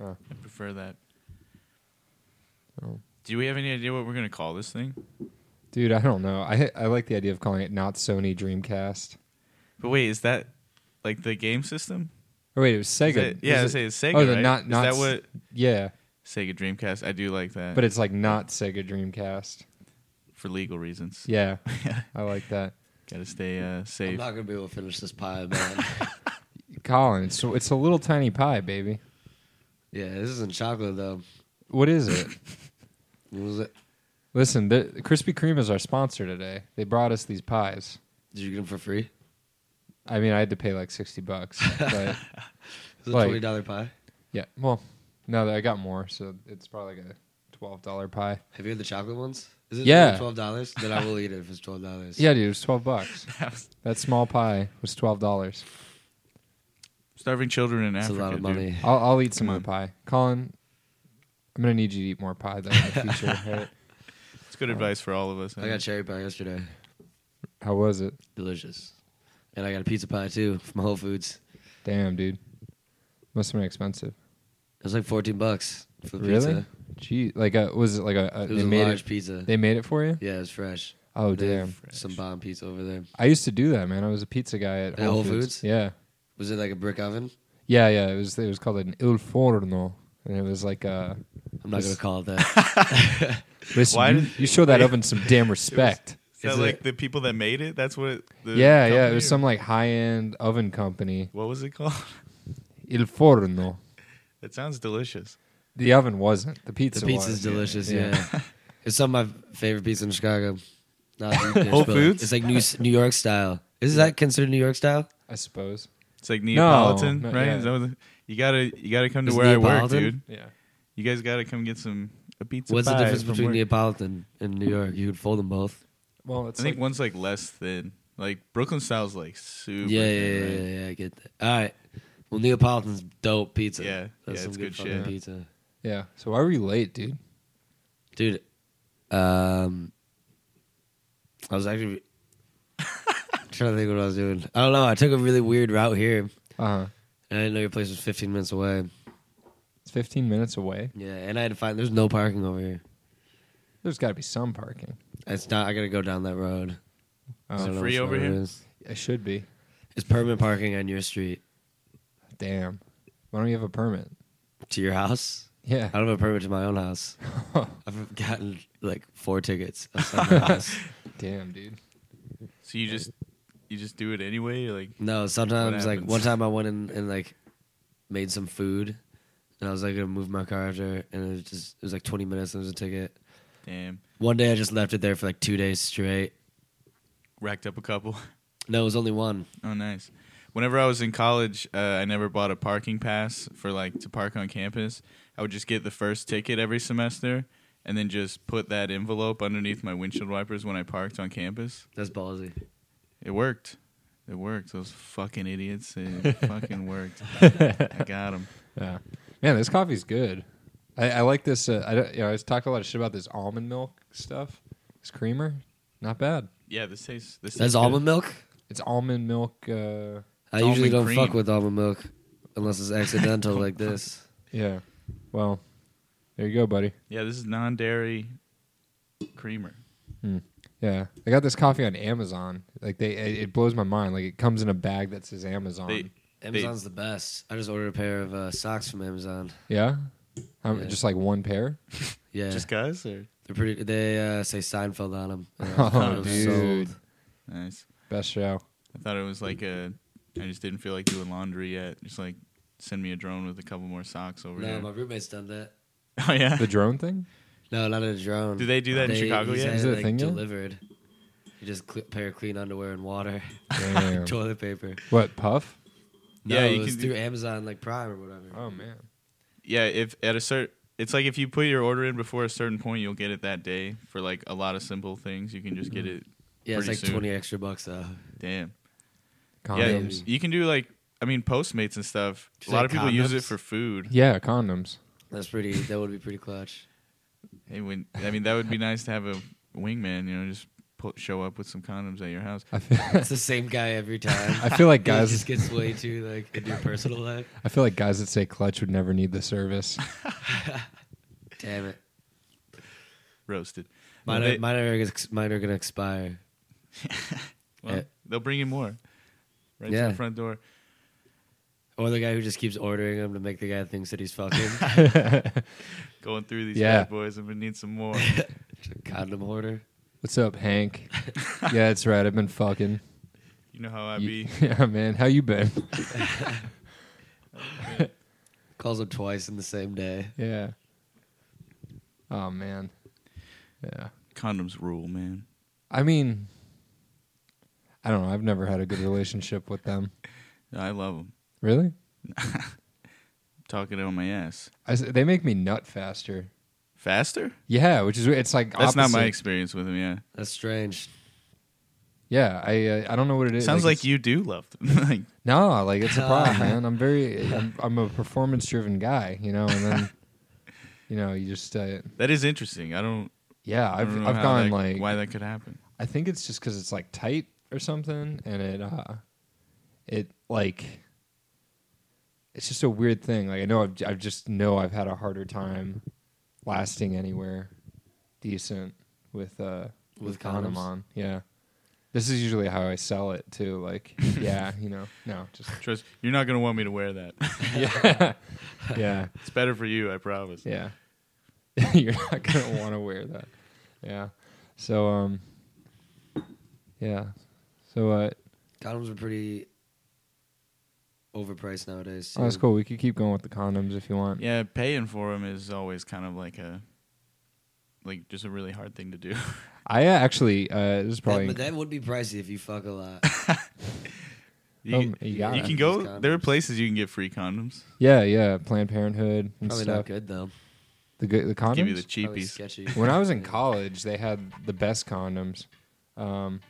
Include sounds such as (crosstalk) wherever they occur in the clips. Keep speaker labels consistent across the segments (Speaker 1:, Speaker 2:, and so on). Speaker 1: Huh.
Speaker 2: I prefer that.
Speaker 1: Oh.
Speaker 2: Do we have any idea what we're gonna call this thing?
Speaker 1: Dude, I don't know. I I like the idea of calling it not Sony Dreamcast.
Speaker 2: But wait, is that like the game system?
Speaker 1: Oh wait, it was Sega.
Speaker 2: Is it- yeah, I
Speaker 1: Was
Speaker 2: was
Speaker 1: it-
Speaker 2: say it's Sega.
Speaker 1: oh, the
Speaker 2: right?
Speaker 1: not- not
Speaker 2: is that what
Speaker 1: yeah,
Speaker 2: Sega Dreamcast? I do like that,
Speaker 1: but it's like not Sega Dreamcast.
Speaker 2: for legal reasons, (laughs)
Speaker 1: Yeah, I like that.
Speaker 2: gotta stay uh,
Speaker 3: I'm
Speaker 2: safe.
Speaker 3: not gonna be able to finish this pie,
Speaker 1: (laughs)
Speaker 3: man.
Speaker 1: Colin, it's it's a little tiny pie, baby.
Speaker 3: yeah, this isn't chocolate though.
Speaker 1: What is
Speaker 2: (laughs)
Speaker 1: it?
Speaker 3: What was it?
Speaker 1: Listen, the Krispy Kreme is our sponsor today. They brought us these pies.
Speaker 3: Did you get them for free?
Speaker 1: I mean, I had to pay like sixty bucks,
Speaker 2: (laughs)
Speaker 1: but
Speaker 3: Is it
Speaker 1: Like-
Speaker 3: twenty dollar pie?
Speaker 1: yeah. Well, no, I got more, so it's probably like a twelve dollar pie.
Speaker 3: Have you had the chocolate ones? Is it
Speaker 1: Yeah.
Speaker 3: twelve dollars? Then I will eat it if it's twelve dollars.
Speaker 1: Yeah, dude, it was twelve bucks.
Speaker 2: That was-
Speaker 1: That small pie was twelve dollars.
Speaker 2: (laughs) Starving children in
Speaker 3: it's
Speaker 2: Africa.
Speaker 3: a lot of
Speaker 2: dude.
Speaker 3: money.
Speaker 1: I'll, I'll eat some
Speaker 2: Come
Speaker 3: Mm.
Speaker 1: more pie, Colin. I'm gonna need you to eat more pie though in
Speaker 3: (laughs)
Speaker 1: the future. Hey,
Speaker 2: It's good advice for all of us.
Speaker 3: I got cherry pie yesterday.
Speaker 1: How was it?
Speaker 3: Delicious. And I got a pizza pie too from Whole Foods.
Speaker 1: Damn, dude, must have been expensive.
Speaker 3: It was like fourteen bucks for the
Speaker 1: Really?
Speaker 3: pizza.
Speaker 1: Gee, like a, was it like a, a
Speaker 3: It was
Speaker 1: they
Speaker 3: a
Speaker 1: made
Speaker 3: large
Speaker 1: it?
Speaker 3: pizza.
Speaker 1: They made it for you?
Speaker 3: yeah, it was fresh.
Speaker 1: Oh
Speaker 3: They have
Speaker 1: damn!
Speaker 3: Some bomb pizza over there.
Speaker 1: I used to do that, man. I was a pizza guy at
Speaker 3: At
Speaker 1: Whole,
Speaker 3: Whole
Speaker 1: Foods.
Speaker 3: Foods?
Speaker 1: Yeah,
Speaker 3: Was it like a brick oven?
Speaker 1: yeah, yeah. It was it was called an il forno, and it was like uh,
Speaker 3: I'm not
Speaker 1: It's-
Speaker 3: gonna call it that.
Speaker 1: listen,
Speaker 2: Why
Speaker 1: you,
Speaker 2: did-
Speaker 1: you
Speaker 3: (laughs)
Speaker 1: show that oven some damn respect.
Speaker 2: Is that
Speaker 3: Is
Speaker 2: like
Speaker 3: it-
Speaker 2: the people that made it? That's what. It, the
Speaker 1: yeah, yeah. It
Speaker 2: company
Speaker 1: was
Speaker 2: or-
Speaker 1: some like high end oven company.
Speaker 2: What was it called? (laughs)
Speaker 1: Il forno.
Speaker 2: It sounds delicious.
Speaker 1: The oven wasn't. The pizza.
Speaker 3: the pizza's
Speaker 1: was.
Speaker 3: delicious.
Speaker 1: Yeah.
Speaker 3: Yeah.
Speaker 2: (laughs)
Speaker 3: it's some of my favorite pizza in Chicago.
Speaker 2: (laughs)
Speaker 3: Not Nashville.
Speaker 2: Whole Foods?
Speaker 3: It's like New New York style. Is that considered New York style?
Speaker 1: I suppose.
Speaker 2: It's like Neapolitan,
Speaker 1: no,
Speaker 2: right?
Speaker 1: yeah.
Speaker 2: Is that what the- you gotta you gotta come to
Speaker 3: Is
Speaker 2: where I
Speaker 3: Neapolitan?
Speaker 2: work, dude.
Speaker 1: Yeah.
Speaker 2: You guys gotta come get some a pizza.
Speaker 3: What's the
Speaker 2: pie
Speaker 3: difference
Speaker 2: from
Speaker 3: between
Speaker 2: work.
Speaker 3: Neapolitan and New York? You could fold them both.
Speaker 1: Well, it's
Speaker 2: I think
Speaker 1: like,
Speaker 2: one's like less thin. Like Brooklyn style's like super.
Speaker 3: Yeah, yeah,
Speaker 2: thin,
Speaker 3: yeah,
Speaker 2: right?
Speaker 3: yeah, yeah, I get that. All right. Well, Neapolitan's dope pizza.
Speaker 2: Yeah,
Speaker 3: that's
Speaker 2: yeah,
Speaker 3: some
Speaker 2: it's
Speaker 3: good,
Speaker 2: good
Speaker 3: fucking
Speaker 2: shit.
Speaker 3: pizza,
Speaker 1: yeah. So why were you late, dude?
Speaker 3: dude. Um, I was actually (laughs) trying to think what I was doing. I don't know. I took a really weird route here, and
Speaker 1: Uh huh.
Speaker 3: I didn't know your place was 15 minutes away.
Speaker 1: It's 15 minutes away.
Speaker 3: Yeah, and I had to find. There's no parking over here.
Speaker 1: There's got to be some parking.
Speaker 3: It's not. I gotta go down that road. I
Speaker 1: Oh,
Speaker 3: don't know
Speaker 2: free
Speaker 3: which
Speaker 2: over
Speaker 3: road
Speaker 2: here?
Speaker 3: It is.
Speaker 1: it should be.
Speaker 3: It's permanent parking on your street
Speaker 1: Damn. Why don't you have a permit?
Speaker 3: to your house.
Speaker 1: Yeah.
Speaker 3: I don't have a permit to my own house. I've gotten like four tickets
Speaker 2: (laughs)
Speaker 3: outside my house.
Speaker 1: (laughs) Damn, dude.
Speaker 2: So you just you just do it anyway. Like
Speaker 3: No,
Speaker 2: What
Speaker 3: sometimes like
Speaker 2: happens?
Speaker 3: one time I went in and like made some food, and I was like gonna move my car after, and it was just it was like twenty minutes and it was a ticket.
Speaker 2: damn,
Speaker 3: One day I just left it there for like two days straight.
Speaker 2: racked up a couple. (laughs)
Speaker 3: No, it was only one.
Speaker 2: Oh, nice. Whenever I was in college, uh, I never bought a parking pass for like to park on campus. I would just get the first ticket every semester and then just put that envelope underneath my windshield wipers when I parked on campus.
Speaker 3: That's ballsy.
Speaker 2: It worked. It worked. Those fucking idiots.
Speaker 3: (laughs)
Speaker 2: It fucking worked. I got them.
Speaker 1: Yeah. Man, this coffee's good. I, I like this. Uh, I, don't- you know, I talked a lot of shit about this almond milk stuff. This creamer, not bad.
Speaker 2: Yeah, this tastes. This tastes
Speaker 3: That's
Speaker 2: good.
Speaker 3: almond milk.
Speaker 1: It's almond milk. Uh,
Speaker 3: I
Speaker 2: It's
Speaker 3: usually
Speaker 2: almond
Speaker 3: don't
Speaker 2: cream.
Speaker 3: fuck with almond milk unless it's accidental
Speaker 2: (laughs)
Speaker 3: like this.
Speaker 1: yeah. Well, there you go, buddy.
Speaker 2: Yeah, this is non-dairy creamer.
Speaker 1: Yeah, I got this coffee on Amazon. Like they, it, it blows my mind. Like it comes in a bag that says Amazon.
Speaker 2: They,
Speaker 3: Amazon's the best. I just ordered a pair of uh, socks from Amazon.
Speaker 1: yeah? Um,
Speaker 3: Yeah.
Speaker 1: just like one pair.
Speaker 3: Yeah,
Speaker 2: just guys or
Speaker 3: they're pretty. They uh, say Seinfeld
Speaker 2: (laughs)
Speaker 3: on them.
Speaker 1: Oh, dude.
Speaker 2: nice.
Speaker 1: Best show.
Speaker 2: I thought it was like a. I just didn't feel like doing laundry yet. Just like send me a drone with a couple more socks over
Speaker 3: No,
Speaker 2: here.
Speaker 3: my roommate's done that.
Speaker 2: (laughs) oh yeah.
Speaker 1: The
Speaker 2: (laughs)
Speaker 1: drone thing.
Speaker 3: No, not in a drone.
Speaker 2: Do they do that in Chicago
Speaker 3: he's
Speaker 2: yet?
Speaker 3: had
Speaker 1: Is it a
Speaker 3: like,
Speaker 1: thing yet?
Speaker 3: delivered. You just cl- pair of clean underwear and water, (laughs)
Speaker 1: Damn.
Speaker 3: toilet paper.
Speaker 1: what puff?
Speaker 3: No,
Speaker 2: Yeah,
Speaker 3: yeah,
Speaker 2: you
Speaker 3: it was
Speaker 2: can do-
Speaker 3: through Amazon like Prime or whatever.
Speaker 1: Oh man.
Speaker 2: yeah, if at a certain. It's like if you put your order in before a certain point, you'll get it that day. For like a lot of simple things, you can just get it.
Speaker 3: yeah, it's
Speaker 2: pretty
Speaker 3: like
Speaker 2: soon.
Speaker 3: twenty extra bucks though.
Speaker 2: Damn.
Speaker 1: Condoms.
Speaker 2: Yeah, you can do like I mean Postmates and stuff.
Speaker 3: Just
Speaker 2: a lot
Speaker 3: like
Speaker 2: of people use
Speaker 3: condoms?
Speaker 2: it for food.
Speaker 1: Yeah, condoms.
Speaker 3: That's pretty. That would be pretty clutch.
Speaker 2: Hey, when I mean that would be nice to have a wingman. You know, just pull, show up with some condoms at your house. (laughs)
Speaker 1: I feel,
Speaker 3: It's the same guy every time.
Speaker 1: I feel like
Speaker 3: It
Speaker 1: guys.
Speaker 3: just gets way too like into your personal life.
Speaker 1: I feel like guys that say clutch would never need the service.
Speaker 3: Damn it.
Speaker 2: Roasted.
Speaker 3: Mine,
Speaker 2: They-
Speaker 3: are, mine, are, ex- mine are gonna expire.
Speaker 2: Well,
Speaker 3: Yeah.
Speaker 2: they'll bring you more. Right to
Speaker 3: Yeah.
Speaker 2: the front door.
Speaker 3: Or the guy who just keeps ordering them to make the guy that thinks that
Speaker 1: (laughs)
Speaker 3: he's fucking
Speaker 2: Going through these
Speaker 1: Yeah.
Speaker 2: bad boys, and we need some
Speaker 1: (laughs)
Speaker 2: more.
Speaker 3: condom hoarder.
Speaker 1: What's
Speaker 2: (laughs)
Speaker 1: up, Hank? yeah, that's right. I've been fucking.
Speaker 2: you know how I
Speaker 1: You-
Speaker 2: be.
Speaker 1: (laughs) yeah, man. How you been? (laughs)
Speaker 3: Calls him twice in the same day.
Speaker 1: Yeah. Oh man. Yeah.
Speaker 2: Condoms rule, man.
Speaker 1: I mean, I don't know. I've never had a good relationship with them.
Speaker 2: I love them.
Speaker 1: Really?
Speaker 2: Talking on my ass.
Speaker 1: I s they make me nut faster.
Speaker 2: Faster?
Speaker 1: Yeah, which is it's like
Speaker 2: That's not my
Speaker 1: opposite.
Speaker 2: experience with them. Yeah,
Speaker 3: That's strange.
Speaker 1: Yeah, I uh, I don't know what it is.
Speaker 2: sounds like,
Speaker 1: it's-
Speaker 2: you do love them. (laughs) like,
Speaker 1: No, like it's a problem, man. I'm very I'm, I'm a performance driven guy, you know, and
Speaker 2: (laughs)
Speaker 1: then you know, you just uh,
Speaker 2: that is interesting. I don't.
Speaker 1: yeah,
Speaker 2: I don't
Speaker 1: I've
Speaker 2: know
Speaker 1: I've
Speaker 2: how
Speaker 1: gone
Speaker 2: that-
Speaker 1: like
Speaker 2: why that could happen.
Speaker 1: I think it's just cuz it's like tight or something and it uh it like it's just a weird thing. Like I know I've I've just know I've had a harder time lasting anywhere decent with uh
Speaker 3: With
Speaker 1: condom
Speaker 3: condoms?
Speaker 1: on. Yeah. This is usually how I sell it too.
Speaker 3: (laughs)
Speaker 1: Like, yeah, you know, no, just
Speaker 2: Trust you're not gonna want me to wear
Speaker 1: (laughs)
Speaker 2: that.
Speaker 1: yeah, yeah,
Speaker 2: it's better for you, I promise.
Speaker 1: yeah. (laughs) You're not gonna want to wear that. Yeah. So um. Yeah. So uh,
Speaker 3: Condoms are pretty overpriced nowadays.
Speaker 1: oh, that's
Speaker 3: too.
Speaker 1: cool. We could keep going with the condoms if you want.
Speaker 2: Yeah, paying for them is always kind of like a, like just a really hard thing to do. (laughs)
Speaker 1: I uh, actually uh, this is
Speaker 3: That,
Speaker 1: probably
Speaker 3: but that would be pricey if you fuck a lot.
Speaker 2: You,
Speaker 1: Um, you got
Speaker 2: you
Speaker 1: it.
Speaker 2: can go.
Speaker 3: Condoms.
Speaker 2: There are places you can get free condoms.
Speaker 1: yeah yeah Planned Parenthood and
Speaker 3: Probably
Speaker 1: stuff.
Speaker 3: not good though.
Speaker 1: The good the condoms.
Speaker 2: Give you the
Speaker 3: Probably
Speaker 2: cheapies.
Speaker 3: sketchy.
Speaker 1: when I was
Speaker 2: (laughs)
Speaker 1: in college, they had the best condoms. Um,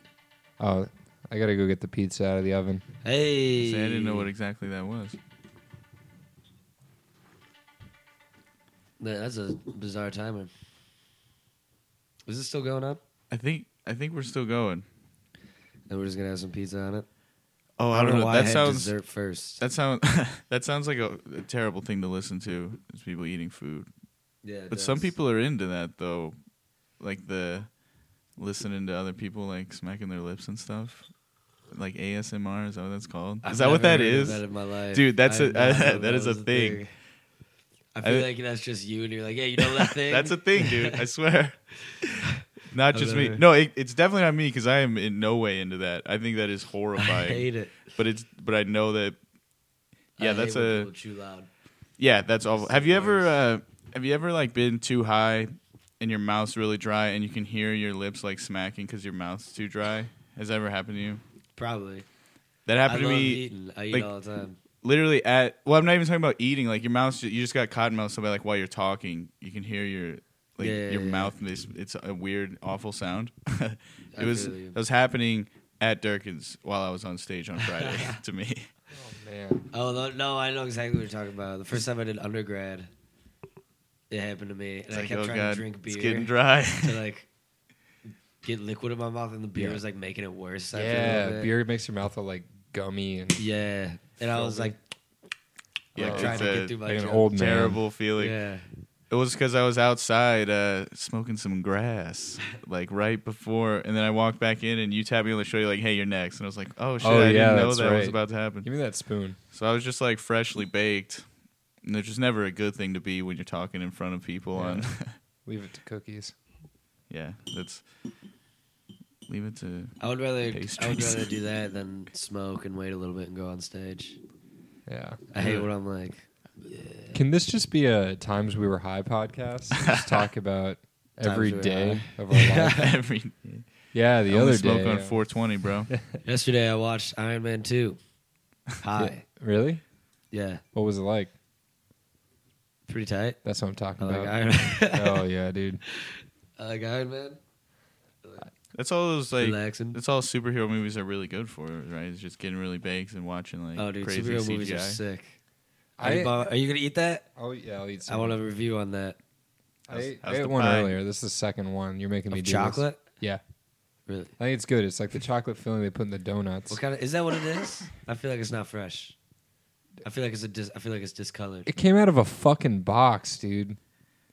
Speaker 1: oh, I gotta go get the pizza out of the oven.
Speaker 3: Hey,
Speaker 2: See, I didn't know what exactly that was.
Speaker 3: Man, that's a bizarre timer. Is this still going up?
Speaker 2: I think I think we're still going.
Speaker 3: And we're just gonna have some pizza on it.
Speaker 2: Oh, I don't
Speaker 3: don't
Speaker 2: know.
Speaker 3: why I
Speaker 2: That
Speaker 3: had
Speaker 2: sounds
Speaker 3: dessert first.
Speaker 2: that sounds (laughs) that sounds like a, a terrible thing to listen to. Is people eating food.
Speaker 3: yeah, it
Speaker 2: But some
Speaker 3: does.
Speaker 2: people are into that though, like the listening to other people like smacking their lips and stuff, like ASMR. Is that what that's called? Is
Speaker 3: I've
Speaker 2: that what
Speaker 3: never
Speaker 2: that
Speaker 3: heard of
Speaker 2: is?
Speaker 3: That in my life,
Speaker 2: Dude, that's
Speaker 3: I
Speaker 2: a- (laughs)
Speaker 3: did not
Speaker 2: that
Speaker 3: know
Speaker 2: is a
Speaker 3: was
Speaker 2: thing.
Speaker 3: I
Speaker 2: I-
Speaker 3: feel like that's just you, and you're like, "Yeah, you
Speaker 2: (laughs)
Speaker 3: know that thing."
Speaker 2: That's a thing,
Speaker 3: (laughs)
Speaker 2: dude. I swear. Not
Speaker 3: I've
Speaker 2: just me.
Speaker 3: never-
Speaker 2: No, it, it's definitely not me because I am in no way into that. I think that is horrifying.
Speaker 3: I hate it.
Speaker 2: But it's but I know that. Yeah,
Speaker 3: I
Speaker 2: that's
Speaker 3: hate when
Speaker 2: a
Speaker 3: people chew loud.
Speaker 2: Yeah, that's awful.
Speaker 3: the
Speaker 2: Have you ever
Speaker 3: worst.
Speaker 2: uh, have you ever like been too high and your mouth's really dry and you can hear your lips like smacking because your mouth's too dry? Has that ever happened to you?
Speaker 3: Probably.
Speaker 2: That
Speaker 3: I
Speaker 2: happened
Speaker 3: love
Speaker 2: to me
Speaker 3: eating. I eat
Speaker 2: like-
Speaker 3: all the time.
Speaker 2: literally at. Well, I'm not even talking about eating. Like your mouth's ju- you just got cotton mouth. So like while you're talking, you can hear your like
Speaker 3: Yeah, yeah,
Speaker 2: your
Speaker 3: yeah.
Speaker 2: mouth. Is, it's a weird, awful sound. (laughs) it
Speaker 3: I
Speaker 2: was
Speaker 3: feel you.
Speaker 2: that was happening at Durkin's while I was on stage on
Speaker 3: (laughs)
Speaker 2: Friday to me.
Speaker 1: Oh man.
Speaker 3: Oh no, no, I know exactly what you're talking about. The first time I did undergrad, it happened to me, and
Speaker 2: It's
Speaker 3: I
Speaker 2: like,
Speaker 3: kept
Speaker 2: oh
Speaker 3: trying
Speaker 2: god,
Speaker 3: to drink beer
Speaker 2: it's getting
Speaker 3: (laughs)
Speaker 2: dry. (laughs)
Speaker 3: to like get liquid in my mouth, and the beer
Speaker 1: Yeah.
Speaker 3: was like making it worse. after a little
Speaker 1: Yeah,
Speaker 3: bit.
Speaker 1: beer makes your mouth all like gummy and
Speaker 3: Yeah, and I was like,
Speaker 2: yeah,
Speaker 1: Oh,
Speaker 2: it's
Speaker 3: trying to
Speaker 2: a
Speaker 3: get through my
Speaker 1: like an
Speaker 3: job.
Speaker 1: old man.
Speaker 2: terrible feeling.
Speaker 3: Yeah,
Speaker 2: It was because I was outside uh, smoking some grass, like right before, and then I walked back in, and you tapped me on the shoulder, like, "Hey, you're next," and I was like, "Oh shit,
Speaker 1: Oh,
Speaker 2: I
Speaker 1: yeah,
Speaker 2: didn't know
Speaker 1: that's
Speaker 2: that was
Speaker 1: right.
Speaker 2: about to happen."
Speaker 1: Give me that spoon.
Speaker 2: So I was just like freshly baked, and which is never a good thing to be when you're talking in front of people.
Speaker 1: Yeah.
Speaker 2: On (laughs)
Speaker 1: Leave it to cookies.
Speaker 2: yeah, that's leave it to (laughs)
Speaker 3: I would rather I would
Speaker 2: Pastries.
Speaker 3: rather do that than smoke and wait a little bit and go on stage.
Speaker 1: Yeah.
Speaker 3: I hate when I'm like,
Speaker 1: Can this just be a times we were high podcast?
Speaker 2: (laughs)
Speaker 1: Just talk about every
Speaker 3: we were
Speaker 1: day
Speaker 3: high.
Speaker 1: of our
Speaker 3: (laughs)
Speaker 1: life.
Speaker 2: every
Speaker 1: Yeah,
Speaker 2: I
Speaker 1: the
Speaker 2: only
Speaker 1: other
Speaker 2: smoke
Speaker 1: day. uh,
Speaker 2: on
Speaker 1: yeah.
Speaker 2: 420, bro.
Speaker 3: yesterday I watched Iron Man two. Hi,
Speaker 1: Really?
Speaker 3: yeah,
Speaker 1: What was it like?
Speaker 3: pretty tight.
Speaker 1: That's what I'm
Speaker 3: I
Speaker 1: talking
Speaker 2: Uh-huh.
Speaker 3: like
Speaker 1: about.
Speaker 3: Iron.
Speaker 1: oh yeah, dude.
Speaker 3: (laughs) I like Iron Man.
Speaker 2: That's all those like.
Speaker 3: Relaxing.
Speaker 2: That's all superhero movies are really good for, right? It's just getting really baked and watching like
Speaker 3: Oh, dude,
Speaker 2: crazy
Speaker 3: superhero
Speaker 2: CGI.
Speaker 3: movies are sick. Are, you,
Speaker 1: I,
Speaker 3: bo- are you gonna eat that?
Speaker 1: I'll, yeah, I'll eat some.
Speaker 3: I want a review on that.
Speaker 1: I,
Speaker 2: How's- how's
Speaker 1: ate
Speaker 2: the
Speaker 1: one
Speaker 2: pie?
Speaker 1: earlier. This is the second one. You're making me
Speaker 3: Of
Speaker 1: do this.
Speaker 3: chocolate.
Speaker 1: Yeah.
Speaker 3: Really?
Speaker 1: I think it's good. It's like the chocolate filling they put in the donuts.
Speaker 3: What kind of is that? What it
Speaker 1: (laughs)
Speaker 3: is? I feel like it's not fresh. I feel like it's a dis, I feel like it's discolored.
Speaker 1: It came out of a fucking box, dude.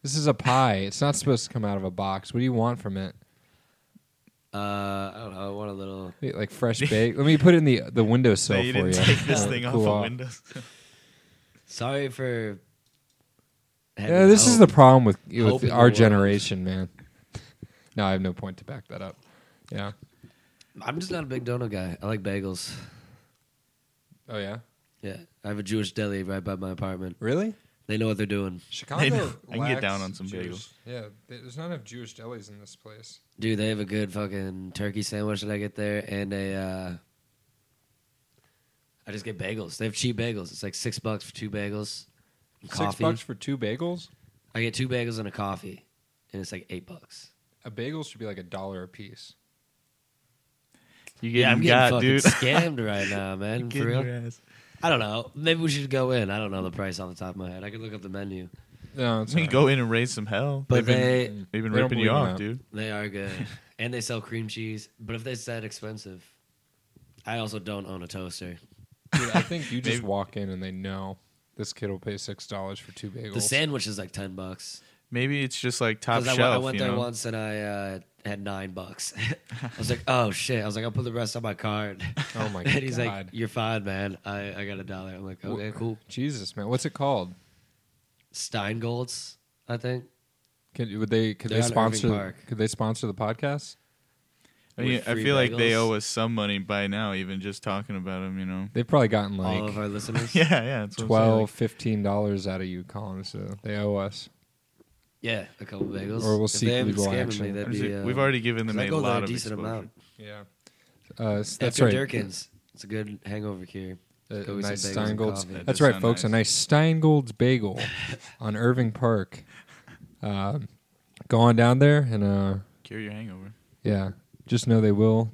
Speaker 1: This is a pie. It's not supposed to come out of a box. What do you want from it?
Speaker 3: Uh, I don't know. I want a little.
Speaker 1: Wait, Like
Speaker 3: (laughs)
Speaker 1: fresh baked. Let me put it in the the windowsill
Speaker 2: So
Speaker 1: for
Speaker 2: you didn't
Speaker 1: you.
Speaker 2: take this
Speaker 1: Let it
Speaker 2: thing
Speaker 1: cool
Speaker 2: off of Windows.
Speaker 3: Sorry for.
Speaker 1: Yeah, this is the problem with
Speaker 3: Hope in
Speaker 1: with
Speaker 3: the
Speaker 1: our
Speaker 3: world.
Speaker 1: generation, man. No, I have no point to back that up. Yeah.
Speaker 3: I'm just not a big donut guy. I like bagels.
Speaker 1: Oh yeah.
Speaker 3: Yeah, I have a Jewish deli right by my apartment.
Speaker 1: Really?
Speaker 3: They know what they're doing,
Speaker 1: Chicago.
Speaker 2: know. I can get
Speaker 1: lacks
Speaker 2: down on some
Speaker 1: Jewish- Yeah, th- there's not enough Jewish delis in this place.
Speaker 3: dude. They have a good fucking turkey sandwich that I get there, and a. Uh, I just get bagels. They have cheap bagels. It's like six bucks for two bagels. and
Speaker 1: Six
Speaker 3: Coffee.
Speaker 1: bucks for two bagels.
Speaker 3: I get two bagels and a coffee, and it's like eight bucks.
Speaker 1: A bagel should be like a dollar a piece.
Speaker 2: You
Speaker 3: Yeah, I'm
Speaker 2: getting
Speaker 3: getting
Speaker 2: got,
Speaker 3: fucking (laughs)
Speaker 2: dude. (laughs)
Speaker 3: scammed right now, man. For
Speaker 2: Getting
Speaker 3: real.
Speaker 2: your ass.
Speaker 3: I don't know. Maybe we should go in. I don't know the price off the top of my head. I could look up the menu.
Speaker 1: No, it's
Speaker 2: We
Speaker 1: not.
Speaker 2: can go in and raise some hell. they've
Speaker 3: But they
Speaker 2: been, they've been
Speaker 1: they don't
Speaker 2: ripping
Speaker 1: believe
Speaker 2: you
Speaker 1: in
Speaker 2: off,
Speaker 1: that.
Speaker 2: dude.
Speaker 3: they are good,
Speaker 2: (laughs)
Speaker 3: and they sell cream cheese. But if they said expensive, I also don't own a toaster.
Speaker 1: Dude, I think you just
Speaker 2: Maybe-
Speaker 1: walk in and they know this kid will pay six dollars for two bagels.
Speaker 3: The sandwich is like ten bucks.
Speaker 2: Maybe it's just like top
Speaker 3: 'Cause I,
Speaker 2: shelf.
Speaker 3: went- I went
Speaker 2: you
Speaker 3: there
Speaker 2: know?
Speaker 3: once and I uh, had nine bucks. (laughs) I
Speaker 2: (laughs)
Speaker 3: was like, oh shit. I was like, I'll put the rest on my card.
Speaker 1: Oh my
Speaker 3: (laughs) and he's like,
Speaker 1: God.
Speaker 3: you're fine, man. I, I got a dollar. I'm like, okay, cool.
Speaker 1: Jesus, man, what's it called?
Speaker 3: Steingolds, I think.
Speaker 1: Could, would they could
Speaker 3: They're
Speaker 1: they
Speaker 3: on Irving
Speaker 1: sponsor
Speaker 3: Park.
Speaker 1: could they sponsor the podcast?
Speaker 2: I, mean,
Speaker 3: with
Speaker 2: I
Speaker 3: free
Speaker 2: feel like they
Speaker 3: bagels.
Speaker 2: owe us some money by now, even just talking about them. You know. (laughs)
Speaker 1: They've probably gotten
Speaker 3: All of
Speaker 1: like
Speaker 3: our listeners.
Speaker 2: Yeah, yeah. That's what I'm saying,
Speaker 1: twelve, fifteen dollars out of you, Colin. So they owe us.
Speaker 3: Yeah, a couple bagels.
Speaker 1: Or we'll
Speaker 3: If
Speaker 1: seek
Speaker 3: they haven't
Speaker 1: legal
Speaker 3: scamming
Speaker 1: action.
Speaker 3: Me, that'd
Speaker 2: like,
Speaker 3: be, uh,
Speaker 2: we've already given them
Speaker 3: I
Speaker 2: a
Speaker 3: go there
Speaker 2: lot
Speaker 3: a
Speaker 2: of
Speaker 3: decent
Speaker 2: exposure.
Speaker 3: amount.
Speaker 1: Yeah, uh, s- that's
Speaker 3: After
Speaker 1: right.
Speaker 3: Durkin's, it's a good hangover cure.
Speaker 1: A, a
Speaker 3: Let's go with some
Speaker 1: nice
Speaker 3: bagels and
Speaker 1: Steingold's.
Speaker 3: coffee.
Speaker 1: That's
Speaker 2: does
Speaker 1: right,
Speaker 2: sound
Speaker 1: folks. A
Speaker 2: nice.
Speaker 1: nice Steingold's bagel on Irving Park. Um, go on down there and uh,
Speaker 2: Cure your hangover.
Speaker 1: yeah, just know they will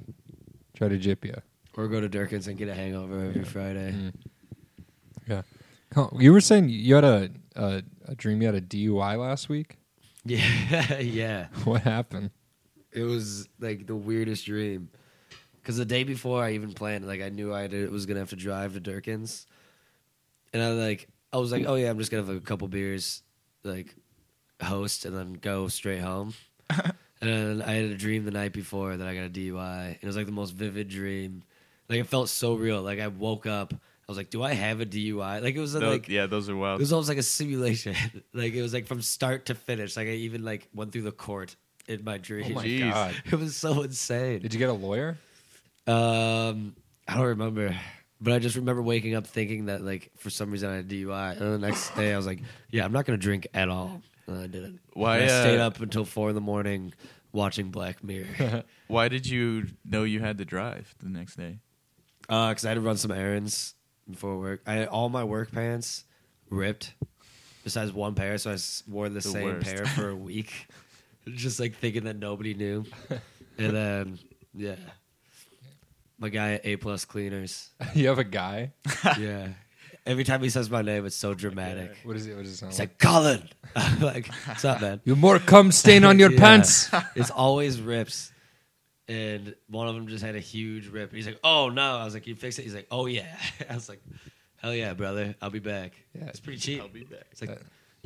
Speaker 1: try to jip you.
Speaker 3: Or go to Durkin's and get a hangover every Friday.
Speaker 1: Mm. Yeah, Col- you were saying you had a, a a dream you had a DUI last week.
Speaker 3: (laughs)
Speaker 1: (laughs)
Speaker 3: Yeah, (laughs) yeah.
Speaker 1: What happened?
Speaker 3: It was like the weirdest dream. Because the day before I even planned, like I knew I did- was gonna have to drive to Durkin's, and I like I was like, oh yeah, I'm just gonna have a couple beers, like host, and then go
Speaker 1: (laughs)
Speaker 3: straight home. and I had a dream the night before that I got a DUI, and it was like the most vivid dream. Like it felt so real. Like I woke up, I was like, do I have a DUI? Like it was
Speaker 2: Those-
Speaker 3: like
Speaker 2: yeah, those are
Speaker 3: It
Speaker 2: wild.
Speaker 3: was almost like a simulation. (laughs) like it was like from start to finish. Like I even like went through the court in my dream.
Speaker 1: Oh my
Speaker 2: Jeez.
Speaker 1: god!
Speaker 3: (laughs) It was so insane.
Speaker 1: Did you get a lawyer? (laughs)
Speaker 3: Um, I don't remember, but I just remember waking up thinking that like for some reason I had a DUI, and the next day I was like, yeah, I'm not gonna drink at all. And I didn't.
Speaker 2: Why,
Speaker 3: And I
Speaker 2: uh,
Speaker 3: stayed up until four in the morning watching Black Mirror
Speaker 2: Why did you know you had to drive the next day?
Speaker 3: because Uh, I had to run some errands before work. I had all my work pants ripped, besides one pair, so I s- wore the, same
Speaker 2: worst.
Speaker 3: pair for a week, (laughs) just like thinking that nobody knew. And then, yeah, my guy at A Plus Cleaners,
Speaker 1: you have a guy.
Speaker 3: yeah. Every time he says my name, it's so dramatic.
Speaker 1: What is it? What does it sound
Speaker 3: It's
Speaker 1: like?
Speaker 3: like Colin. (laughs) I'm like, what's up, man?
Speaker 1: You more cum stain
Speaker 3: (laughs)
Speaker 1: on your
Speaker 3: Yeah.
Speaker 1: pants.
Speaker 3: It's always rips. And one of them just had a huge rip. He's like, "Oh no!" I was like, "You fix it?" He's like, "Oh yeah." (laughs) I was like, "Hell yeah, brother! I'll be back."
Speaker 1: Yeah.
Speaker 3: it's pretty cheap.
Speaker 2: be back.
Speaker 3: It's like,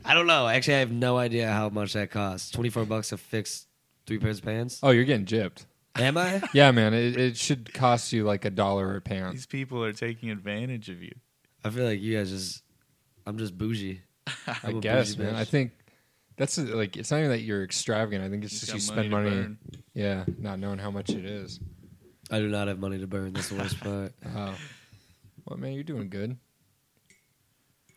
Speaker 3: I don't know. Actually, I have no idea how much that costs. Twenty four bucks to fix three pairs of pants.
Speaker 1: Oh, you're getting gypped. (laughs)
Speaker 3: Am I?
Speaker 1: Yeah, man. It, it should cost you like a dollar a pound.
Speaker 2: These people are taking advantage of you.
Speaker 3: I feel like you guys just. I'm just bougie.
Speaker 1: I
Speaker 3: I'm a
Speaker 1: guess,
Speaker 3: bougie
Speaker 1: man.
Speaker 3: bitch.
Speaker 1: I think that's uh, like it's not even that you're extravagant. I think it's
Speaker 2: You
Speaker 1: just
Speaker 2: got
Speaker 1: you spend
Speaker 2: money
Speaker 1: money.
Speaker 2: to burn.
Speaker 1: Yeah, not knowing how much it is.
Speaker 3: I do not have money to burn. That's the worst
Speaker 1: (laughs)
Speaker 3: part.
Speaker 1: Oh, well, man, you're doing good.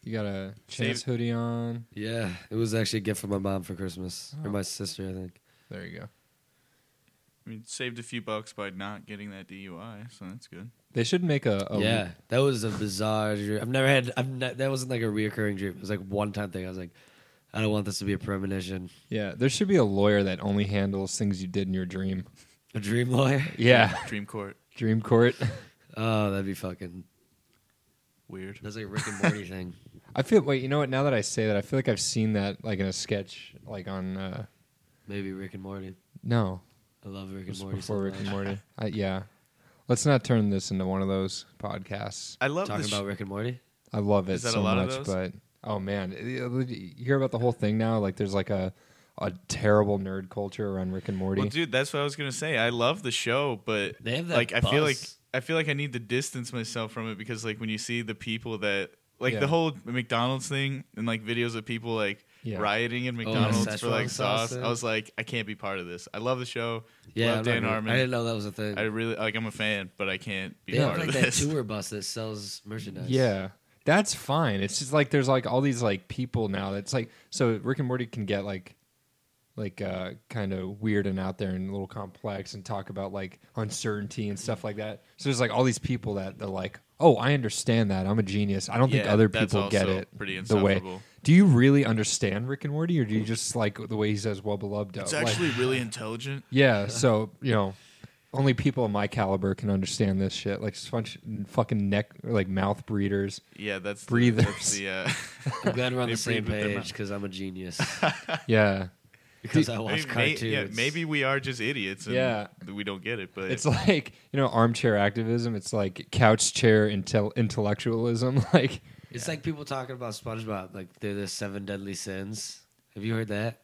Speaker 1: You got a
Speaker 2: Save-
Speaker 1: chance hoodie on.
Speaker 3: Yeah, it was actually a gift from my mom for Christmas or
Speaker 1: Oh.
Speaker 3: my sister, I think.
Speaker 1: There you go.
Speaker 2: I mean, saved a few bucks by not getting that DUI, so that's good.
Speaker 1: They should make a, a
Speaker 3: yeah, that was a bizarre dream. I've never had. I've ne- that wasn't like a reoccurring dream. It was like one time thing. I was like, I don't want this to be a premonition.
Speaker 1: yeah. There should be a lawyer that only handles things you did in your dream.
Speaker 3: A dream lawyer.
Speaker 1: Yeah, (laughs)
Speaker 2: Dream Court,
Speaker 1: dream court.
Speaker 3: Oh, that'd be fucking.
Speaker 2: weird.
Speaker 3: That's like a Rick and Morty thing.
Speaker 1: I feel. Wait, you know what? Now that I say that, I feel like I've seen that like in a sketch, like on. uh
Speaker 3: Maybe Rick and Morty.
Speaker 1: No,
Speaker 3: I love Rick and
Speaker 1: Just
Speaker 3: Morty.
Speaker 1: before
Speaker 3: so
Speaker 1: Rick and
Speaker 3: much.
Speaker 1: Morty. (laughs) I, yeah, let's not turn this into one of those podcasts.
Speaker 2: I love
Speaker 3: Talking
Speaker 2: this.
Speaker 3: about Rick and Morty.
Speaker 1: I love it
Speaker 2: Is that a
Speaker 1: so
Speaker 2: lot of
Speaker 1: much,
Speaker 2: those?
Speaker 1: but oh man, you hear about the whole thing now. Like there's like a a terrible nerd culture around Rick and Morty.
Speaker 2: well, dude, that's what I was gonna say. I love the show, but
Speaker 3: They have that.
Speaker 2: like I feel like
Speaker 3: bus.
Speaker 2: I feel like I need to distance myself from it because like when you see the people that like
Speaker 1: Yeah.
Speaker 2: the whole McDonald's thing and like videos of people like
Speaker 1: Yeah.
Speaker 2: rioting
Speaker 3: Oh,
Speaker 2: in McDonald's for
Speaker 3: Szechuan
Speaker 2: like sauce,
Speaker 3: sauce, yeah.
Speaker 2: I was like, I can't be part of this. I love the show.
Speaker 3: yeah,
Speaker 2: love
Speaker 3: I
Speaker 2: Dan
Speaker 3: remember.
Speaker 2: Harmon.
Speaker 3: I didn't know that was a thing.
Speaker 2: I really like. I'm a fan, but I can't be
Speaker 3: they have
Speaker 2: part
Speaker 3: like
Speaker 2: of
Speaker 3: that
Speaker 2: this.
Speaker 3: tour bus that sells merchandise.
Speaker 1: Yeah. That's fine. It's just like there's like all these like people now that's like so Rick and Morty can get like like uh kind of weird and out there and a little complex and talk about like uncertainty and stuff like that. So there's like all these people that they're like, "Oh, I understand that. I'm a genius. I don't think
Speaker 2: Yeah,
Speaker 1: other
Speaker 2: that's
Speaker 1: people get
Speaker 2: also
Speaker 1: it."
Speaker 2: pretty
Speaker 1: the way.
Speaker 2: insufferable.
Speaker 1: Do you really understand Rick and Morty or do you just like the way he says "well
Speaker 2: (laughs)
Speaker 1: beloved"? uh,"
Speaker 2: It's
Speaker 1: Like-
Speaker 2: actually really intelligent.
Speaker 1: yeah, so you know, only people of my caliber can understand this shit. Like just bunch of fucking neck, like mouth breeders.
Speaker 2: Yeah, that's
Speaker 1: Breathers.
Speaker 2: The, that's the uh,
Speaker 3: I'm glad we're on
Speaker 2: They
Speaker 3: the same
Speaker 2: breathe with their
Speaker 3: page because I'm a
Speaker 2: (laughs)
Speaker 3: genius. (laughs)
Speaker 1: Yeah,
Speaker 3: Because (laughs) I watch
Speaker 2: maybe, may-
Speaker 3: cartoons.
Speaker 2: yeah, maybe we are just idiots. And
Speaker 1: Yeah.
Speaker 2: we don't get it, but
Speaker 1: it's like you know, armchair activism. It's like couch chair intel- intellectualism. (laughs) Like,
Speaker 3: It's like people talking about SpongeBob, like they're the seven deadly sins. Have you heard that?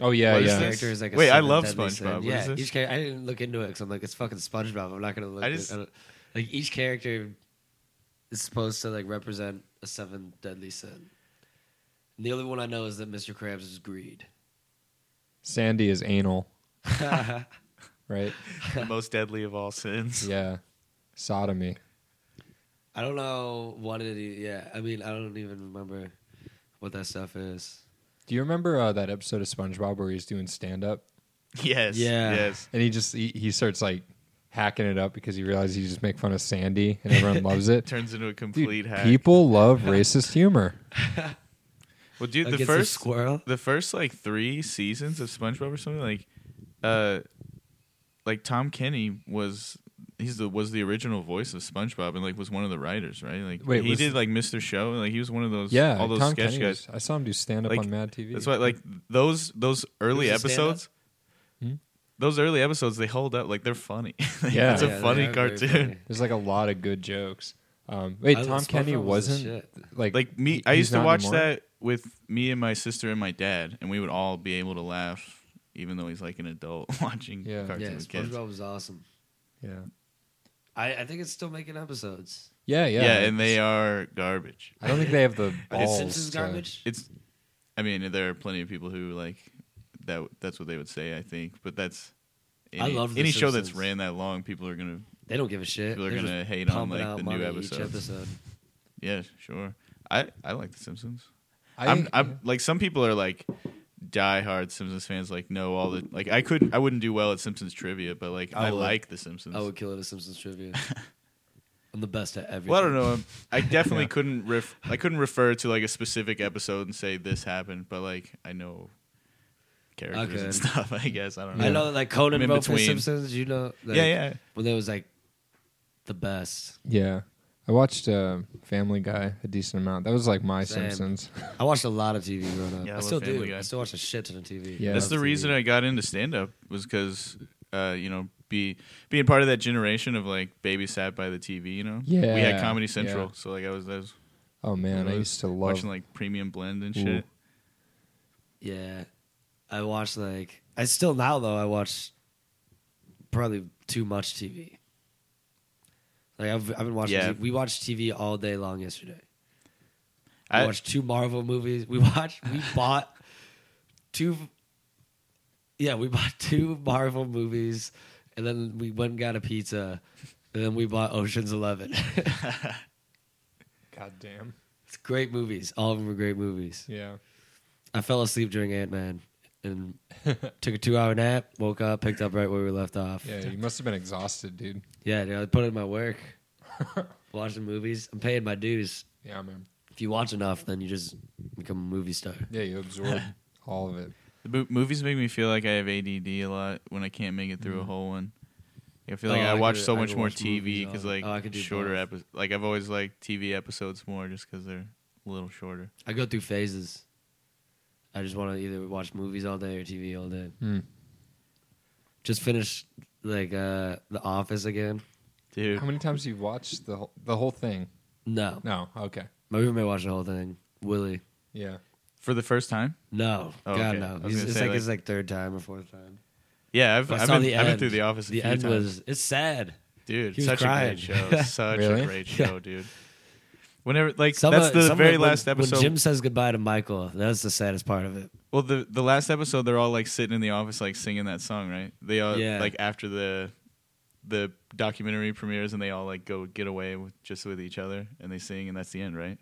Speaker 1: oh yeah,
Speaker 2: What is
Speaker 1: yeah,
Speaker 2: this?
Speaker 3: Character is like a
Speaker 2: Wait, I
Speaker 3: seven
Speaker 2: love
Speaker 3: deadly
Speaker 2: SpongeBob.
Speaker 3: sin.
Speaker 2: What
Speaker 3: yeah,
Speaker 2: is this?
Speaker 3: each character. I didn't look into it because I'm like, it's fucking SpongeBob. I'm not gonna look.
Speaker 2: I
Speaker 3: I
Speaker 2: just-
Speaker 3: I don't- like each character is supposed to like represent a seven deadly sin. And the only one I know is that Mr. Krabs is greed. (laughs)
Speaker 1: Sandy is anal, right?
Speaker 2: the (laughs) most deadly of all sins.
Speaker 1: Yeah, sodomy.
Speaker 3: I don't know what it. e, Yeah, I mean, I don't even remember what that stuff is.
Speaker 1: Do you remember uh, that episode of SpongeBob where he's doing stand up
Speaker 2: (laughs) Yes.
Speaker 3: Yeah.
Speaker 2: Yes.
Speaker 1: and he just he, he starts like hacking it up because he realizes he just make fun of Sandy
Speaker 2: (laughs)
Speaker 1: and everyone loves it.
Speaker 2: Turns into a complete
Speaker 1: Dude,
Speaker 2: hack.
Speaker 1: people
Speaker 2: (laughs)
Speaker 1: love racist humor.
Speaker 2: well, dude, the
Speaker 3: Against a
Speaker 2: first
Speaker 3: squirrel.
Speaker 2: the first like three seasons of SpongeBob or something like, uh, like Tom Kenny was he's the was the original voice of SpongeBob and like was one of the writers, right? Like
Speaker 1: Wait,
Speaker 2: he
Speaker 1: was-
Speaker 2: did like Mr. Show, like he was one of those
Speaker 1: Yeah,
Speaker 2: all those
Speaker 1: Tom
Speaker 2: sketch
Speaker 1: Kenny
Speaker 2: guys.
Speaker 1: was- I saw him do stand up
Speaker 2: Like,
Speaker 1: on Mad TV.
Speaker 2: That's why, like those those early
Speaker 3: Who's the stand-up?
Speaker 2: episodes,
Speaker 1: Hmm?
Speaker 2: those early episodes, they hold up. Like they're funny. (laughs) Like,
Speaker 1: Yeah.
Speaker 2: it's a
Speaker 3: Yeah, they
Speaker 2: funny
Speaker 3: are very
Speaker 2: cartoon. (laughs)
Speaker 3: funny.
Speaker 1: There's like a lot of good jokes. Um, wait,
Speaker 3: I-
Speaker 1: Tom Kenny
Speaker 3: SpongeBob was the
Speaker 1: wasn't
Speaker 3: shit.
Speaker 1: like
Speaker 2: Like me,
Speaker 1: he-
Speaker 2: I
Speaker 1: he's
Speaker 2: used to
Speaker 1: not
Speaker 2: watch
Speaker 1: anymore?
Speaker 2: that with me and my sister and my dad, and we would all be able to laugh, even though he's like an adult (laughs) watching
Speaker 1: Yeah.
Speaker 2: cartoons
Speaker 3: Yeah,
Speaker 2: with kids.
Speaker 3: SpongeBob was awesome.
Speaker 1: Yeah,
Speaker 3: I, I think it's still making episodes.
Speaker 1: yeah, yeah.
Speaker 2: Yeah, and they are garbage.
Speaker 1: I don't think they
Speaker 2: (laughs)
Speaker 1: have the
Speaker 3: Is
Speaker 1: balls.
Speaker 3: Simpsons
Speaker 1: to-
Speaker 3: garbage?
Speaker 2: It's, I mean, there are plenty of people who like that. That's what they would say, I think. But that's any,
Speaker 3: I love The
Speaker 2: any show that's
Speaker 3: Simpsons.
Speaker 2: ran that long. People are gonna,
Speaker 3: They don't give a shit.
Speaker 2: people are
Speaker 3: They're
Speaker 2: gonna
Speaker 3: just
Speaker 2: hate on
Speaker 3: pumping
Speaker 2: like
Speaker 3: out
Speaker 2: the
Speaker 3: money
Speaker 2: new
Speaker 3: each
Speaker 2: episodes.
Speaker 3: episode.
Speaker 2: Yeah, sure. I I like The Simpsons.
Speaker 1: I
Speaker 2: I'm,
Speaker 1: think-
Speaker 2: I'm like some people are like diehard Simpsons fans. Like know all the like I could I wouldn't do well at Simpsons trivia, but like
Speaker 3: I
Speaker 2: I,
Speaker 3: would.
Speaker 2: like The Simpsons.
Speaker 3: I would kill it at Simpsons
Speaker 2: (laughs)
Speaker 3: trivia. I'm the best at everything.
Speaker 2: well, I don't know.
Speaker 1: (laughs)
Speaker 2: I definitely couldn't ref I couldn't refer to like a specific episode and say this happened, but like I know characters
Speaker 3: Okay.
Speaker 2: and stuff. I guess I don't know.
Speaker 3: I know that like Conan
Speaker 2: I'm in
Speaker 3: wrote for The
Speaker 2: between.
Speaker 3: Simpsons. You know, like,
Speaker 2: yeah, yeah.
Speaker 3: When there was like the best.
Speaker 1: yeah, I watched uh, Family Guy a decent amount. That was like my
Speaker 3: Same.
Speaker 1: Simpsons. (laughs)
Speaker 3: I watched a lot of TV growing up.
Speaker 2: Yeah, I
Speaker 3: I
Speaker 2: love
Speaker 3: still
Speaker 2: Family
Speaker 3: do.
Speaker 2: Guy.
Speaker 3: I still watch a shit ton of TV.
Speaker 1: Yeah.
Speaker 2: That's the reason I got into stand up was because uh, you know be being part of that generation of like babysat by the TV. You know, we
Speaker 1: Yeah,
Speaker 2: had Comedy Central,
Speaker 1: yeah.
Speaker 2: so like I was, I was
Speaker 1: Oh man, I
Speaker 2: was
Speaker 1: used to love.
Speaker 2: watching like Premium Blend and
Speaker 1: Ooh.
Speaker 2: shit.
Speaker 3: Yeah. I watch like I still now though I watch probably too much TV. Like I've I've been watching.
Speaker 2: Yeah.
Speaker 3: TV. We watched TV all day long yesterday. We
Speaker 2: I,
Speaker 3: watched two Marvel movies. We (laughs) watched. We bought two. Yeah, we bought two Marvel movies, and then we went and got a pizza, and then we bought Ocean's Eleven. (laughs)
Speaker 1: God damn.
Speaker 3: it's great movies. All of them were great movies.
Speaker 1: Yeah.
Speaker 3: I fell asleep during Ant Man
Speaker 1: (laughs)
Speaker 3: and took a two hour nap. Woke up, picked up right where we left off.
Speaker 1: Yeah, you must have been exhausted, dude.
Speaker 3: yeah dude, I put in my work, watching movies. I'm paying my dues.
Speaker 1: Yeah, man.
Speaker 3: If you watch enough, then you just become a movie star.
Speaker 1: Yeah, you
Speaker 2: (laughs)
Speaker 1: absorbed all of it.
Speaker 2: the mo- movies make me feel like I have ADD a lot when I can't make it through a whole one. I feel like
Speaker 3: Mm-hmm. Oh,
Speaker 2: I,
Speaker 3: I
Speaker 2: watch
Speaker 3: could-
Speaker 2: so
Speaker 3: I
Speaker 2: much
Speaker 3: could
Speaker 2: more
Speaker 3: watch
Speaker 2: TV
Speaker 3: movies
Speaker 2: because
Speaker 3: all-
Speaker 2: like
Speaker 3: oh, I could do
Speaker 2: shorter
Speaker 3: both.
Speaker 2: episodes. Like I've always liked TV episodes more just because they're a little shorter.
Speaker 3: I go through phases. I just want to either watch movies all day or TV all day.
Speaker 1: Hmm.
Speaker 3: Just finished like uh The Office again.
Speaker 2: dude.
Speaker 1: How many times have you watched the whole, the whole thing?
Speaker 3: No,
Speaker 1: No. Okay.
Speaker 3: my roommate watched the whole thing. Willie.
Speaker 1: Yeah.
Speaker 2: For the first time?
Speaker 3: No,
Speaker 2: Oh,
Speaker 3: God
Speaker 2: okay. I
Speaker 3: no.
Speaker 2: was
Speaker 3: He's,
Speaker 2: gonna
Speaker 3: it's
Speaker 2: say,
Speaker 3: like,
Speaker 2: like-
Speaker 3: his like third time or fourth time.
Speaker 2: Yeah, I've,
Speaker 3: But I
Speaker 2: I've,
Speaker 3: saw
Speaker 2: been,
Speaker 3: the
Speaker 2: I've been
Speaker 3: end.
Speaker 2: through The Office a
Speaker 3: The
Speaker 2: few
Speaker 3: end
Speaker 2: times.
Speaker 3: was it's sad.
Speaker 2: dude,
Speaker 3: he was
Speaker 2: such
Speaker 3: crying.
Speaker 2: a great show.
Speaker 3: (laughs)
Speaker 2: such
Speaker 1: Really?
Speaker 2: a great
Speaker 3: Yeah.
Speaker 2: show,
Speaker 3: (laughs)
Speaker 2: dude. Whenever, like,
Speaker 3: Some
Speaker 2: that's
Speaker 3: of-
Speaker 2: the
Speaker 3: some of
Speaker 2: very
Speaker 3: when-
Speaker 2: last episode.
Speaker 3: When Jim says goodbye to Michael, that's the saddest part of it.
Speaker 2: well, the, the last episode, they're all, like, sitting in the office, like, singing that song, right? They all,
Speaker 3: Yeah.
Speaker 2: like, after the the documentary premieres and they all, like, go get away with just with each other and they sing, and that's the end, right?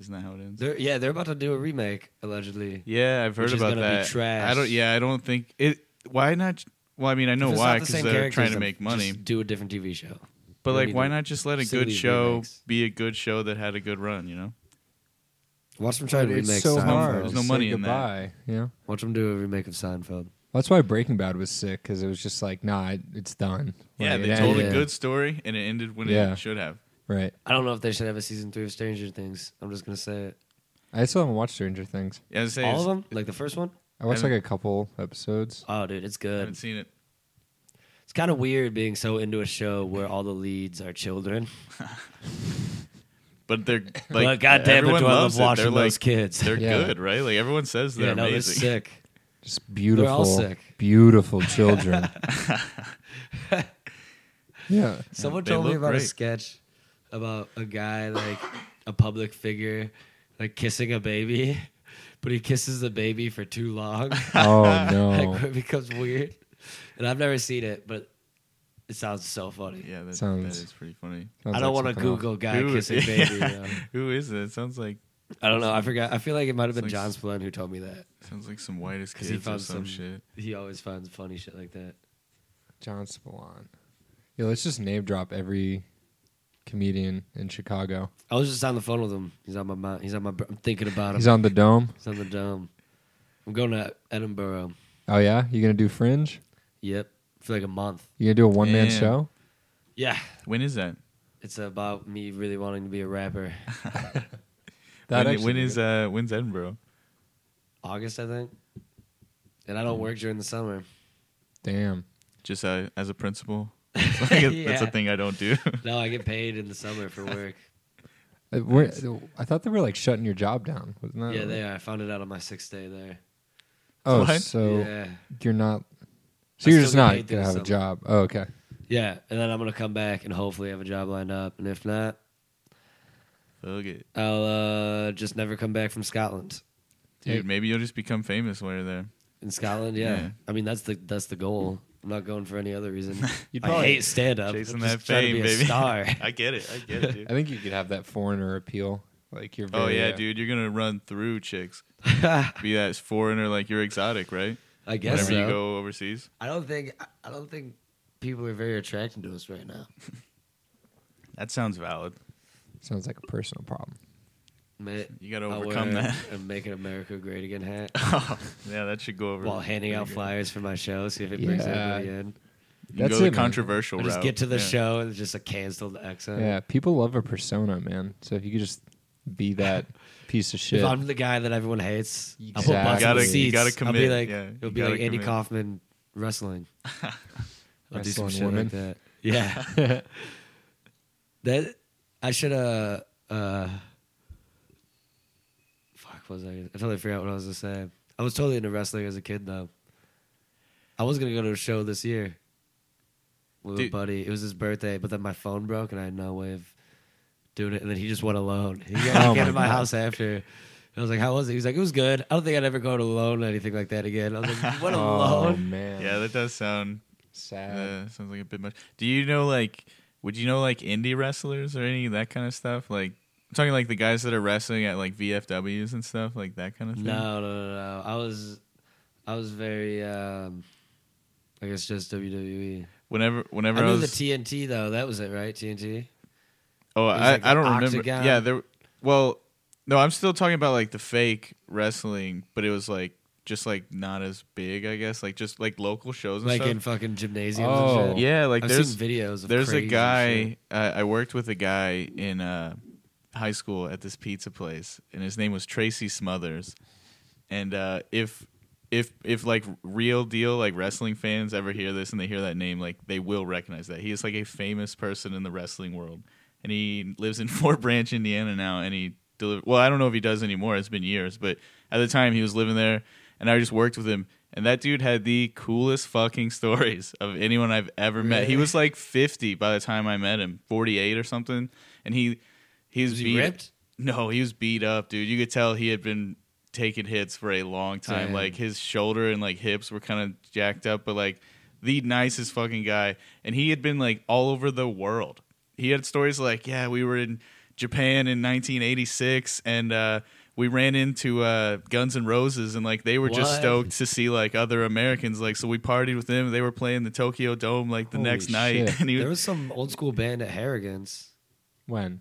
Speaker 2: Isn't that how it ends?
Speaker 3: They're, yeah, they're about to do a remake allegedly.
Speaker 2: yeah, I've heard
Speaker 3: Which is
Speaker 2: about
Speaker 3: gonna be
Speaker 2: that.
Speaker 3: trash.
Speaker 2: I don't, yeah, I don't think it. Why not? Well, I mean, I know
Speaker 3: If it's
Speaker 2: why
Speaker 3: not the
Speaker 2: because
Speaker 3: same
Speaker 2: they're
Speaker 3: characters,
Speaker 2: trying to
Speaker 3: then
Speaker 2: make money.
Speaker 3: just do a different TV show.
Speaker 2: But
Speaker 3: They
Speaker 2: like,
Speaker 3: need
Speaker 2: why
Speaker 3: to
Speaker 2: not just let a
Speaker 3: sue
Speaker 2: good
Speaker 3: these
Speaker 2: show
Speaker 3: remakes.
Speaker 2: be a good show that had a good run? You know,
Speaker 3: Watch them try to remake
Speaker 1: it's so
Speaker 3: Seinfeld.
Speaker 1: hard.
Speaker 2: There's
Speaker 1: to
Speaker 2: no
Speaker 1: say
Speaker 2: money in that.
Speaker 1: goodbye. Yeah.
Speaker 3: Watch them do a remake of Seinfeld.
Speaker 1: That's why Breaking Bad was sick because it was just like, nah, it, it's done.
Speaker 2: yeah,
Speaker 1: Like,
Speaker 2: they
Speaker 1: it
Speaker 2: told
Speaker 1: ended.
Speaker 2: a
Speaker 3: yeah.
Speaker 2: good story and it ended when
Speaker 1: Yeah.
Speaker 2: it should have.
Speaker 1: Right.
Speaker 3: I don't know if they should have a season three of Stranger Things. I'm just gonna say it.
Speaker 1: I still haven't watched Stranger Things.
Speaker 2: Yeah, I was saying,
Speaker 3: All of
Speaker 2: it's-
Speaker 3: them, like the first one.
Speaker 1: I watched
Speaker 2: haven't-
Speaker 1: like a couple episodes.
Speaker 3: Oh, dude, it's
Speaker 2: I
Speaker 3: good.
Speaker 2: haven't seen it.
Speaker 3: It's kind of weird being so into a show where all the leads are children.
Speaker 2: But
Speaker 3: (laughs)
Speaker 2: they're
Speaker 3: Like,
Speaker 2: like,
Speaker 3: but goddamn, it, do I
Speaker 2: everyone
Speaker 3: love
Speaker 2: loves it.
Speaker 3: watching
Speaker 2: They're
Speaker 3: those
Speaker 2: like,
Speaker 3: kids. (laughs)
Speaker 2: they're
Speaker 1: Yeah.
Speaker 2: good, right? Like everyone says they're
Speaker 3: yeah, no, they're
Speaker 2: amazing.
Speaker 3: sick.
Speaker 1: Just beautiful,
Speaker 3: sick.
Speaker 2: (laughs)
Speaker 1: beautiful children. yeah.
Speaker 3: Someone
Speaker 2: They
Speaker 3: told me
Speaker 2: look
Speaker 3: about a
Speaker 2: great.
Speaker 3: sketch about a guy like a public figure like kissing a baby, (laughs) but he kisses the baby for too long. (laughs)
Speaker 2: (laughs)
Speaker 1: Oh
Speaker 3: like,
Speaker 1: no.
Speaker 3: where it becomes weird. And I've never seen it, but it sounds so funny.
Speaker 2: (laughs) yeah, that,
Speaker 1: Sounds-
Speaker 2: that is pretty funny.
Speaker 3: I don't want to Google guy
Speaker 2: Who-
Speaker 3: kissing
Speaker 2: (laughs) yeah.
Speaker 3: baby. um, you know?
Speaker 2: Who is it? It sounds like
Speaker 3: I don't know. I forgot. I feel like it might have been
Speaker 2: It's like
Speaker 3: John
Speaker 2: s-
Speaker 3: Spillane who told me that.
Speaker 2: sounds like some whitest
Speaker 3: 'Cause
Speaker 2: kids
Speaker 3: he
Speaker 2: or
Speaker 3: found
Speaker 2: some,
Speaker 3: some-
Speaker 2: shit.
Speaker 3: He always finds funny shit like that.
Speaker 1: John Spillane. Yeah, let's just name drop every comedian in Chicago.
Speaker 3: I was just on the phone with him. He's on my mind. He's on my. br- I'm thinking about him.
Speaker 1: He's on the dome.
Speaker 3: He's on the dome. I'm going to Edinburgh.
Speaker 1: Oh yeah, you gonna do Fringe?
Speaker 3: Yep, for like a month.
Speaker 1: You gonna do a one man
Speaker 2: Yeah.
Speaker 1: show?
Speaker 3: Yeah,
Speaker 2: When is that?
Speaker 3: it's about me really wanting to be a rapper.
Speaker 1: That'd
Speaker 2: when
Speaker 1: actually
Speaker 2: when
Speaker 1: be
Speaker 2: is
Speaker 1: good.
Speaker 2: uh when's Edinburgh?
Speaker 3: August, I think. And I don't work during the summer.
Speaker 1: Damn.
Speaker 2: Just uh, as a
Speaker 3: (laughs)
Speaker 2: principal. (laughs) Like, That's
Speaker 3: Yeah.
Speaker 2: a thing I don't do. (laughs)
Speaker 3: No, I get paid in the summer for (laughs) work.
Speaker 1: Uh, we're- I thought they were like shutting your job down, wasn't that?
Speaker 3: yeah,
Speaker 1: right?
Speaker 3: they are. I found it out on my sixth day there.
Speaker 1: Oh,
Speaker 2: What?
Speaker 1: so
Speaker 3: yeah,
Speaker 1: you're not. So
Speaker 3: I
Speaker 1: you're
Speaker 3: still
Speaker 1: just
Speaker 3: get
Speaker 1: not
Speaker 3: paid through
Speaker 1: gonna have a
Speaker 3: the
Speaker 1: job. Oh, okay.
Speaker 3: yeah. And then I'm gonna come back and hopefully have a job lined up. And if not,
Speaker 2: Fuck it.
Speaker 3: I'll uh, just never come back from Scotland.
Speaker 1: Hey.
Speaker 2: Dude, maybe you'll just become famous while you're there.
Speaker 3: In Scotland, yeah.
Speaker 2: Yeah.
Speaker 3: I mean, that's the that's the goal. I'm not going for any
Speaker 2: (laughs)
Speaker 3: other reason.
Speaker 1: You'd
Speaker 3: I
Speaker 1: probably-
Speaker 3: hate stand up.
Speaker 2: Chasing
Speaker 3: just
Speaker 2: that
Speaker 3: trying
Speaker 2: fame,
Speaker 3: to be a
Speaker 2: baby.
Speaker 3: star.
Speaker 2: (laughs) I get it. I get it, dude.
Speaker 3: (laughs)
Speaker 1: I think you could have that foreigner appeal. Like you're. Very,
Speaker 2: oh yeah,
Speaker 1: uh,
Speaker 2: dude, you're gonna run through chicks. Be that foreigner, like you're exotic, right?
Speaker 3: (laughs) I guess
Speaker 2: Whenever
Speaker 3: so.
Speaker 2: you go overseas,
Speaker 3: I don't think I don't think people are very attracted to us right now.
Speaker 2: that sounds valid.
Speaker 1: Sounds like a personal problem.
Speaker 3: Man,
Speaker 2: (laughs) You gotta
Speaker 3: I'll
Speaker 2: overcome
Speaker 3: wear
Speaker 2: that.
Speaker 3: A Making America Great
Speaker 2: (laughs)
Speaker 3: Again hat
Speaker 2: Oh, yeah, that should go over.
Speaker 3: while handing out
Speaker 2: pretty good.
Speaker 3: flyers for my show. See if it brings
Speaker 1: Yeah.
Speaker 3: everybody in.
Speaker 2: You can
Speaker 1: That's
Speaker 2: go
Speaker 1: it,
Speaker 2: the
Speaker 1: man.
Speaker 2: controversial
Speaker 3: Or just
Speaker 2: route.
Speaker 3: get to the
Speaker 2: Yeah.
Speaker 3: show and it's just a canceled accent.
Speaker 1: Yeah, people love a persona, man. So if you could just
Speaker 3: (laughs)
Speaker 1: be that piece of shit.
Speaker 3: If I'm the guy that everyone hates,
Speaker 1: Exactly.
Speaker 3: I'll put butts
Speaker 1: You gotta-
Speaker 3: in the
Speaker 1: you
Speaker 3: seats.
Speaker 2: gotta
Speaker 3: I'll be
Speaker 2: commit.
Speaker 3: like,
Speaker 2: Yeah,
Speaker 3: it'll
Speaker 2: you
Speaker 3: be like
Speaker 2: gotta
Speaker 3: Andy
Speaker 2: commit.
Speaker 3: Kaufman wrestling.
Speaker 1: (laughs)
Speaker 3: I'll do some
Speaker 1: Wrestling
Speaker 3: shit
Speaker 1: woman.
Speaker 3: like that. Yeah.
Speaker 1: (laughs)
Speaker 3: that I should uh uh fuck what was I I totally forgot what I was gonna say. I was totally into wrestling as a kid though. I was gonna go to a show this year with
Speaker 2: Dude.
Speaker 3: a buddy. It was his birthday, but then my phone broke and I had no way of doing it. And then he just went alone.
Speaker 1: (laughs)
Speaker 3: He came
Speaker 1: Oh,
Speaker 3: came to
Speaker 1: my
Speaker 3: my
Speaker 1: God.
Speaker 3: house after. And I was like, "How was it?" He was like, "It was good. I don't think I'd ever go to alone or anything like that again." I was like, "You
Speaker 1: (laughs)
Speaker 3: went
Speaker 1: oh
Speaker 3: alone?"
Speaker 1: man,
Speaker 2: Yeah, that does sound
Speaker 1: sad.
Speaker 2: uh, sounds like a bit much. Do you know like? Would you know like indie wrestlers or any of that kind of stuff? Like I'm talking like the guys that are wrestling at like VFWs and stuff, like that kind of thing.
Speaker 3: No, no, no, no. I was, I was very, um, I guess just WWE.
Speaker 2: Whenever, whenever
Speaker 3: I
Speaker 2: I,
Speaker 3: knew
Speaker 2: was
Speaker 3: the TNT though. That was it, right? TNT.
Speaker 2: Oh,
Speaker 3: was
Speaker 2: I,
Speaker 3: like
Speaker 2: I
Speaker 3: the
Speaker 2: don't
Speaker 3: octagon.
Speaker 2: remember. Yeah, there. Well, no, I'm still talking about like the fake wrestling, but it was like just like not as big, I guess. Like just like local shows and
Speaker 3: Like
Speaker 2: stuff.
Speaker 3: in fucking gymnasiums.
Speaker 1: Oh.
Speaker 3: and shit.
Speaker 2: yeah, like
Speaker 3: I've
Speaker 2: there's
Speaker 3: seen videos. Of
Speaker 2: there's a
Speaker 3: crazy
Speaker 2: guy
Speaker 3: shit.
Speaker 2: uh, I worked with a guy in uh, high school at this pizza place, and his name was Tracy Smothers. And uh, if if if like real deal like wrestling fans ever hear this and they hear that name, like they will recognize that he is like a famous person in the wrestling world, and he lives in (laughs) Fort Branch, Indiana now, and he deliver. Well, I don't know if he does anymore. It's been years, but at the time he was living there, and I just worked with him. And that dude had the coolest fucking (laughs) stories of anyone I've ever met. He
Speaker 3: Really?
Speaker 2: was like 50 by the time I met him, 48 or something. And he he was,
Speaker 3: Was he
Speaker 2: beat
Speaker 3: ripped?
Speaker 2: No, he was beat up, dude. You could tell he had been taking hits for a long time.
Speaker 3: Damn.
Speaker 2: Like his shoulder and like hips were kind of jacked up, but like the nicest fucking guy. And he had been like all over the world. He had stories like, yeah, we were in Japan in 1986 and uh we ran into uh, Guns N' Roses and like they were just
Speaker 3: What?
Speaker 2: stoked to see like other Americans like so we partied with them they were playing the Tokyo Dome like the
Speaker 1: Holy
Speaker 2: next night (laughs)
Speaker 1: shit.
Speaker 2: and he
Speaker 3: There was some old school band at Harrigan's
Speaker 1: When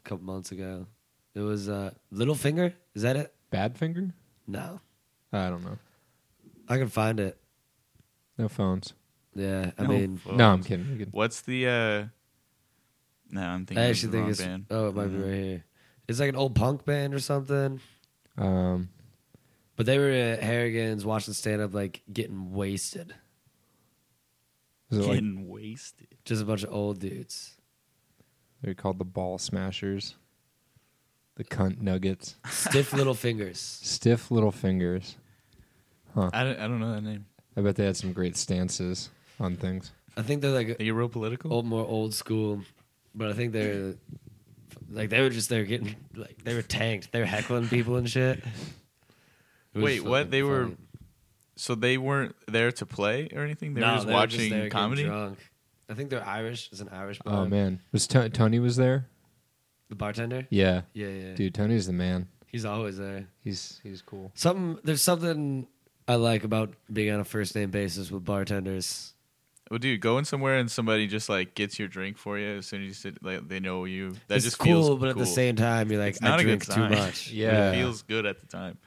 Speaker 3: a couple months ago. It was uh, Littlefinger. Is that it?
Speaker 1: Badfinger?
Speaker 3: No,
Speaker 1: I don't know.
Speaker 3: I can find it.
Speaker 1: No phones.
Speaker 3: Yeah, I
Speaker 2: No.
Speaker 3: mean,
Speaker 2: Well,
Speaker 1: no, I'm kidding. We could-
Speaker 2: What's the uh No, I'm thinking
Speaker 3: I
Speaker 2: of
Speaker 3: actually
Speaker 2: the
Speaker 3: think
Speaker 2: wrong
Speaker 3: it's
Speaker 2: band. Mm-hmm.
Speaker 3: oh, it might
Speaker 1: Mm-hmm.
Speaker 3: be right here. It's like an old punk band or something.
Speaker 1: Um,
Speaker 3: But they were at Harrigan's watching stand up, like getting wasted.
Speaker 1: is it like
Speaker 2: Getting wasted.
Speaker 3: Just a bunch of old dudes.
Speaker 1: they're called the Ball Smashers, the Cunt Nuggets,
Speaker 2: (laughs)
Speaker 3: Stiff little fingers.
Speaker 1: Stiff Little Fingers.
Speaker 2: I don't, I don't know that name.
Speaker 1: I bet they had some great stances on things.
Speaker 3: I think they're like
Speaker 2: Are you real political?
Speaker 3: old, more old school, but I think they're like they were just they were getting like they were tanked. They were heckling people and
Speaker 2: (laughs)
Speaker 3: shit. It was
Speaker 2: Wait, what?
Speaker 3: fucking
Speaker 2: They were-
Speaker 3: funny.
Speaker 2: So they weren't there to play or anything. They
Speaker 3: No,
Speaker 2: were just
Speaker 3: they were
Speaker 2: watching
Speaker 3: there getting
Speaker 2: comedy.
Speaker 3: Drunk. I think they're Irish. It's an Irish bar.
Speaker 1: Oh man, was Ton Tony was there?
Speaker 3: The bartender.
Speaker 1: Yeah,
Speaker 3: Yeah, yeah.
Speaker 1: dude, Tony's the man.
Speaker 3: He's always there.
Speaker 1: He's he's cool.
Speaker 3: Something there's something I like about being on a first name basis with bartenders.
Speaker 2: Well, dude, going somewhere and somebody just like gets your drink for you as soon as you sit, like they know you. That
Speaker 3: it's
Speaker 2: just
Speaker 3: cool,
Speaker 2: feels
Speaker 3: but at the
Speaker 2: cool.
Speaker 3: same time, you're like,
Speaker 2: It's not
Speaker 3: I
Speaker 2: a good
Speaker 3: drink too
Speaker 2: sign. (laughs)
Speaker 3: much.
Speaker 2: But
Speaker 1: Yeah.
Speaker 2: it feels good at the time.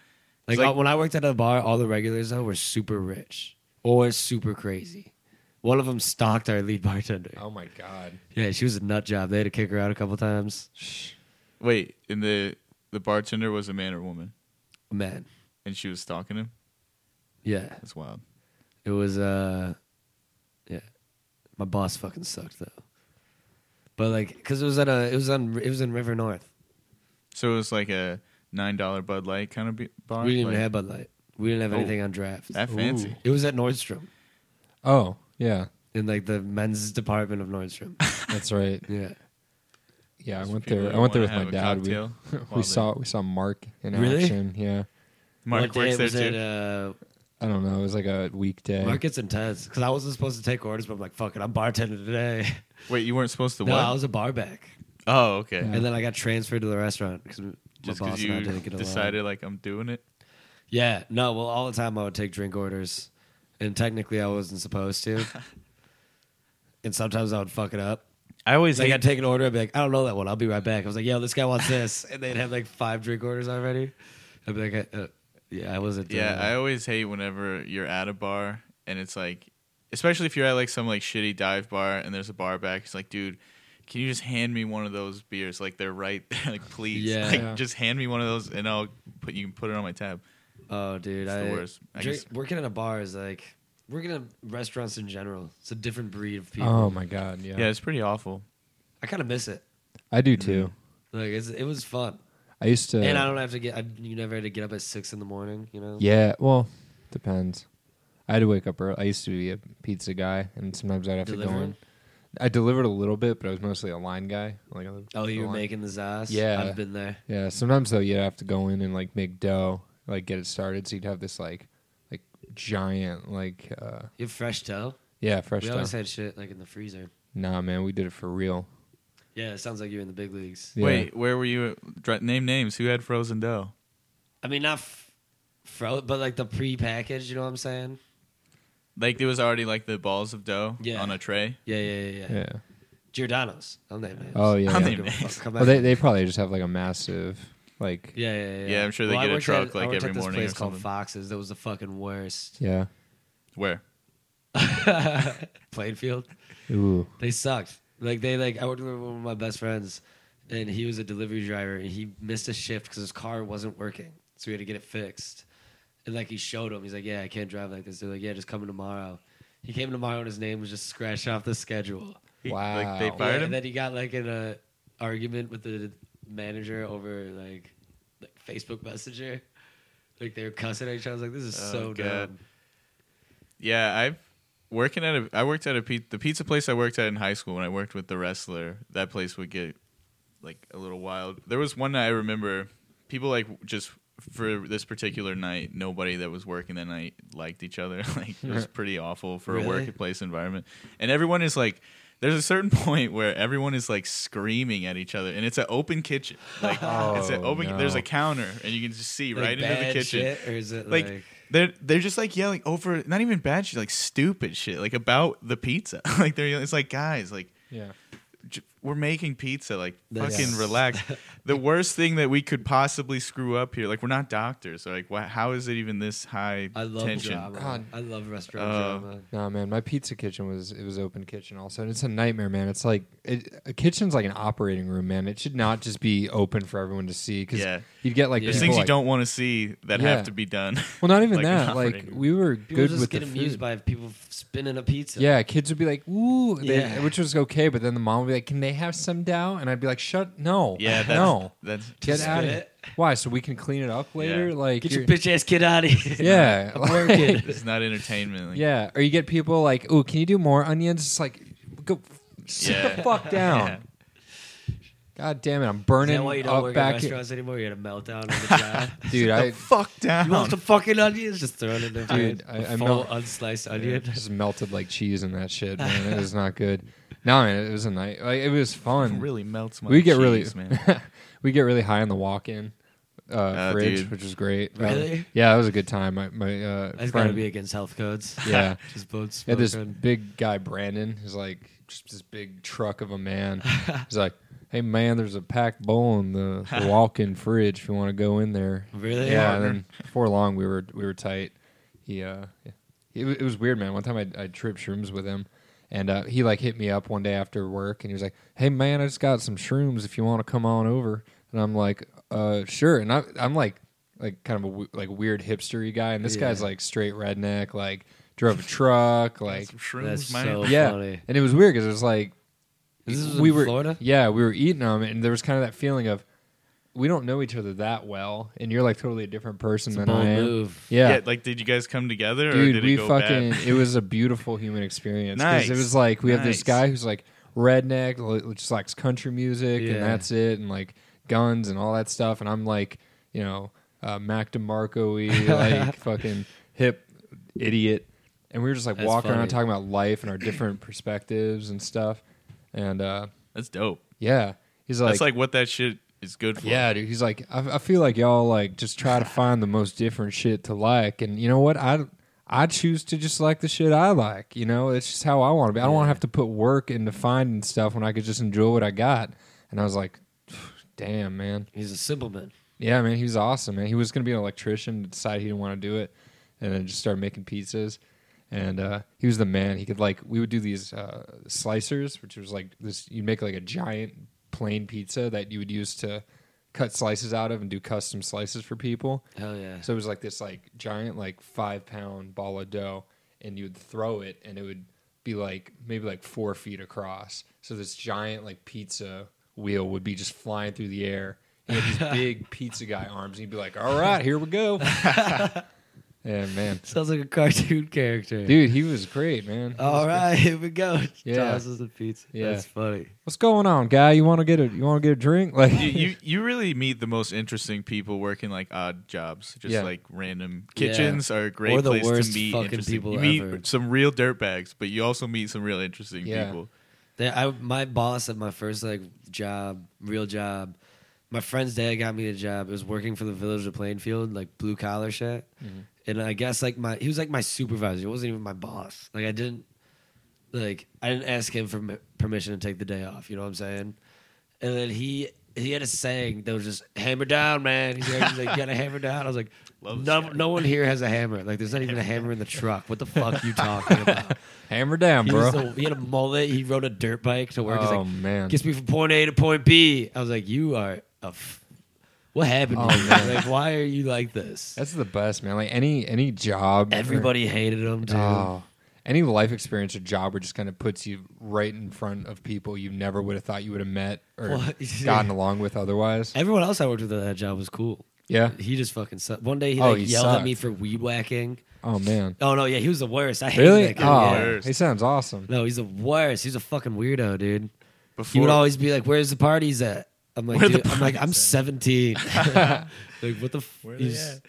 Speaker 3: Like,
Speaker 2: It's
Speaker 3: uh, when I worked at a bar, all the regulars though were super rich or super crazy. One of them stalked our lead bartender.
Speaker 1: Oh my god.
Speaker 3: Yeah, she was a nut job. They had to kick her out a couple times.
Speaker 2: Wait, and the the bartender was a man or woman,
Speaker 3: Man,
Speaker 2: and she was stalking him.
Speaker 3: yeah,
Speaker 2: That's wild.
Speaker 3: it was. uh Yeah, my boss fucking sucked though. But like, cause it was at a, it was on, it was in River North.
Speaker 2: So it was like a nine dollar Bud Light kind of be- bar.
Speaker 3: We didn't even
Speaker 2: Like,
Speaker 3: have Bud Light. We didn't have
Speaker 2: Oh.
Speaker 3: anything on draft.
Speaker 2: that fancy.
Speaker 3: It was at Nordstrom
Speaker 1: Oh yeah,
Speaker 3: in like the men's department of
Speaker 2: (laughs)
Speaker 3: Nordstrom.
Speaker 1: that's right.
Speaker 3: Yeah,
Speaker 1: Yeah, I
Speaker 2: Those
Speaker 1: went
Speaker 2: people
Speaker 1: there.
Speaker 2: that
Speaker 1: I went there with
Speaker 2: wanna
Speaker 1: my
Speaker 2: have a
Speaker 1: dad. We,
Speaker 2: cocktail while
Speaker 1: (laughs) we
Speaker 2: they-
Speaker 1: saw we saw Mark in
Speaker 3: Really?
Speaker 1: action. Yeah,
Speaker 2: Mark
Speaker 3: One day
Speaker 2: works
Speaker 3: it
Speaker 2: there
Speaker 3: was
Speaker 2: too.
Speaker 3: at, uh,
Speaker 1: I don't know. It was like a weekday.
Speaker 3: Mark gets intense because I wasn't supposed to take orders, but I'm like, fuck it, I'm bartending today.
Speaker 2: (laughs) Wait, you weren't supposed to
Speaker 3: no,
Speaker 2: what?
Speaker 3: I was a bar back,
Speaker 2: oh, okay.
Speaker 1: Yeah.
Speaker 3: and then I got transferred to the restaurant because my
Speaker 2: Just
Speaker 3: boss
Speaker 2: because you
Speaker 3: and I didn't get along.
Speaker 2: decided like I'm doing it.
Speaker 3: Yeah, no, well, all the time I would take drink orders, and technically I wasn't supposed
Speaker 2: (laughs)
Speaker 3: to. and sometimes I would fuck it up.
Speaker 2: I always
Speaker 3: Like I'd take an order, I'd be like, I don't know that one. I'll be right back. I was like, Yo, this guy
Speaker 2: (laughs)
Speaker 3: wants this, and they'd have like five drink orders already. I'd be like, uh, Yeah, I wasn't. doing
Speaker 2: Yeah, I
Speaker 3: that.
Speaker 2: always hate whenever you're at a bar and it's like, especially if you're at like some like shitty dive bar and there's a bar back. It's like, dude, can you just hand me one of those beers? Like they're right (laughs) there. Like please,
Speaker 3: Yeah.
Speaker 2: like just hand me one of those and I'll put you can put it on my tab.
Speaker 3: Oh, dude,
Speaker 2: It's
Speaker 3: I,
Speaker 2: the worst. I
Speaker 3: drink-
Speaker 2: guess-
Speaker 3: working at a bar is like working at restaurants in general. It's a different breed of people.
Speaker 1: oh my god. Yeah,
Speaker 2: Yeah, it's pretty awful.
Speaker 3: I kind of miss it.
Speaker 1: I do too.
Speaker 3: Like it's, it was fun,
Speaker 1: I used to.
Speaker 3: and I don't have to get. I, you never had to get up at six in the morning. You know.
Speaker 1: Yeah, well, depends. I had to wake up early. I used to be a pizza guy, and sometimes I'd have to go
Speaker 3: Delivering?
Speaker 1: in. I delivered a little bit, but I was mostly a line guy. Like, I lived
Speaker 3: Oh,
Speaker 1: the
Speaker 3: you were
Speaker 1: line.
Speaker 3: making the zaz.
Speaker 1: Yeah.
Speaker 3: I've been there.
Speaker 1: Yeah, sometimes though you'd have to go in and like make dough, like get it started. So you'd have this like, like giant like, uh
Speaker 3: You have fresh dough.
Speaker 1: yeah, fresh
Speaker 3: we
Speaker 1: dough.
Speaker 3: always had shit like in the freezer.
Speaker 1: nah, man, we did it for real.
Speaker 3: Yeah, it sounds like you're in the big leagues.
Speaker 1: Yeah.
Speaker 2: Wait, where were you? Dr- Name names. Who had frozen dough?
Speaker 3: I mean, not f- fro, but like the pre-packaged. You know what I'm saying?
Speaker 2: Like there was already like the balls of dough
Speaker 3: Yeah.
Speaker 2: on a tray.
Speaker 3: Yeah, yeah, yeah. yeah.
Speaker 1: Yeah.
Speaker 3: Giordano's. I'll name names.
Speaker 1: Oh
Speaker 3: I
Speaker 1: yeah.
Speaker 2: I'll
Speaker 3: don't
Speaker 1: yeah.
Speaker 2: name
Speaker 3: give a fuck.
Speaker 2: names. (laughs)
Speaker 3: (laughs) Come
Speaker 1: Well,
Speaker 3: back.
Speaker 1: they they probably just have like a massive like. Yeah.
Speaker 3: Yeah, yeah, yeah.
Speaker 2: Yeah, I'm sure they
Speaker 3: I
Speaker 2: get a
Speaker 3: worked
Speaker 2: truck,
Speaker 3: at-
Speaker 2: like,
Speaker 3: I worked
Speaker 2: every
Speaker 3: at this
Speaker 2: morning or
Speaker 3: place called
Speaker 2: something.
Speaker 3: Foxes. That was the
Speaker 2: (laughs)
Speaker 3: fucking worst. (laughs)
Speaker 2: Where?
Speaker 3: Plainfield.
Speaker 1: Ooh.
Speaker 3: They sucked. Like they like I worked with one of my best friends, and he was a delivery driver, and he missed a shift because his car wasn't working, so we had to get it fixed. And like he showed him, he's like, "Yeah, I can't drive like this." They're like, "Yeah, just come in tomorrow." He came tomorrow, and his name was just scratched off the schedule.
Speaker 2: He- Like they
Speaker 1: Wow.
Speaker 2: fired
Speaker 3: Yeah,
Speaker 2: him.
Speaker 3: And then he got like in a argument with the manager over like like Facebook Messenger. Like they were cussing at each other. I was like, "This is
Speaker 2: Oh,
Speaker 3: so
Speaker 2: God.
Speaker 3: dumb."
Speaker 2: Yeah, I've working at a. I worked at a pi- the pizza place I worked at in high school when I worked with the wrestler. That place would get like a little wild. There was one night I remember people like just for this particular night, nobody that was working that night liked each other. (laughs) like it
Speaker 3: (laughs)
Speaker 2: was pretty awful for a
Speaker 3: Really?
Speaker 2: workplace environment, and everyone is like. There's a certain (laughs) point where everyone is like screaming at each other, and it's an open kitchen.
Speaker 3: (laughs)
Speaker 2: Like it's an
Speaker 1: Oh,
Speaker 2: open.
Speaker 1: no.
Speaker 2: There's a counter, and you can just see
Speaker 3: Like,
Speaker 2: right into the
Speaker 3: bad
Speaker 2: kitchen.
Speaker 3: shit, or is it
Speaker 2: Like,
Speaker 3: like,
Speaker 2: They're they're just like yelling over not even bad shit, like stupid shit, like about the pizza. (laughs) like they're yelling- it's like guys, like
Speaker 1: Yeah.
Speaker 2: j- we're making pizza, like
Speaker 3: That's-
Speaker 2: fucking relax.
Speaker 1: (laughs)
Speaker 2: the worst thing that we could possibly screw up here, like we're not doctors, so like wha how is it even this high
Speaker 3: I love
Speaker 2: tension?
Speaker 3: drama.
Speaker 1: God.
Speaker 3: I love restaurant
Speaker 2: Uh,
Speaker 3: drama.
Speaker 1: Nah, man, my pizza kitchen was it was open kitchen also, and it's a nightmare, man. It's like it, a kitchen's like an operating room, man. It should not just be open for everyone to see because
Speaker 2: Yeah.
Speaker 1: you'd get like
Speaker 3: There's
Speaker 2: There's
Speaker 1: people,
Speaker 2: things you
Speaker 1: like-
Speaker 2: don't want to see that
Speaker 1: Yeah.
Speaker 2: have to be done.
Speaker 1: Well, not even
Speaker 2: like an
Speaker 1: that.
Speaker 2: operating
Speaker 1: Like
Speaker 2: room.
Speaker 1: we were
Speaker 3: People
Speaker 1: good
Speaker 3: just
Speaker 1: with
Speaker 3: get
Speaker 1: the
Speaker 3: amused
Speaker 1: food.
Speaker 3: by people f- spinning a pizza.
Speaker 1: yeah, kids would be like, "Ooh," they,
Speaker 3: Yeah.
Speaker 1: which was okay, but then the mom would be like, "Can they have some dough?" And I'd be like, "Shut no,
Speaker 2: (laughs) yeah, that's, (laughs)
Speaker 1: no,
Speaker 2: that's
Speaker 1: get
Speaker 3: Just
Speaker 1: out of
Speaker 3: spit
Speaker 1: it." Why? So we can clean it up later?
Speaker 2: Yeah.
Speaker 1: Like,
Speaker 3: Get your
Speaker 1: you're-
Speaker 3: bitch ass kid out of here.
Speaker 2: (laughs)
Speaker 1: yeah,
Speaker 3: I'm
Speaker 1: like-
Speaker 3: working.
Speaker 2: it's not entertainment. Like,
Speaker 1: yeah. Or you get people like, "Ooh, can you do more onions?" It's like, go sit
Speaker 2: (laughs) Yeah.
Speaker 1: the fuck
Speaker 2: (laughs)
Speaker 1: down.
Speaker 2: yeah.
Speaker 1: God damn it! I'm
Speaker 3: Is
Speaker 1: burning
Speaker 3: that why you don't
Speaker 1: up
Speaker 3: work at
Speaker 1: back, here.
Speaker 3: restaurants anymore? You had a meltdown
Speaker 1: (laughs)
Speaker 3: on the job. (laughs)
Speaker 1: dude. I
Speaker 2: The fuck down.
Speaker 3: you want
Speaker 2: (laughs)
Speaker 3: the fucking onions? Just throwing in there,
Speaker 1: Dude, I-
Speaker 3: A
Speaker 1: I
Speaker 3: full
Speaker 1: melt-
Speaker 3: unsliced onion. (laughs)
Speaker 1: just melted like cheese in that shit, man. It was not good. No, man, it was a night. Like it was fun.
Speaker 2: really melts my
Speaker 1: we get really
Speaker 2: cheese,
Speaker 1: (laughs)
Speaker 2: man.
Speaker 1: we get really high on the walk-in uh,
Speaker 2: Oh,
Speaker 1: fridge,
Speaker 2: dude.
Speaker 1: which was great. Uh,
Speaker 3: Really?
Speaker 1: yeah, that was a good time. My my uh,
Speaker 3: That's got to
Speaker 1: friend,
Speaker 3: be against health codes.
Speaker 1: yeah,
Speaker 3: (laughs) Just blown
Speaker 1: we had
Speaker 3: smoke
Speaker 1: this
Speaker 3: on-
Speaker 1: big guy Brandon, who's like just this big truck of a
Speaker 3: (laughs)
Speaker 1: man. He's like, "Hey man, there's a packed bowl in the,
Speaker 3: (laughs)
Speaker 1: the walk-in fridge. If you want to go in there,
Speaker 3: Really?
Speaker 1: yeah." And then before long, we were we were tight. He uh, yeah. it, wa- it was weird, man. One time I I tripped shrooms with him, and uh, he like hit me up one day after work, and he was like, "Hey man, I just got some shrooms. If you want to come on over," and I'm like, "Uh, sure." And I, I'm like, like kind of a w- like weird hipstery guy, and this
Speaker 3: Yeah.
Speaker 1: guy's like straight redneck, like drove a truck, like
Speaker 2: Some shrooms,
Speaker 3: (laughs) That's
Speaker 2: man.
Speaker 3: so
Speaker 1: yeah,
Speaker 3: funny.
Speaker 1: and it was weird because it was like
Speaker 3: This is
Speaker 1: we
Speaker 3: in
Speaker 1: were
Speaker 3: Florida?
Speaker 1: Yeah, we were eating them, and there was kind of that feeling of we don't know each other that well, and you're like totally a different person than
Speaker 3: bold
Speaker 1: I am.
Speaker 3: move.
Speaker 1: Yeah,
Speaker 2: Yeah, like did you guys come together (laughs) or
Speaker 1: dude,
Speaker 2: did
Speaker 1: we
Speaker 2: it go
Speaker 1: fucking
Speaker 2: bad?
Speaker 1: it was a beautiful human experience. 'cause it
Speaker 2: Nice.
Speaker 1: was like we have this
Speaker 2: Nice.
Speaker 1: guy who's like redneck, li- just likes country music,
Speaker 3: Yeah.
Speaker 1: and that's it, and like guns and all that stuff, and I'm like, you know, uh, Mac DeMarco-y,
Speaker 3: (laughs)
Speaker 1: like fucking hip idiot, and we were just like
Speaker 3: That's
Speaker 1: walking around
Speaker 3: funny.
Speaker 1: talking about life and our different
Speaker 3: (clears throat)
Speaker 1: perspectives and stuff, and uh,
Speaker 2: That's dope.
Speaker 1: yeah, he's like,
Speaker 2: That's like what that shit is good for.
Speaker 1: yeah, dude. He's like, I, I feel like y'all like just try
Speaker 2: (laughs)
Speaker 1: to find the most different shit to like, and you know what? I I choose to just like the shit I like. You know, it's just how I want to be. I don't want to have to put work into finding stuff when I could just enjoy what I got. And I was like, damn, man.
Speaker 3: He's a simple man.
Speaker 1: Yeah, man. He was awesome, man. He was gonna be an electrician, decided he didn't want to do it, and then just started making pizzas. And uh, he was the man. He could like we would do these uh, slicers, which was like this. You'd make like a giant plain pizza that you would use to cut slices out of and do custom slices for people.
Speaker 3: Hell yeah.
Speaker 1: So it was like this like giant like five pound ball of dough, and you would throw it, and it would be like maybe like four feet across. So this giant like pizza wheel would be just flying through the air. He had these big pizza guy arms, and he'd be like, "All right, here we go." yeah, man,
Speaker 3: Sounds like a cartoon character.
Speaker 1: dude, he was great, man.
Speaker 3: All right, here we go.
Speaker 1: Yeah.
Speaker 3: Tosses the pizza.
Speaker 1: Yeah.
Speaker 3: That's funny.
Speaker 1: What's going on, guy? You want to get a you want to get a drink? Like,
Speaker 2: You, you you really meet the most interesting people working like odd jobs, just
Speaker 1: Yeah.
Speaker 2: like random kitchens are a great
Speaker 3: Or the
Speaker 2: place
Speaker 3: worst
Speaker 2: to meet
Speaker 3: fucking
Speaker 2: interesting
Speaker 3: people
Speaker 2: You meet
Speaker 3: ever.
Speaker 2: some real dirtbags, but you also meet some real interesting
Speaker 1: Yeah.
Speaker 2: people.
Speaker 3: They, I, my boss at my first like job, real job. My friend's dad got me a job. It was working for the Village of Plainfield, like blue collar shit.
Speaker 2: Mm-hmm.
Speaker 3: And I guess like my he was like my supervisor. He wasn't even my boss. Like I didn't like I didn't ask him for m- permission to take the day off. You know what I'm saying? And then he he had a saying that was just hammer down, man. He's like, he's like you gotta hammer down. I was like,
Speaker 2: Love this
Speaker 3: no,
Speaker 2: guy.
Speaker 3: no one here has a hammer. Like there's not even a hammer in the truck. What the fuck
Speaker 2: (laughs)
Speaker 3: you talking about?
Speaker 1: (laughs) hammer down,
Speaker 3: He,
Speaker 1: bro.
Speaker 3: was the- he had a mullet. He rode a dirt bike to work. He's
Speaker 1: oh
Speaker 3: like,
Speaker 1: man,
Speaker 3: gets me from point A to point B. I was like, you are a f- What happened?
Speaker 1: Oh,
Speaker 3: to you?
Speaker 1: man.
Speaker 3: (laughs) Like, why are you like this?
Speaker 1: That's the best, man. Like any any job, or-
Speaker 3: Everybody hated him too.
Speaker 1: Oh, any life experience or job where it just kind of puts you right in front of people you never would have thought you would have met or
Speaker 3: (laughs) Well,
Speaker 1: gotten along with otherwise.
Speaker 3: Everyone else I worked with at that job was cool.
Speaker 1: Yeah.
Speaker 3: He just fucking sucked. One day he
Speaker 1: Oh,
Speaker 3: like
Speaker 1: he
Speaker 3: yelled at me
Speaker 1: sucked.
Speaker 3: for weed whacking. (laughs)
Speaker 1: Oh man.
Speaker 3: Oh no, yeah, he was the worst. I hated
Speaker 1: Really?
Speaker 3: that guy. yeah.
Speaker 1: Oh,
Speaker 2: Worst.
Speaker 1: he sounds awesome.
Speaker 3: No, he's the worst. He's a fucking weirdo, dude. He
Speaker 2: Before
Speaker 3: would always be like, "Where's the parties at?" I'm like,
Speaker 2: Where the
Speaker 3: dude, I'm like,
Speaker 1: (laughs)
Speaker 3: I'm 17. (laughs) like, what the? F-
Speaker 2: Where they
Speaker 3: he's-
Speaker 2: at?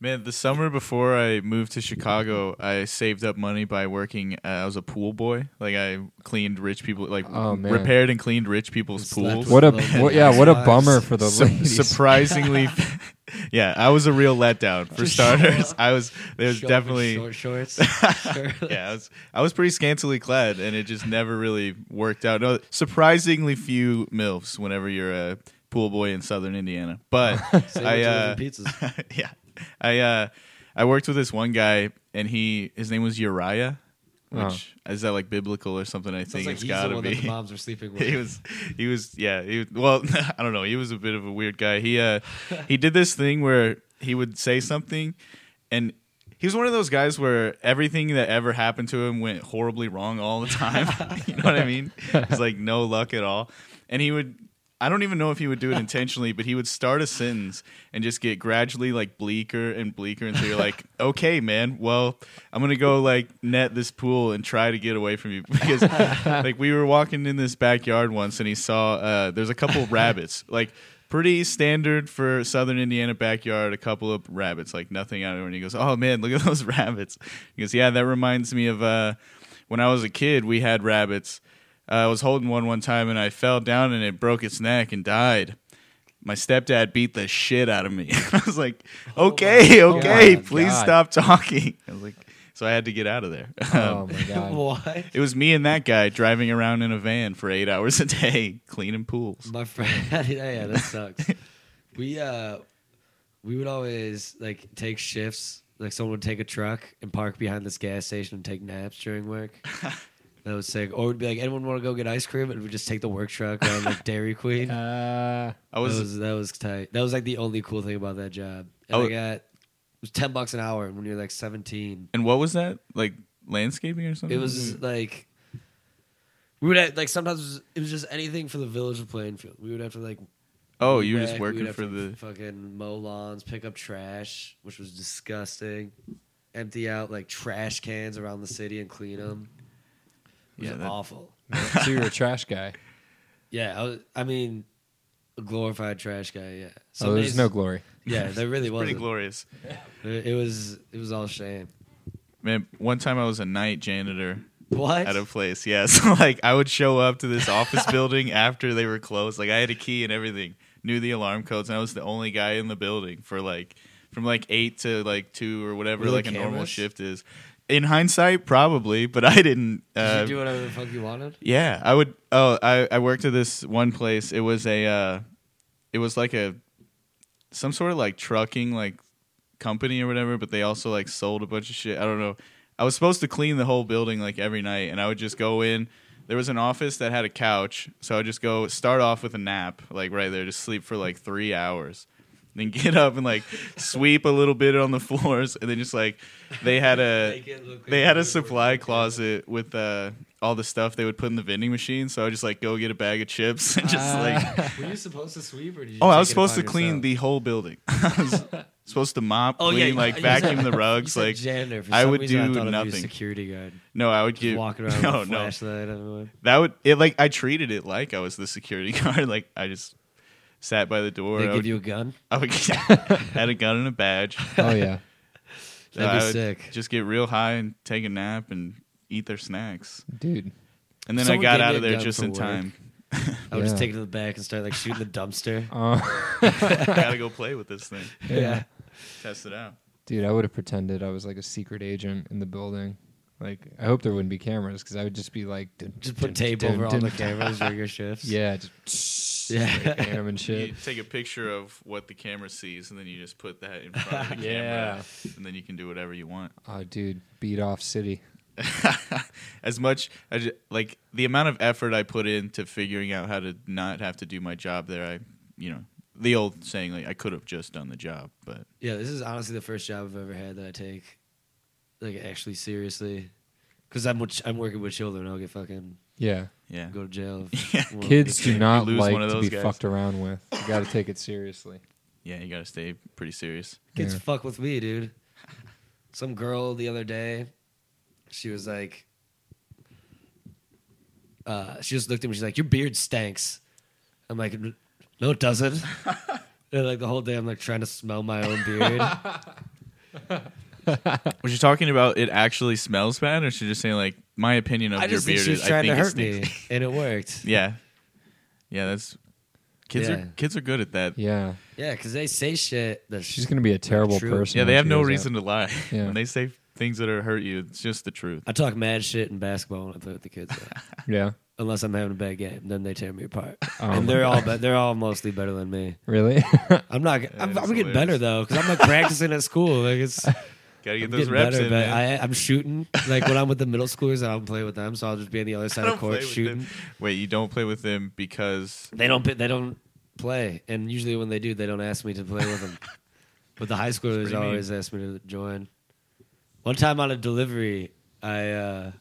Speaker 2: Man, the summer before I moved to Chicago, I saved up money by working. Uh, I was a pool boy. Like I cleaned rich people, like
Speaker 1: Oh, man.
Speaker 2: repaired and cleaned rich people's
Speaker 3: Slept
Speaker 2: pools.
Speaker 1: What a
Speaker 3: Slow
Speaker 1: what, yeah,
Speaker 3: (laughs)
Speaker 1: what a
Speaker 3: down.
Speaker 1: bummer for the
Speaker 2: Su-
Speaker 1: ladies.
Speaker 3: (laughs)
Speaker 2: surprisingly, yeah, I was a real letdown for
Speaker 3: Just show
Speaker 2: starters.
Speaker 3: up-
Speaker 2: I was there was
Speaker 3: short-
Speaker 2: definitely
Speaker 3: short shorts.
Speaker 2: (laughs) yeah, I was I was pretty scantily clad, and it just never really worked out. No, surprisingly few milfs whenever you're a pool boy in Southern Indiana.
Speaker 3: (laughs)
Speaker 2: But I uh,
Speaker 3: pizzas.
Speaker 2: (laughs) yeah, I uh, I worked with this one guy, and he his name was Uriah, which is that like biblical or something? I think
Speaker 3: Oh. Sounds like
Speaker 2: it's
Speaker 3: he's the
Speaker 2: gotta
Speaker 3: one
Speaker 2: be
Speaker 3: that the moms were sleeping
Speaker 2: (laughs)
Speaker 3: with. (laughs)
Speaker 2: he was he was yeah he well (laughs) i don't know he was a bit of a weird guy he uh he did this thing where he would say something and he was one of those guys where everything that ever happened to him went horribly wrong all the time (laughs) you know what i mean it's like no luck at all and he would I don't even know if he would do it intentionally, but he would start a sentence and just get gradually like bleaker and bleaker until you're like, (laughs) okay, man, well, I'm gonna go like net this pool and try to get away from you (laughs) because like we were walking in this backyard once and he saw uh, there's a couple rabbits like. Pretty standard for southern Indiana backyard, a couple of rabbits, like nothing out of it. And he goes, Oh man, look at those (laughs) rabbits. He goes, Yeah, that reminds me of uh, when I was a kid, we had rabbits. Uh, I was holding one one time and I fell down and it broke its neck and died. My stepdad beat the shit out of me. (laughs) I was like,
Speaker 3: Oh
Speaker 2: okay,
Speaker 1: God.
Speaker 2: okay,
Speaker 1: Oh my
Speaker 2: please
Speaker 1: God.
Speaker 2: stop talking. (laughs) I was like, so I had to get out of there.
Speaker 1: (laughs) oh
Speaker 2: Um, (laughs)
Speaker 1: my god.
Speaker 3: Why?
Speaker 2: it was me and that guy driving around in a van for eight (laughs) hours a day, cleaning pools.
Speaker 3: (laughs) My friend, (laughs) yeah,
Speaker 2: (laughs)
Speaker 3: that sucks. we uh, we would always like take shifts. Like someone would take a truck and park behind this gas station and take naps during
Speaker 2: (laughs)
Speaker 3: work. That was sick. Or we'd be like, anyone want to go get ice cream? And we'd just take the work truck
Speaker 2: (laughs)
Speaker 3: around like Dairy Queen.
Speaker 1: Uh,
Speaker 2: I was,
Speaker 3: that was that was tight. That was like the only cool thing about that job. And
Speaker 2: I
Speaker 3: I,
Speaker 2: was-
Speaker 3: got it was ten bucks an hour when you're like seventeen.
Speaker 2: and what was that? Like landscaping or something?
Speaker 3: It was like we would have, like sometimes it was just anything for the village of Plainfield. We would have to like
Speaker 2: oh,
Speaker 3: weed
Speaker 2: you were just
Speaker 3: whack, we would
Speaker 2: working
Speaker 3: have
Speaker 2: for
Speaker 3: to
Speaker 2: the.
Speaker 3: fucking mow lawns, pick up trash, which was disgusting. Empty out like trash cans around the city and clean them. It was
Speaker 2: Yeah, that-
Speaker 3: awful.
Speaker 1: so
Speaker 3: (laughs)
Speaker 1: you're a trash guy.
Speaker 3: Yeah, I, was, I mean, a glorified trash guy. Yeah.
Speaker 1: So oh, there's
Speaker 3: days-
Speaker 1: no
Speaker 3: (laughs)
Speaker 1: glory.
Speaker 3: Yeah,
Speaker 2: (laughs)
Speaker 3: there really
Speaker 2: Pretty
Speaker 3: wasn't.
Speaker 2: glorious.
Speaker 3: It it was it was all shame.
Speaker 2: Man, one time I was a night janitor
Speaker 3: What?
Speaker 2: at a place. Yeah. So (laughs) like I would show up to this office
Speaker 3: (laughs)
Speaker 2: building after they were closed. Like I had a key and everything, knew the alarm codes, and I was the only guy in the building for like from like eight to like two or whatever
Speaker 3: Were there
Speaker 2: like a normal
Speaker 3: cameras?
Speaker 2: shift is. In hindsight, probably, but I didn't
Speaker 3: Did
Speaker 2: uh,
Speaker 3: you do whatever the fuck you wanted?
Speaker 2: yeah, I would. Oh, I, I worked at this one place. It was a, uh, it was like a, some sort of like trucking like company or whatever. But they also like sold a bunch of shit. I don't know. I was supposed to clean the whole building like every night, and I would just go in. There was an office that had a couch, so I would just go start off with a nap, like right there, just sleep for like three hours. Then get up and like sweep a little bit on the (laughs) floors, and then just like they had a
Speaker 3: Make it look like
Speaker 2: uh, they had a
Speaker 3: you were
Speaker 2: supply
Speaker 3: working.
Speaker 2: closet with uh, all the stuff they would put in the vending machine. So I would just like go get a bag of chips and just like.
Speaker 3: (laughs) Were you supposed to sweep or did Ah.
Speaker 2: Oh,
Speaker 3: you?
Speaker 2: I
Speaker 3: take
Speaker 2: was
Speaker 3: it
Speaker 2: supposed to
Speaker 3: upon
Speaker 2: clean
Speaker 3: yourself?
Speaker 2: the whole building. (laughs) I was supposed to mop,
Speaker 3: Oh, yeah,
Speaker 2: clean,
Speaker 3: you-
Speaker 2: like
Speaker 3: (laughs) you
Speaker 2: vacuum
Speaker 3: said-
Speaker 2: the
Speaker 3: You
Speaker 2: rugs.
Speaker 3: said
Speaker 2: Like
Speaker 3: janitor. For
Speaker 2: I
Speaker 3: some
Speaker 2: would
Speaker 3: reason, I
Speaker 2: do
Speaker 3: thought of you as
Speaker 2: nothing.
Speaker 3: Security guard.
Speaker 2: no, I would
Speaker 3: Just
Speaker 2: get
Speaker 3: walking
Speaker 2: (laughs)
Speaker 3: around
Speaker 2: No,
Speaker 3: with a
Speaker 2: no,
Speaker 3: flashlight. everywhere.
Speaker 2: that would it. Like I treated it like I was the security (laughs) guard. Like I just sat by the door.
Speaker 3: They
Speaker 2: I
Speaker 3: give
Speaker 2: would,
Speaker 3: you
Speaker 2: (laughs)
Speaker 3: a gun.
Speaker 2: I
Speaker 3: (laughs)
Speaker 2: would had a gun and a badge.
Speaker 1: Oh yeah.
Speaker 2: So I
Speaker 3: That'd be
Speaker 2: would
Speaker 3: sick.
Speaker 2: Just get real high and take a nap and eat their snacks.
Speaker 1: Dude.
Speaker 2: And then
Speaker 3: Someone
Speaker 2: I got
Speaker 3: gave me
Speaker 2: out
Speaker 3: a
Speaker 2: of there
Speaker 3: gun
Speaker 2: just
Speaker 3: for
Speaker 2: in
Speaker 3: work.
Speaker 2: time.
Speaker 3: I would just
Speaker 1: Yeah.
Speaker 3: take it to the back and start like shooting
Speaker 2: (laughs)
Speaker 3: the dumpster.
Speaker 1: Uh, (laughs)
Speaker 2: I gotta go play with this thing.
Speaker 1: yeah.
Speaker 2: Test it out.
Speaker 1: Dude, I would have pretended I was like a secret agent in the building. Like, I hope there wouldn't be cameras because I would just be like, dun,
Speaker 3: Just
Speaker 1: dun,
Speaker 3: put tape
Speaker 1: dun,
Speaker 3: over all the
Speaker 2: (laughs)
Speaker 1: dun.
Speaker 3: cameras during your shifts.
Speaker 1: Yeah, just
Speaker 3: Yeah.
Speaker 1: yeah, ham and shit.
Speaker 2: You take a picture of what the camera sees, and then you just put that in front (laughs) of the
Speaker 1: Yeah.
Speaker 2: camera, and then you can do whatever you want. (laughs)
Speaker 1: Oh, dude, beat off city.
Speaker 2: as much I ju- like the amount of effort I put into figuring out how to not have to do my job there, I you know the old saying like I could have just done the job, but
Speaker 3: Yeah, this is honestly the first job I've ever had that I take, like actually seriously, because I'm with, I'm working with children. I'll get fucking
Speaker 1: Yeah.
Speaker 2: yeah.
Speaker 3: go to jail.
Speaker 2: (laughs) Yeah.
Speaker 3: Well,
Speaker 1: Kids
Speaker 2: You
Speaker 1: do not
Speaker 2: lose
Speaker 1: like
Speaker 2: one of
Speaker 1: to
Speaker 2: those
Speaker 1: be
Speaker 2: guys.
Speaker 1: fucked around with. You got to take it seriously.
Speaker 2: Yeah, you gotta stay pretty serious.
Speaker 3: Kids
Speaker 1: Yeah.
Speaker 3: fuck with me, dude. Some girl the other day, she was like, uh, she just looked at me. She's like, "Your beard stinks." I'm like, "No, it (laughs) doesn't." and like the whole day, I'm like trying to smell my own (laughs) beard.
Speaker 2: Was she talking about it actually smells bad, or she just saying like my opinion of
Speaker 3: I
Speaker 2: your
Speaker 3: just
Speaker 2: beard
Speaker 3: think she was
Speaker 2: is I
Speaker 3: trying
Speaker 2: think
Speaker 3: to
Speaker 2: it
Speaker 3: hurt
Speaker 2: stinks.
Speaker 3: me, and it worked.
Speaker 2: Yeah, yeah. That's kids
Speaker 3: Yeah.
Speaker 2: are kids are good at that. (laughs) Yeah,
Speaker 1: Yeah.
Speaker 3: Yeah, because they say shit that's
Speaker 1: She's going to be a terrible
Speaker 3: True.
Speaker 1: person.
Speaker 2: they
Speaker 1: when
Speaker 2: have
Speaker 1: she
Speaker 2: no
Speaker 1: grows up.
Speaker 2: reason to lie (laughs)
Speaker 1: Yeah.
Speaker 2: when they say things that are hurt you. It's just the truth.
Speaker 3: I talk mad shit in basketball when I play with the kids. (laughs) though.
Speaker 1: Yeah.
Speaker 3: Unless I'm having a bad game, then they tear me apart.
Speaker 1: Oh
Speaker 3: and
Speaker 1: my
Speaker 3: they're all be- they're all mostly better than me.
Speaker 2: (laughs)
Speaker 1: Really? (laughs) Ah.
Speaker 3: I'm not. I'm, I'm
Speaker 2: that's
Speaker 3: getting
Speaker 2: hilarious.
Speaker 3: better though because I'm like practicing at school. Like it's
Speaker 2: Gotta (laughs) get
Speaker 3: I'm
Speaker 2: those
Speaker 3: getting
Speaker 2: reps
Speaker 3: better,
Speaker 2: in.
Speaker 3: but
Speaker 2: (laughs) man.
Speaker 3: I, I'm shooting. Like when I'm with the middle schoolers, I don't play with them, so I'll just be on the
Speaker 2: (laughs)
Speaker 3: other side
Speaker 2: don't
Speaker 3: of court
Speaker 2: play with
Speaker 3: shooting.
Speaker 2: them. Wait, you don't play with them because
Speaker 3: They don't. pi- They don't play, and usually when they do, they don't ask me to play with
Speaker 2: (laughs)
Speaker 3: them. but the high schoolers
Speaker 2: pretty mean.
Speaker 3: always ask me to join. One time on a delivery, I uh,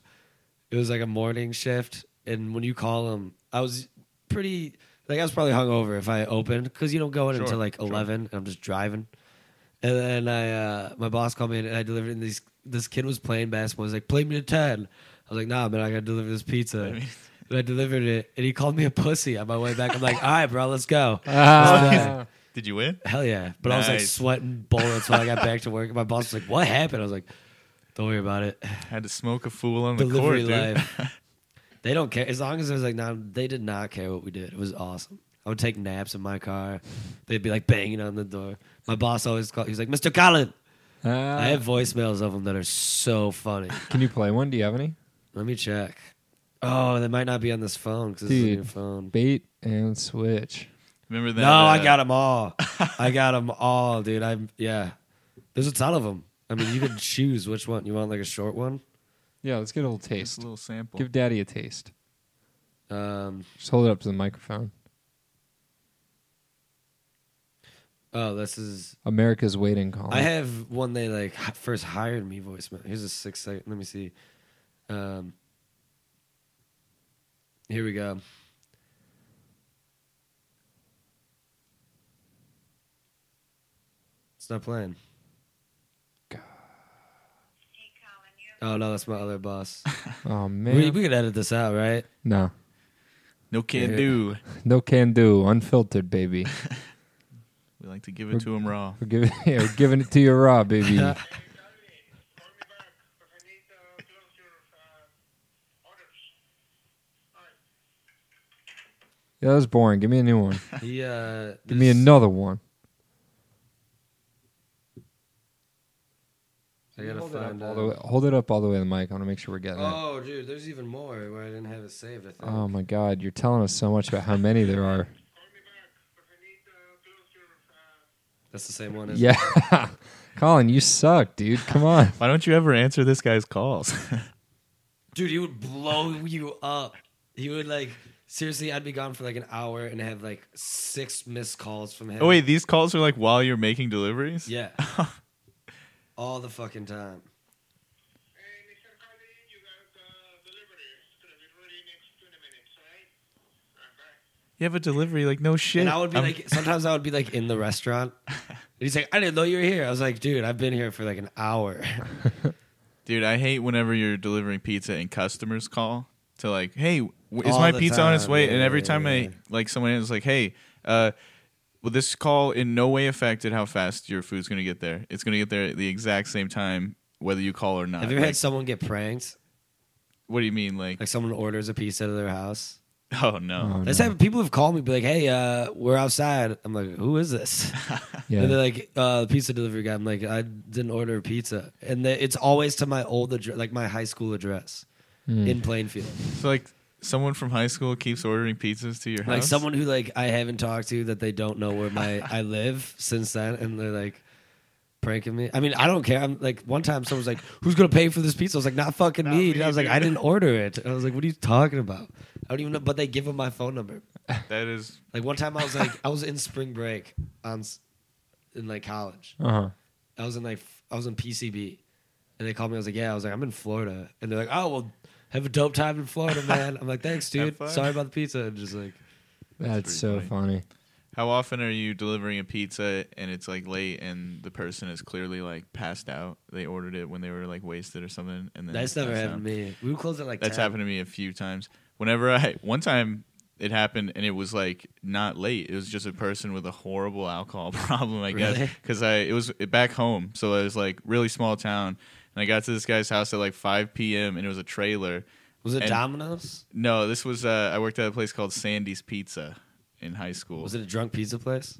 Speaker 3: it was like a morning shift, and when you call them, I was pretty like I was probably hungover if I opened because you don't go in
Speaker 2: Sure,
Speaker 3: until like
Speaker 2: sure.
Speaker 3: eleven, and I'm just driving. And then I, uh, my boss called me and I delivered. And these, this kid was playing basketball. He's like, "Play me to 10. I was like, "Nah, man, I gotta deliver this pizza."
Speaker 2: me-
Speaker 3: (laughs) and I delivered it, and he called me a pussy on my way back. I'm like, "All right, bro, let's go."
Speaker 1: Ah.
Speaker 2: did you win?
Speaker 3: Hell yeah! But I was like
Speaker 2: Nice.
Speaker 3: sweating bullets when I got back to work. My boss was like, "What happened?" I was like, "Don't worry about it."
Speaker 2: Had to smoke a fool on the court,
Speaker 3: Delivery
Speaker 2: dude. (laughs)
Speaker 3: life. They don't care as long as I was like, "No, they did not care what we did. It was awesome." I would take naps in my car. They'd be like banging on the door. My boss always called. He's like, "Mr. Colin."
Speaker 1: Ah.
Speaker 3: I have voicemails of them that are so funny.
Speaker 1: Can you play one? Do you have any?
Speaker 3: Let me check. Oh, they might not be on this phone because it's a
Speaker 1: Dude.
Speaker 3: new phone.
Speaker 1: Bait and switch.
Speaker 2: Remember that?
Speaker 3: No, I
Speaker 2: uh,
Speaker 3: got them
Speaker 2: (laughs)
Speaker 3: all. I got them all, dude. I'm yeah. There's a ton of them. I mean, you can choose which one you want, like a short one.
Speaker 1: Yeah, let's get a little
Speaker 2: Just a
Speaker 1: taste.
Speaker 2: little sample.
Speaker 1: Give daddy a taste.
Speaker 3: Um,
Speaker 1: Just hold it up to the microphone.
Speaker 3: oh, this is.
Speaker 1: America's waiting call.
Speaker 3: I have one they like h- first hired me voicemail. Here's a six second. Let me see. Um, here we go. It's not playing. Oh no, that's my
Speaker 1: (laughs)
Speaker 3: other boss.
Speaker 1: oh man.
Speaker 3: We, we could edit this out, right?
Speaker 1: no.
Speaker 2: no can
Speaker 3: Yeah.
Speaker 2: do.
Speaker 1: No can do. Unfiltered, baby.
Speaker 2: We like to give it to them raw.
Speaker 1: We're giving, (laughs) yeah, we're giving it to you raw, (laughs) baby. Yeah, that was boring. Give me a new one.
Speaker 3: He, uh,
Speaker 1: (laughs) Give me another one.
Speaker 3: I gotta
Speaker 1: hold,
Speaker 3: find
Speaker 1: it up all
Speaker 3: out.
Speaker 1: the way, hold it up all the way to the mic. I want to make sure we're getting it.
Speaker 3: Oh, dude, there's even more where I didn't have it saved. I think.
Speaker 1: Oh my God, you're telling us so much about how many there are.
Speaker 3: That's the same one. Isn't
Speaker 1: Yeah. (laughs) Colin, you suck, dude. Come on.
Speaker 2: Why don't you ever answer this guy's calls? (laughs)
Speaker 3: it? dude, he would blow you up. He would like seriously. I'd be gone for like an hour and have like six missed calls from him.
Speaker 2: oh wait, these calls are like while you're making deliveries. (laughs)
Speaker 3: yeah, all the fucking time.
Speaker 2: You have a delivery, like no shit.
Speaker 3: And I would be
Speaker 2: I'm-
Speaker 3: like, sometimes I would be like in the restaurant. And he's like, I didn't know you were here. I was like, dude, I've been here for like an hour. (laughs)
Speaker 2: dude, I hate whenever you're delivering pizza and customers call to like, hey, w- is
Speaker 3: All
Speaker 2: my
Speaker 3: the
Speaker 2: pizza on its
Speaker 3: time,
Speaker 2: way?
Speaker 3: yeah,
Speaker 2: and every
Speaker 3: yeah,
Speaker 2: time
Speaker 3: yeah.
Speaker 2: I like someone is like, hey, uh, well, this call in no way affected how fast your food's gonna get there. It's gonna get there at the exact same time, whether you call or not.
Speaker 3: Have you ever
Speaker 2: Like,
Speaker 3: had someone get pranked?
Speaker 2: what do you mean, like?
Speaker 3: Like um, someone orders a pizza to their house.
Speaker 2: (laughs) oh no.
Speaker 1: Oh,
Speaker 3: That's
Speaker 1: no.
Speaker 3: how people have called me, be like, "Hey, uh, we're outside." I'm like, "Who
Speaker 2: (laughs)
Speaker 3: is this?" And they're
Speaker 1: Yeah.
Speaker 3: like, uh, "The pizza delivery guy." I'm like, "I didn't order a pizza," and they, it's always to my old address, like my high school address
Speaker 1: Hmm.
Speaker 3: in Plainfield.
Speaker 2: So like, someone from high school keeps ordering pizzas to your house.
Speaker 3: Like someone who like I haven't talked to that they don't know where my I (laughs) live since then, and they're like pranking me. I mean, I don't care. I'm like one time someone was like, "Who's gonna pay for this pizza?" I was like, "Not fucking me."
Speaker 2: me,
Speaker 3: dude." I was like,
Speaker 2: dude.
Speaker 3: "I didn't order it." I was like, "What are you talking about?" I don't even know, but they give them my phone number.
Speaker 2: That is
Speaker 3: Like one time I was like I was in spring break on s- in like college.
Speaker 1: Uh huh.
Speaker 3: I was in like f- I was in PCB, and they called me. I was like, yeah. I was like, I'm in Florida, and they're like, oh well, have a dope time
Speaker 2: (laughs)
Speaker 3: in Florida, man. I'm like, thanks, dude.
Speaker 2: fun."
Speaker 3: Sorry about the pizza. And just like
Speaker 1: That's so
Speaker 2: pretty
Speaker 1: funny.
Speaker 2: how often are you delivering a pizza and it's like late and the person is clearly like passed out. They ordered it when they were like wasted or something and then
Speaker 3: that's never
Speaker 2: passed
Speaker 3: happened
Speaker 2: out.
Speaker 3: to me. We would close at like
Speaker 2: That's
Speaker 3: 10.
Speaker 2: happened to me a few times. Whenever I (laughs) one time it happened and it was like not late. It was just a person with a horrible alcohol (laughs) problem, I
Speaker 3: Really?
Speaker 2: guess. Because I it was back home, so it was like really small town. And I got to this guy's house at like 5 p.m. and it was a trailer.
Speaker 3: Was it
Speaker 2: and-
Speaker 3: Domino's?
Speaker 2: No, this was uh, I worked at a place called Sandy's Pizza in high school.
Speaker 3: Was it a drunk pizza place?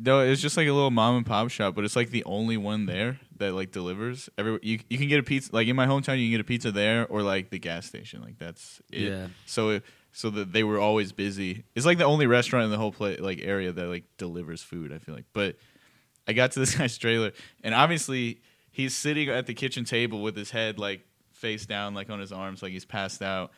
Speaker 2: No, it's just like a little mom and pop shop, but it's like the only one there that like delivers. Every you you can get a pizza like in my hometown, you can get a pizza there or like the gas station. Like that's it.
Speaker 3: Yeah.
Speaker 2: So it, so that they were always busy. It's like the only restaurant in the whole pla like area that like delivers food. I feel like, but I got to this (laughs) guy's trailer, and obviously he's sitting at the kitchen table with his head like face down, like on his arms, like he's passed out.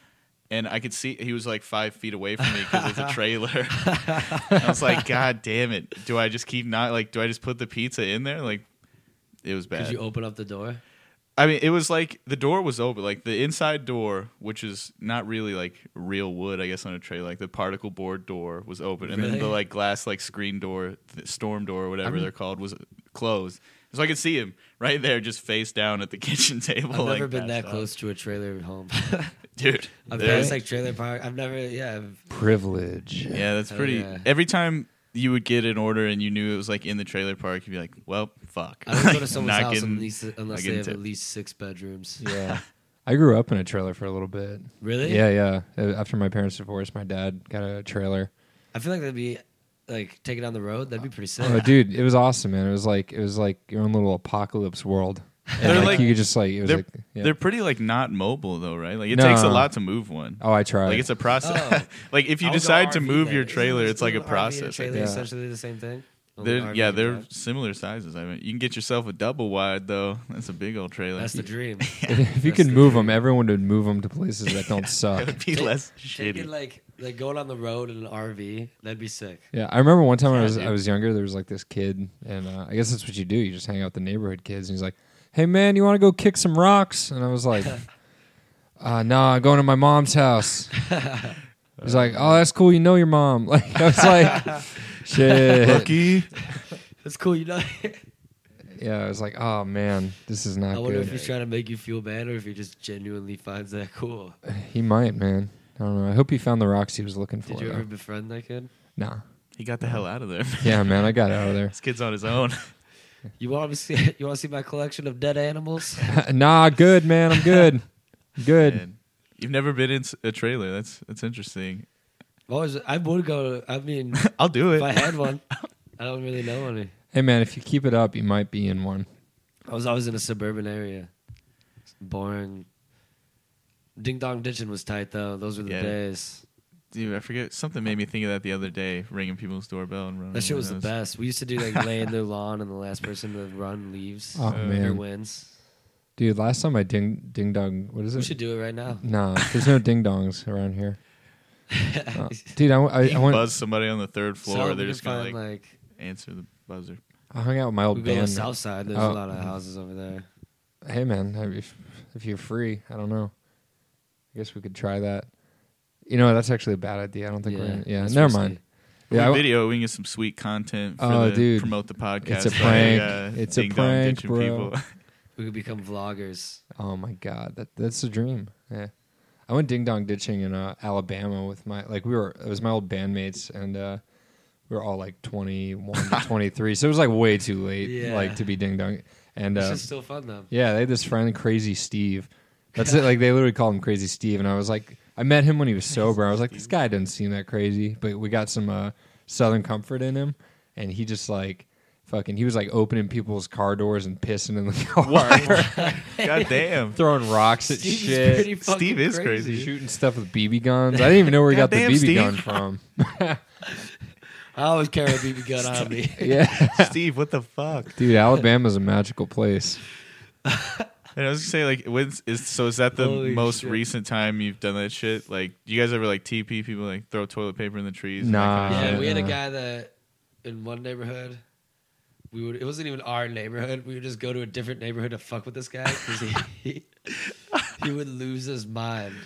Speaker 2: And I could see he was like five feet away from me because it's a trailer. I was
Speaker 3: (laughs)
Speaker 2: like, God damn it! Do I just keep not like? Do I just put the pizza in there? Like, it was
Speaker 3: Did
Speaker 2: bad.
Speaker 3: you open up the door?
Speaker 2: (laughs) I mean, it was like the door was open, like the inside door, which is not really like real wood, I guess, on a tray. Like the particle board door was open, and then the
Speaker 3: Really?
Speaker 2: like glass like screen door, the storm door, whatever
Speaker 3: I'm-
Speaker 2: they're called, was closed. So I could see him right there, just face down at the (laughs) kitchen table.
Speaker 3: I've
Speaker 2: like,
Speaker 3: never been that
Speaker 2: passed out.
Speaker 3: close to a trailer
Speaker 2: (laughs)
Speaker 3: at home.
Speaker 2: dude.
Speaker 3: I've
Speaker 2: there-
Speaker 3: been like trailer park. I've never, yeah. I've,
Speaker 1: Privilege.
Speaker 2: Yeah, that's
Speaker 3: Hell
Speaker 2: pretty.
Speaker 3: yeah.
Speaker 2: Every time you would get an order and you knew it was like in the trailer park, you'd be like, "Well, fuck." (laughs)
Speaker 3: I don't go
Speaker 2: Like,
Speaker 3: to someone's
Speaker 2: not
Speaker 3: house
Speaker 2: getting-
Speaker 3: unless, unless they
Speaker 2: getting
Speaker 3: have at
Speaker 2: tipped.
Speaker 3: least six bedrooms.
Speaker 1: Yeah. (laughs) I grew up in a trailer for a little bit.
Speaker 3: Really?
Speaker 1: Yeah, yeah. Uh, After my parents divorced, my dad got a trailer.
Speaker 3: I feel like that'd be like take it on the road. That'd be pretty sick.
Speaker 1: Oh, dude, it was awesome, man. It was like it was like your own little apocalypse world. And
Speaker 2: They're
Speaker 1: like,
Speaker 2: like-
Speaker 1: you could just like it was
Speaker 2: they're-
Speaker 1: like yeah.
Speaker 2: They're pretty like not mobile though, right? Like it
Speaker 1: No.
Speaker 2: takes a lot to move one.
Speaker 1: Oh, I tried.
Speaker 2: Like it's a process.
Speaker 3: Oh.
Speaker 2: (laughs) like if you
Speaker 3: I'll go
Speaker 2: decide to
Speaker 3: RV
Speaker 2: move
Speaker 3: then.
Speaker 2: your
Speaker 3: Isn't
Speaker 2: trailer,
Speaker 3: just
Speaker 2: it's like a
Speaker 3: an RV and
Speaker 2: process. I
Speaker 3: Trailer
Speaker 1: think. Yeah.
Speaker 3: essentially the same thing.
Speaker 2: think.
Speaker 3: Only
Speaker 2: They're,
Speaker 3: RV
Speaker 2: yeah,
Speaker 3: and
Speaker 2: they're
Speaker 3: drive.
Speaker 2: similar sizes. I mean, you can get yourself a double wide though. (laughs) That's a big old trailer. (laughs)
Speaker 3: That's the dream.
Speaker 1: (laughs) if you
Speaker 3: That's
Speaker 1: could
Speaker 3: the
Speaker 1: move
Speaker 3: dream.
Speaker 1: them, everyone would move them to places
Speaker 2: (laughs)
Speaker 1: that don't
Speaker 2: that
Speaker 1: suck.
Speaker 2: would be
Speaker 3: Take-
Speaker 2: less (laughs)
Speaker 3: Take it
Speaker 2: shitty.
Speaker 3: like like going on the road in an RV. That'd be sick.
Speaker 1: Yeah, I remember one time when I
Speaker 2: Yeah,
Speaker 1: was I
Speaker 2: dude.
Speaker 1: was younger. There was like this kid, and uh, I guess that's what you do. You just hang out with the neighborhood kids, and he's like, "Hey man, you want to go kick some rocks?" And I was
Speaker 3: (laughs)
Speaker 1: like, uh, "Nah, I'm going to my mom's
Speaker 3: (laughs)
Speaker 1: house." He's like, "Oh, that's cool. You know your mom." (laughs) Like I was
Speaker 3: (laughs)
Speaker 1: like, "Shit."
Speaker 2: Lucky.
Speaker 3: That's cool. You know. (laughs)
Speaker 1: Yeah, I was like, "Oh man, this is
Speaker 3: I
Speaker 1: not
Speaker 3: wonder if
Speaker 1: good."
Speaker 3: he's trying to make you feel bad or if he just genuinely finds that cool.
Speaker 1: He might, man. I don't know. I hope he found the rocks he was looking for.
Speaker 3: Did you
Speaker 1: though.
Speaker 3: ever befriend that kid?
Speaker 1: Nah.
Speaker 2: He got the hell out of there.
Speaker 1: Yeah, man, I got out of
Speaker 2: (laughs)
Speaker 1: there. (laughs)
Speaker 2: this kid's on his own.
Speaker 3: You want to see? (laughs) You want to see my collection of dead animals? (laughs)
Speaker 1: nah, good man. I'm good. Good.
Speaker 2: Man, You've never been in s- a trailer. That's that's interesting.
Speaker 3: Always, I would go. I
Speaker 1: (laughs)
Speaker 3: mean,
Speaker 2: I'll do
Speaker 3: if I
Speaker 2: it.
Speaker 3: had one, I don't really know any.
Speaker 1: Hey man, if you keep it up, you might be in one.
Speaker 3: I was always in a suburban area. Boring. Ding dong ditching was tight though. Those were the
Speaker 2: Yeah.
Speaker 3: days.
Speaker 2: Dude, I forget something made me think of that the other day, ringing people's doorbell and running.
Speaker 3: That shit was the
Speaker 2: windows.
Speaker 3: best. We used to do like lay
Speaker 2: (laughs)
Speaker 3: in their lawn and the last person to run leaves
Speaker 1: Oh
Speaker 2: Uh,
Speaker 3: or
Speaker 1: man,
Speaker 3: wins.
Speaker 1: dude! Last time I ding ding dong. What is
Speaker 3: We
Speaker 1: it?
Speaker 3: should do it right
Speaker 1: (laughs)
Speaker 3: now.
Speaker 1: nah, there's no ding dongs around
Speaker 3: (laughs)
Speaker 1: here, Uh, dude. I, w- I-
Speaker 2: You
Speaker 1: I went.
Speaker 2: buzz somebody on the third floor.
Speaker 3: we
Speaker 2: they're
Speaker 3: could
Speaker 2: just gonna like,
Speaker 3: find, like,
Speaker 2: answer the buzzer.
Speaker 1: I hung out with my
Speaker 3: we
Speaker 1: old
Speaker 3: go to the
Speaker 1: band.
Speaker 3: south side. There's
Speaker 1: Oh.
Speaker 3: a lot of houses over there.
Speaker 1: Hey man, I- if if you're free, I don't know. I guess we could try that. You know, that's actually a bad idea. I don't think we're. In, yeah,
Speaker 3: that's
Speaker 1: never
Speaker 3: risky.
Speaker 1: mind.
Speaker 2: Yeah,
Speaker 1: Yeah, I-
Speaker 2: video. We can get some sweet content for
Speaker 1: Oh,
Speaker 2: the
Speaker 1: dude.
Speaker 2: promote the podcast.
Speaker 1: It's a
Speaker 2: by,
Speaker 1: prank. It's a
Speaker 2: Ding Dong
Speaker 1: prank,
Speaker 2: Ditching
Speaker 1: bro. (laughs)
Speaker 3: We could become vloggers.
Speaker 1: Oh my god, that that's a dream. Yeah. I went ding dong ditching in uh, Alabama with my like we were it was my old bandmates and uh we were all like 21
Speaker 2: (laughs)
Speaker 1: to 23. So it was like way too late
Speaker 3: Yeah.
Speaker 1: like to be ding dong and
Speaker 3: It's
Speaker 1: uh,
Speaker 3: just still fun though.
Speaker 1: yeah, they had this friend crazy Steve. That's it like they literally called him crazy Steve and I was like I met him when he was sober. I was like this guy doesn't seem that crazy, but we got some uh southern comfort in him and he just like fucking he was like opening people's car doors and pissing in the (laughs) car.
Speaker 2: (laughs) God damn.
Speaker 1: throwing rocks at
Speaker 3: Steve is
Speaker 1: shit.
Speaker 3: pretty fucking
Speaker 2: Steve is
Speaker 1: He's
Speaker 2: crazy.
Speaker 1: shooting stuff with BB guns. I didn't even know where he got the
Speaker 2: Goddamn,
Speaker 1: BB
Speaker 2: Steve.
Speaker 1: gun from.
Speaker 3: I always carry a BB gun
Speaker 1: (laughs)
Speaker 3: on me.
Speaker 1: yeah,
Speaker 3: (laughs)
Speaker 2: Steve, what the fuck?
Speaker 1: dude, Alabama's a magical place.
Speaker 2: And I was gonna say like, when's is so is that the
Speaker 3: Holy
Speaker 2: most
Speaker 3: shit.
Speaker 2: recent time you've done that shit? Like, do you guys ever like TP people like throw toilet paper in the trees? and that
Speaker 1: Nah.
Speaker 2: kind of
Speaker 3: Yeah,
Speaker 2: shit?
Speaker 3: we had a
Speaker 1: yeah.
Speaker 3: guy that in one neighborhood. We would. It wasn't even our neighborhood. We would just go to a different neighborhood to fuck with this guy because he, (laughs) he would lose his mind.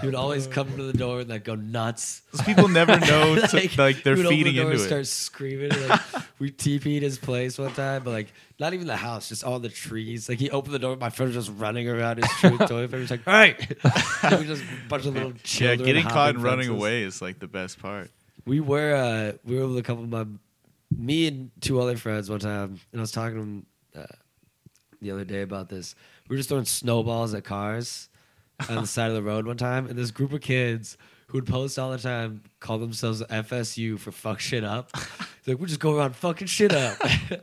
Speaker 3: He would always come to the door and like go nuts.
Speaker 2: Those people
Speaker 3: (laughs)
Speaker 2: never know to, like, they're
Speaker 3: he would open
Speaker 2: feeding
Speaker 3: the
Speaker 2: into
Speaker 3: door and
Speaker 2: it.
Speaker 3: Start screaming. and, Like, (laughs) we TP'd his place one time, but like not even the house, just all the trees. Like he opened the door, my friend was just running
Speaker 2: (laughs)
Speaker 3: around his tree with toilet paper. He's like, "Hey!" (laughs) And we just a bunch of little
Speaker 2: yeah,
Speaker 3: children.
Speaker 2: getting caught
Speaker 3: hopping
Speaker 2: and running
Speaker 3: fences.
Speaker 2: away is like the best part.
Speaker 3: We were uh, we were with a couple of my me and two other friends one time, and I was talking to them uh, the other day about this. We were just throwing snowballs at cars on the side of the road one time, and this group of kids who would post all the time call themselves FSU for fuck shit up. It's like we just go around fucking shit up. (laughs)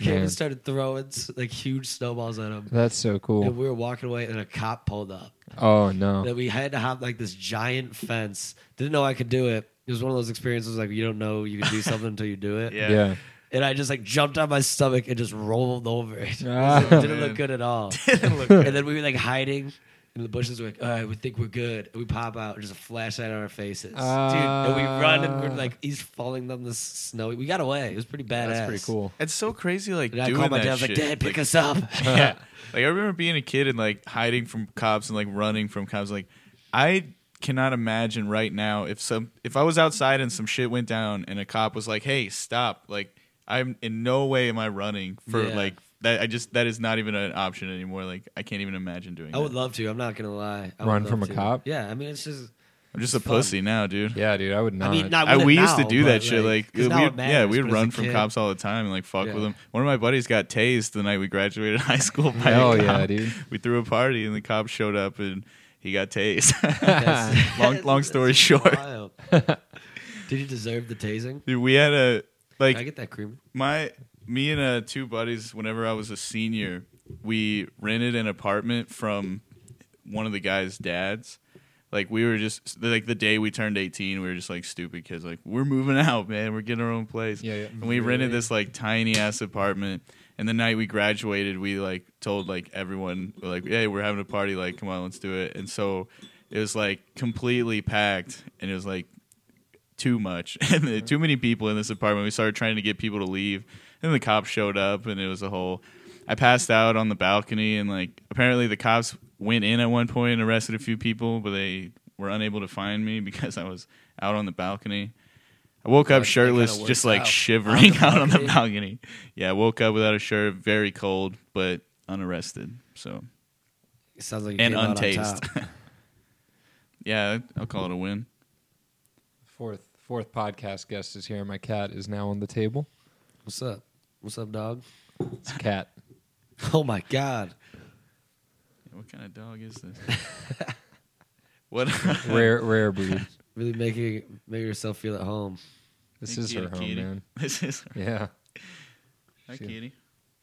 Speaker 3: Came
Speaker 1: Man.
Speaker 3: and started throwing s- like huge snowballs at them.
Speaker 1: That's so
Speaker 3: And
Speaker 1: cool.
Speaker 3: we were walking away, and a cop pulled up
Speaker 1: Oh no.
Speaker 3: that we had to hop like this giant fence. Didn't know I could do it. It was one of those experiences like you don't know you
Speaker 2: (laughs)
Speaker 3: can do something until you do it.
Speaker 2: Yeah.
Speaker 1: Yeah.
Speaker 3: And I just like jumped on my stomach and just rolled over it. It (laughs)
Speaker 1: Ah.
Speaker 3: was- it didn't
Speaker 2: Oh, Man.
Speaker 3: look good at all.
Speaker 2: (laughs) Didn't look
Speaker 3: and then we were like hiding in the bushes. We're like, all right, we think we're good. And we pop out and just a flashlight on our faces.
Speaker 1: Ah.
Speaker 3: and we run and we're like, he's falling down the snow. We got away. It was pretty badass.
Speaker 1: that's pretty cool.
Speaker 2: It's so crazy, like
Speaker 3: And I
Speaker 2: doing
Speaker 3: called my
Speaker 2: that
Speaker 3: dad. I was like,
Speaker 2: shit. (laughs)
Speaker 3: Dad, pick us up. (laughs)
Speaker 2: yeah. Like I remember being a kid and like hiding from cops and like running from cops. Like I cannot imagine right now if some if I was outside and some shit went down and a cop was like, "Hey, stop!" Like I'm in no way am I running for
Speaker 3: Yeah.
Speaker 2: like that. I just that is not even an option anymore. Like I can't even imagine doing.
Speaker 3: I would
Speaker 2: that.
Speaker 3: love to. I'm not going to lie. I would
Speaker 1: Run
Speaker 3: love
Speaker 1: from a
Speaker 3: to.
Speaker 1: cop?
Speaker 3: Yeah. I mean, it's just.
Speaker 2: I'm just a
Speaker 3: Fun.
Speaker 2: pussy now, dude.
Speaker 1: Yeah, dude, I would not.
Speaker 3: I mean, not
Speaker 2: Uh, I,
Speaker 3: with it
Speaker 2: we used to
Speaker 3: now,
Speaker 2: do
Speaker 3: but,
Speaker 2: that shit like,
Speaker 3: 'cause now
Speaker 2: we,
Speaker 3: it matters,
Speaker 2: yeah we
Speaker 3: but
Speaker 2: would
Speaker 3: as a
Speaker 2: run from
Speaker 3: kid-
Speaker 2: cops all the time and like fuck
Speaker 3: Yeah.
Speaker 2: with them. One of my buddies got tased the night we graduated (laughs) high school. By a
Speaker 1: Hell yeah,
Speaker 2: cop.
Speaker 1: dude.
Speaker 2: We threw a party and the cop showed up and he got
Speaker 3: (laughs)
Speaker 2: tased. (laughs)
Speaker 3: That's- (laughs)
Speaker 2: long long story
Speaker 3: that's
Speaker 2: short, (laughs)
Speaker 3: wild. Did he deserve the tasing?
Speaker 2: dude, we had a like
Speaker 3: Can I get that cream?
Speaker 2: my me and uh, two buddies whenever i was a senior we rented an apartment from one of the guys dads like we were just like the day we turned 18 we were just like stupid kids like we're moving (laughs) out man we're getting our own place
Speaker 1: Yeah, yeah.
Speaker 2: and we rented this like tiny ass apartment and the night we graduated we like told like everyone we're like hey we're having a party like come on let's do it and so it was like completely packed and it was like too much (laughs) and there- too many people in this apartment. We started trying to get people to leave, and the cops showed up, and it was a whole. I passed out on the balcony, and like apparently the cops went in at one point and arrested a few people, but they were unable to find me because I was out on the balcony. I woke
Speaker 3: that
Speaker 2: up
Speaker 3: kinda
Speaker 2: shirtless,
Speaker 3: works
Speaker 2: just like
Speaker 3: out.
Speaker 2: shivering
Speaker 3: Out
Speaker 2: out
Speaker 3: the
Speaker 2: on the
Speaker 3: balcony.
Speaker 2: balcony. Yeah, I woke up without a shirt, very cold, but unarrested. So
Speaker 3: It sounds like you
Speaker 2: and
Speaker 3: came out on top.
Speaker 2: untased. (laughs) yeah, I'll call it a win.
Speaker 1: fourth fourth podcast guest is here. My cat is now on the table.
Speaker 3: What's up? What's up, dog? (laughs)
Speaker 1: It's a cat.
Speaker 3: Oh my god!
Speaker 2: What kind of dog is this? (laughs) what?
Speaker 1: rare
Speaker 2: (laughs)
Speaker 1: rare breed.
Speaker 3: Really making making yourself feel at home.
Speaker 1: This
Speaker 2: Hey,
Speaker 1: is her
Speaker 2: kitty,
Speaker 1: home,
Speaker 2: kitty.
Speaker 1: man.
Speaker 2: (laughs) This is her.
Speaker 1: Yeah.
Speaker 2: Hi,
Speaker 1: Shit.
Speaker 2: kitty.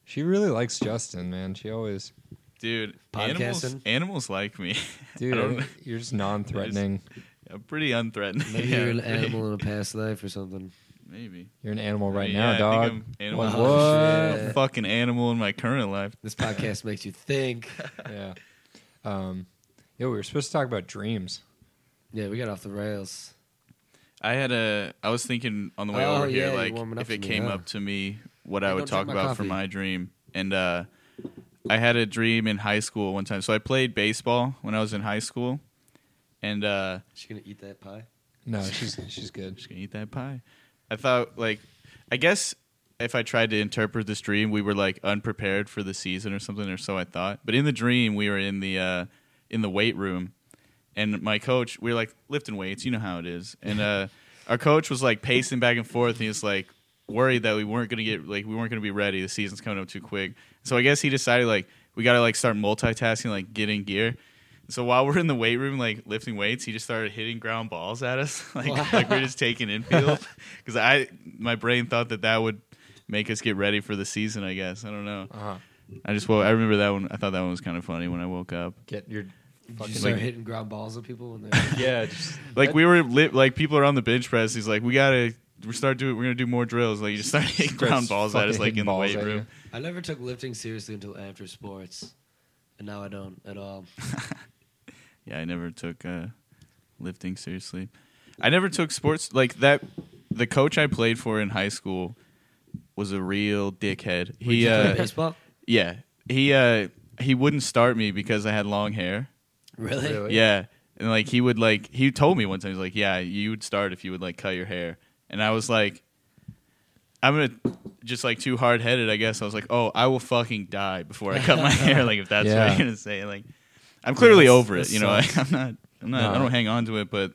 Speaker 1: She really likes Justin, man. She always
Speaker 2: Dude, animals,
Speaker 3: Podcasting?
Speaker 2: animals like me. (laughs) I don't
Speaker 1: dude.
Speaker 2: know.
Speaker 1: You're just non-threatening.
Speaker 2: I'm pretty unthreatening. (laughs)
Speaker 3: Maybe
Speaker 2: Yeah,
Speaker 3: you're an
Speaker 2: pretty-
Speaker 3: animal in a past life or something.
Speaker 2: Maybe.
Speaker 1: You're an animal right
Speaker 2: Yeah,
Speaker 1: now,
Speaker 2: I
Speaker 1: dog.
Speaker 2: think I'm animal.
Speaker 1: What-
Speaker 3: Oh,
Speaker 1: what?
Speaker 2: I'm
Speaker 3: shit.
Speaker 2: a fucking animal in my current life. (laughs)
Speaker 3: This podcast makes you think.
Speaker 1: yeah. Um, yo, we were supposed to talk about dreams.
Speaker 3: Yeah, we got off the rails.
Speaker 2: I had a. I was thinking on the way
Speaker 3: Oh,
Speaker 2: over here,
Speaker 3: yeah, you're
Speaker 2: like
Speaker 3: warming up
Speaker 2: if
Speaker 3: to
Speaker 2: it
Speaker 3: me,
Speaker 2: came
Speaker 3: huh?
Speaker 2: up to me, what I
Speaker 3: Hey,
Speaker 2: would
Speaker 3: don't
Speaker 2: talk
Speaker 3: drink my
Speaker 2: about for
Speaker 3: coffee.
Speaker 2: my dream. And uh, I had a dream in high school one time. So I played baseball when I was in high school, and uh,
Speaker 3: She gonna eat that pie?
Speaker 1: No, she's she's good.
Speaker 2: just gonna eat that pie. I thought like I guess if I tried to interpret this dream, we were like unprepared for the season or something, or so I thought. But in the dream, we were in the uh, in the weight room, and my coach, we were like lifting weights. You know how it is. And uh, our coach was like pacing back and forth, and he was like worried that we weren't gonna get like we weren't gonna be ready. The season's coming up too quick. So I guess he decided like we gotta like start multitasking, like get in gear. So while we're in the weight room, like lifting weights, he just started hitting ground balls at us, (laughs) like like we're just taking infield. (laughs) Because I, my brain thought that that would make us get ready for the season. I guess I don't know.
Speaker 1: Uh-huh.
Speaker 2: I just well, I remember that one. I thought that one was kind of funny when I woke up.
Speaker 1: Get your
Speaker 3: Did
Speaker 1: fucking
Speaker 3: you start
Speaker 2: like-
Speaker 1: (laughs)
Speaker 3: hitting ground balls at people
Speaker 2: (laughs)
Speaker 3: when they're
Speaker 1: yeah. Just,
Speaker 2: Like we were lit, like people are on the bench press. He's like, we gotta we start doing. We're gonna do more drills. Like you just start (laughs) hitting
Speaker 1: Starts
Speaker 2: ground balls at us,
Speaker 1: fucking
Speaker 2: like in
Speaker 1: hitting
Speaker 2: the
Speaker 1: balls
Speaker 2: weight
Speaker 1: at
Speaker 2: room.
Speaker 1: you.
Speaker 3: I never took lifting seriously until after sports. and now I don't at all.
Speaker 2: Yeah, I never took uh, lifting seriously. I never took sports like that. The coach I played for in high school was a real dickhead.
Speaker 3: Would
Speaker 2: He
Speaker 3: you play
Speaker 2: uh,
Speaker 3: baseball?
Speaker 2: yeah, he uh, he wouldn't start me because I had long hair.
Speaker 3: (laughs) Really?
Speaker 1: Really?
Speaker 2: Yeah. And like he would like he told me one time he's like, "Yeah, you would start if you would like cut your hair." And I was like I'm gonna just like too hard-headed, I guess. I was like, "Oh, I will fucking die before I cut
Speaker 3: (laughs)
Speaker 2: my hair." Like if that's
Speaker 1: Yeah.
Speaker 2: what you're gonna say, like I'm clearly
Speaker 3: that's-
Speaker 2: over it.
Speaker 3: that
Speaker 2: You know, (laughs) I,
Speaker 3: sucks.
Speaker 2: I'm not, I'm not, I
Speaker 1: No.
Speaker 2: don't hang on to it, but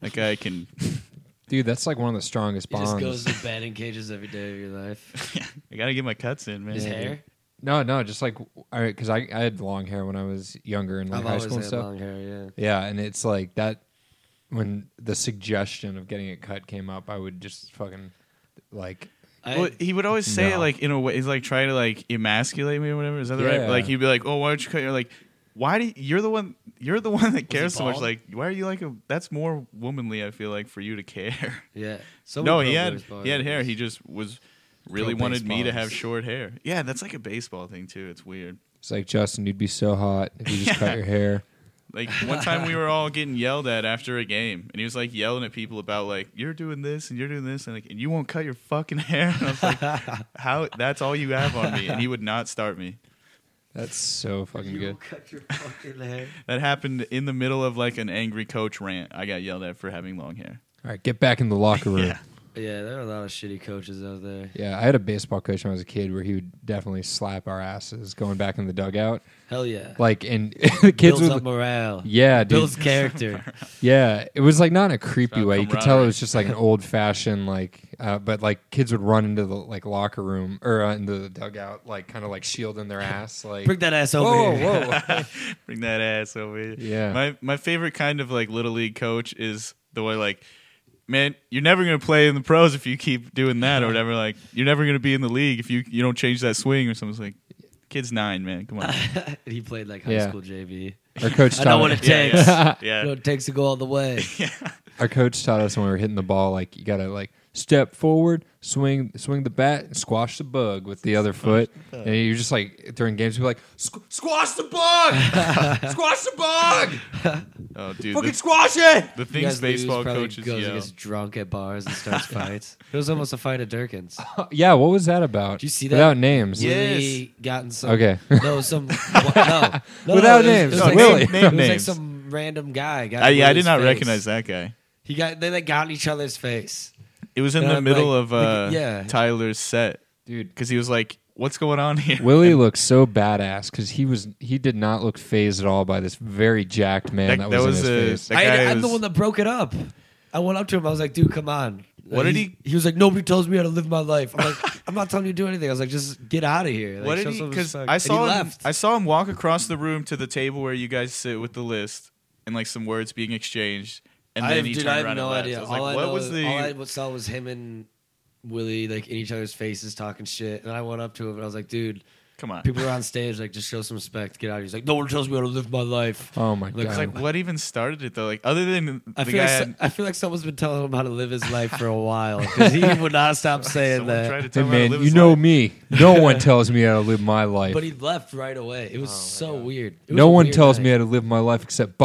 Speaker 2: that guy can. (laughs)
Speaker 1: Dude, that's like one of the strongest
Speaker 3: He
Speaker 1: bonds.
Speaker 3: just goes to batting cages every day of your
Speaker 2: (laughs)
Speaker 3: life.
Speaker 2: I gotta get my cuts in, man.
Speaker 3: His
Speaker 1: Yeah,
Speaker 3: hair.
Speaker 1: No, no, just like because I, I had long hair when I was younger in like
Speaker 3: I've
Speaker 1: high
Speaker 3: always
Speaker 1: school and
Speaker 3: had
Speaker 1: stuff.
Speaker 3: long hair. Yeah.
Speaker 1: Yeah, and it's like that when the suggestion of getting it cut came up, I would just fucking like
Speaker 3: I,
Speaker 2: well, he would always say it
Speaker 1: No.
Speaker 2: like in a way he's like trying to like emasculate me or whatever. Is that the right?
Speaker 1: Yeah.
Speaker 2: Like he'd be like, "Oh, why don't you cut your like? Why do you, you're the one? You're the (laughs) one that cares so much.
Speaker 3: bald?
Speaker 2: Like, why are you like a? That's more womanly. I feel like for you to care. (laughs)
Speaker 3: yeah. Someone
Speaker 2: no,
Speaker 3: pro
Speaker 2: he had
Speaker 3: baseball
Speaker 2: he had hair.
Speaker 3: is- (laughs)
Speaker 2: He just was really wanted me to
Speaker 3: baseballers.
Speaker 2: have short hair. Yeah, that's like a baseball thing too. It's weird.
Speaker 1: it's like Justin, you'd be so hot if you just cut your hair.
Speaker 2: Like one time we were all getting yelled at after a game, and he was like yelling at people about like you're doing this and you're doing this, and like and you won't cut your fucking (laughs) hair. And I was like, how? That's all you have on me, and he would not start me.
Speaker 1: That's so fucking
Speaker 3: You
Speaker 1: good.
Speaker 3: cut your fucking hair.
Speaker 2: That happened in the middle of like an angry coach rant. I got yelled at for having long hair.
Speaker 1: All right, get back in the locker room.
Speaker 2: Yeah.
Speaker 1: yeah.
Speaker 3: Yeah, there are a lot of shitty coaches out there.
Speaker 1: I had a baseball coach when I was a kid where he would definitely slap our asses going back in the dugout.
Speaker 3: Hell yeah.
Speaker 1: Like and (laughs) the kids
Speaker 3: builds
Speaker 1: would
Speaker 3: up morale.
Speaker 1: Yeah, dude. (laughs)
Speaker 3: Builds character.
Speaker 1: Yeah, it was like not in a creepy
Speaker 2: About
Speaker 1: way. You could tell
Speaker 2: camaraderie.
Speaker 1: it was just like an old fashioned like, uh, but like kids would run into the like locker room or uh, into the dugout like kind of like shielding their ass like.
Speaker 3: Bring that ass over
Speaker 1: whoa,
Speaker 3: here. (laughs)
Speaker 1: whoa!
Speaker 2: Bring that ass over here.
Speaker 1: Yeah.
Speaker 2: My my favorite kind of like little league coach is the way like, man, you're never gonna play in the pros if you keep doing that or whatever. Like, you're never gonna be in the league if you you don't change that swing or something. It's like, kid's nine, man. Come on.
Speaker 3: he played like high
Speaker 1: Yeah.
Speaker 3: school JV.
Speaker 1: our coach
Speaker 3: I
Speaker 1: taught
Speaker 3: know what
Speaker 2: (laughs)
Speaker 3: it
Speaker 1: us,
Speaker 2: Yeah,
Speaker 3: takes. (laughs)
Speaker 2: yeah,
Speaker 3: I know
Speaker 2: yeah.
Speaker 3: what it takes to go all the way.
Speaker 2: (laughs)
Speaker 1: our coach taught us when we were hitting the ball like you gotta like step forward, swing swing the bat, and squash the bug with the other foot, and you're just like during games you're like "Squ- squash the
Speaker 3: (laughs)
Speaker 1: bug, squash the bug,
Speaker 2: Oh, dude.
Speaker 1: fucking
Speaker 2: The,
Speaker 1: squash it.
Speaker 2: the
Speaker 3: You
Speaker 2: things
Speaker 3: guys lose,
Speaker 2: baseball
Speaker 3: probably
Speaker 2: coaches
Speaker 3: goes and
Speaker 2: yell.
Speaker 3: gets drunk at bars
Speaker 1: (laughs)
Speaker 3: and starts fights. It was almost a fight at Durkin's.
Speaker 1: Yeah, what was that about?
Speaker 3: Did you see
Speaker 1: Without
Speaker 3: that?
Speaker 1: names.
Speaker 2: Yeah. Yes.
Speaker 3: Willie got in some.
Speaker 1: Okay.
Speaker 2: (laughs)
Speaker 3: No, some. wa- No, no
Speaker 1: Without
Speaker 3: no, it
Speaker 1: names.
Speaker 3: was- it was
Speaker 1: No,
Speaker 3: like
Speaker 1: Willie.
Speaker 3: some-
Speaker 2: Name
Speaker 3: It was like
Speaker 2: names.
Speaker 3: some random guy. Got
Speaker 2: I,
Speaker 3: in
Speaker 2: yeah, I
Speaker 3: Willie's
Speaker 2: did not
Speaker 3: face.
Speaker 2: recognize that guy.
Speaker 3: He got. They like got in each other's face.
Speaker 2: It was in
Speaker 3: And
Speaker 2: the
Speaker 3: I'm
Speaker 2: middle
Speaker 3: like,
Speaker 2: of uh,
Speaker 3: like, yeah.
Speaker 2: Tyler's set
Speaker 1: Dude,
Speaker 2: because he was like, "What's going on here?"
Speaker 1: Willie looked so badass because he was he did not look phased at all by this very jacked man that,
Speaker 2: That- that
Speaker 1: was,
Speaker 2: was
Speaker 1: in
Speaker 2: a-
Speaker 1: his face.
Speaker 2: that-
Speaker 3: I,
Speaker 2: guy
Speaker 3: I'm the
Speaker 2: is-
Speaker 3: one that broke it up. I went up to him. I was like, "Dude, come on."
Speaker 2: What
Speaker 3: Like,
Speaker 2: did
Speaker 3: he's- He was like, "Nobody tells me how to live my life." I'm
Speaker 2: (laughs)
Speaker 3: like, "I'm not telling you to do anything." I was like, "Just get out of here."
Speaker 2: (laughs)
Speaker 3: Like,
Speaker 2: what
Speaker 3: show
Speaker 2: did he?
Speaker 3: some
Speaker 2: Because
Speaker 3: respect.
Speaker 2: I
Speaker 3: And he
Speaker 2: saw him.
Speaker 3: left.
Speaker 2: I saw him walk across the room to the table where you guys sit with the list and like some words being exchanged, and
Speaker 3: I
Speaker 2: then
Speaker 3: have,
Speaker 2: he
Speaker 3: dude,
Speaker 2: turned
Speaker 3: I have
Speaker 2: around
Speaker 3: no
Speaker 2: and left.
Speaker 3: idea.
Speaker 2: I was like,
Speaker 3: all I
Speaker 2: "What
Speaker 3: know-
Speaker 2: was the?"
Speaker 3: All I was- saw was him and Willie like in each other's faces talking shit, and I went up to him and I was like, "Dude,
Speaker 2: come on.
Speaker 3: (laughs) people are on stage. Like, just show some respect. Get out." of here." He's like, "No one tells me how to live my life."
Speaker 1: oh my
Speaker 3: Looks
Speaker 1: god!
Speaker 2: It's like what even started it though? Like other than Uh, the
Speaker 3: I
Speaker 2: guy
Speaker 3: feel, like so-
Speaker 2: had,
Speaker 3: I feel like someone's been telling him how to live his life for a while because he would not
Speaker 2: (laughs)
Speaker 3: stop saying
Speaker 2: someone
Speaker 3: that.
Speaker 2: tried to
Speaker 1: hey
Speaker 2: tell him how to
Speaker 1: man,
Speaker 2: live
Speaker 1: you
Speaker 2: his
Speaker 1: know
Speaker 2: life.
Speaker 1: me. No one tells me how to live my life.
Speaker 3: But he left right away. It was
Speaker 2: Oh
Speaker 3: so weird. It was
Speaker 1: no
Speaker 3: a
Speaker 1: one
Speaker 3: weird
Speaker 1: tells
Speaker 3: night.
Speaker 1: me how to live my life except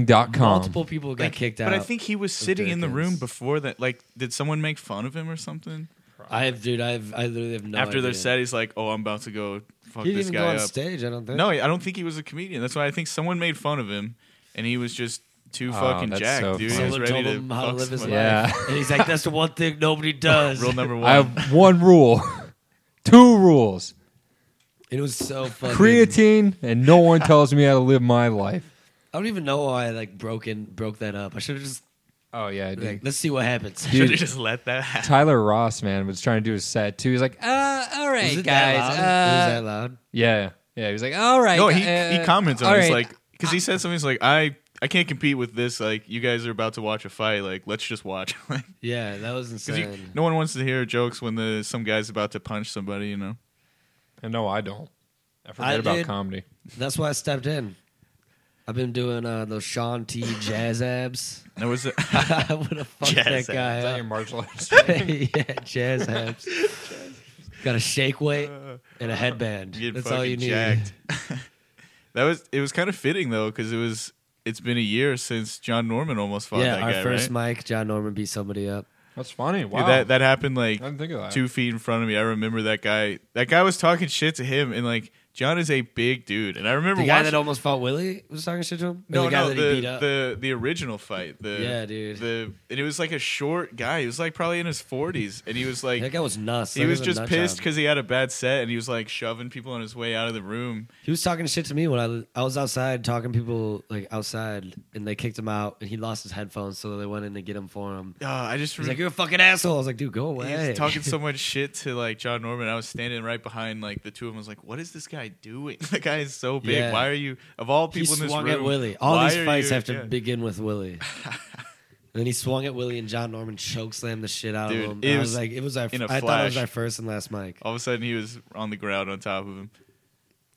Speaker 1: bodybuilding.com.
Speaker 3: Multiple people got kicked out.
Speaker 2: But I think he was sitting in the
Speaker 3: Durkins.
Speaker 2: room before that. Like, did someone make fun of him or something?
Speaker 3: I have, dude. I have, I literally have no.
Speaker 2: After
Speaker 3: idea.
Speaker 2: their set, he's like, "Oh, I'm about to go fuck
Speaker 3: he didn't
Speaker 2: this
Speaker 3: even
Speaker 2: guy
Speaker 3: go on
Speaker 2: up."
Speaker 3: stage. I don't think.
Speaker 2: No, I don't think he was a comedian. That's why I think someone made fun of him, and he was just too
Speaker 1: Oh,
Speaker 2: fucking
Speaker 1: that's
Speaker 2: jacked,
Speaker 1: so
Speaker 2: dude. He
Speaker 1: funny.
Speaker 2: was
Speaker 3: Someone
Speaker 2: ready
Speaker 3: told
Speaker 2: to
Speaker 3: him how to
Speaker 2: fuck
Speaker 3: live his life,
Speaker 2: somebody.
Speaker 1: Yeah.
Speaker 3: and he's like, "That's the one thing
Speaker 2: (laughs)
Speaker 3: nobody does."
Speaker 2: Rule number one. (laughs)
Speaker 1: I have one rule, (laughs) two rules:
Speaker 3: It was so fucking.
Speaker 1: creatine, and no one tells me how to live my life.
Speaker 3: I don't even know why I like broke in, broke that up. I should have just
Speaker 1: Oh yeah, dude.
Speaker 3: like, let's see what (laughs) happens.
Speaker 2: Should
Speaker 1: Dude.
Speaker 2: have just let that happen.
Speaker 1: Tyler Ross, man, was trying to do his set too. He's like, uh, all
Speaker 3: Was
Speaker 1: right,
Speaker 3: it that
Speaker 1: guys.
Speaker 3: loud?
Speaker 1: uh,
Speaker 3: it was that loud?
Speaker 1: Yeah, yeah. He was like, "All right."
Speaker 2: No, he
Speaker 1: uh,
Speaker 2: he comments on
Speaker 1: all
Speaker 2: it. He's
Speaker 1: right.
Speaker 2: like, because he said something. He's like, I I can't compete with this. Like, you guys are about to watch a fight. Like, let's just watch. (laughs) like,
Speaker 3: Yeah, that was
Speaker 2: because
Speaker 3: insane.
Speaker 2: no one wants to hear jokes when the some guy's about to punch somebody. You know.
Speaker 1: And no, I don't. I forget
Speaker 3: I
Speaker 1: about
Speaker 3: did.
Speaker 1: comedy.
Speaker 3: That's why I stepped in. I've been doing uh, those Sean T jazz abs. (laughs)
Speaker 2: And There was a,
Speaker 3: I would have fucked
Speaker 2: Jazz
Speaker 3: that guy
Speaker 1: Is that
Speaker 3: up.
Speaker 1: your martial arts?
Speaker 3: (laughs) yeah,
Speaker 2: (laughs)
Speaker 3: jazz abs. Got a shake weight and a headband.
Speaker 2: you (laughs) get
Speaker 3: That's
Speaker 2: fucking
Speaker 3: all you need.
Speaker 2: jacked. (laughs) That was it. Was kind of fitting though, because it was. It's been a year since John Norman almost fought
Speaker 3: yeah,
Speaker 2: that
Speaker 3: our
Speaker 2: guy,
Speaker 3: first
Speaker 2: right?
Speaker 3: mic, John Norman beat somebody up.
Speaker 1: That's funny. Wow.
Speaker 2: Dude, that that happened
Speaker 1: I
Speaker 2: like
Speaker 1: didn't think of that.
Speaker 2: two feet in front of me. I remember that guy. That guy was talking shit to him, and like John is a big dude, and I remember
Speaker 3: The guy
Speaker 2: watching.
Speaker 3: that almost fought Willie was talking shit to him. Or
Speaker 2: no,
Speaker 3: the guy
Speaker 2: no,
Speaker 3: that
Speaker 2: the,
Speaker 3: he beat up.
Speaker 2: the the original fight. The,
Speaker 3: Yeah, dude.
Speaker 2: The and it was like a short guy. He was like probably in his forties, and he was like
Speaker 3: that guy was nuts.
Speaker 2: he
Speaker 3: That
Speaker 2: was
Speaker 3: a
Speaker 2: just
Speaker 3: nut
Speaker 2: pissed
Speaker 3: job.
Speaker 2: because he had a bad set, and he was like shoving people on his way out of the room.
Speaker 3: He was talking shit to me when I, I was outside talking to people like outside, and they kicked him out, and he lost his headphones, so they went in to get him for him.
Speaker 2: Uh, I just
Speaker 3: He's like,
Speaker 2: remember
Speaker 3: "You're a fucking asshole." I was like, "Dude, go
Speaker 2: he
Speaker 3: away."
Speaker 2: was talking so much shit to like John Norman. I was standing right behind like the two of them. I was like, "What is this guy doing? (laughs) The guy is so big.
Speaker 3: Yeah.
Speaker 2: Why are you of all
Speaker 3: (laughs) he
Speaker 2: people in this
Speaker 3: swung
Speaker 2: room?
Speaker 3: at Willie. All
Speaker 2: why
Speaker 3: these
Speaker 2: are
Speaker 3: fights
Speaker 2: you-
Speaker 3: have to
Speaker 2: yeah.
Speaker 3: begin with
Speaker 2: (laughs)
Speaker 3: Willie. and then he swung at Willie, and John Norman chokeslammed the shit out
Speaker 2: Dude,
Speaker 3: of him.
Speaker 2: it
Speaker 3: And I
Speaker 2: was
Speaker 3: was like, "It was our. I
Speaker 2: in a
Speaker 3: thought it was
Speaker 2: flash. Oh.
Speaker 3: our first and last mic.
Speaker 2: All of a sudden, he was on the ground on top of him.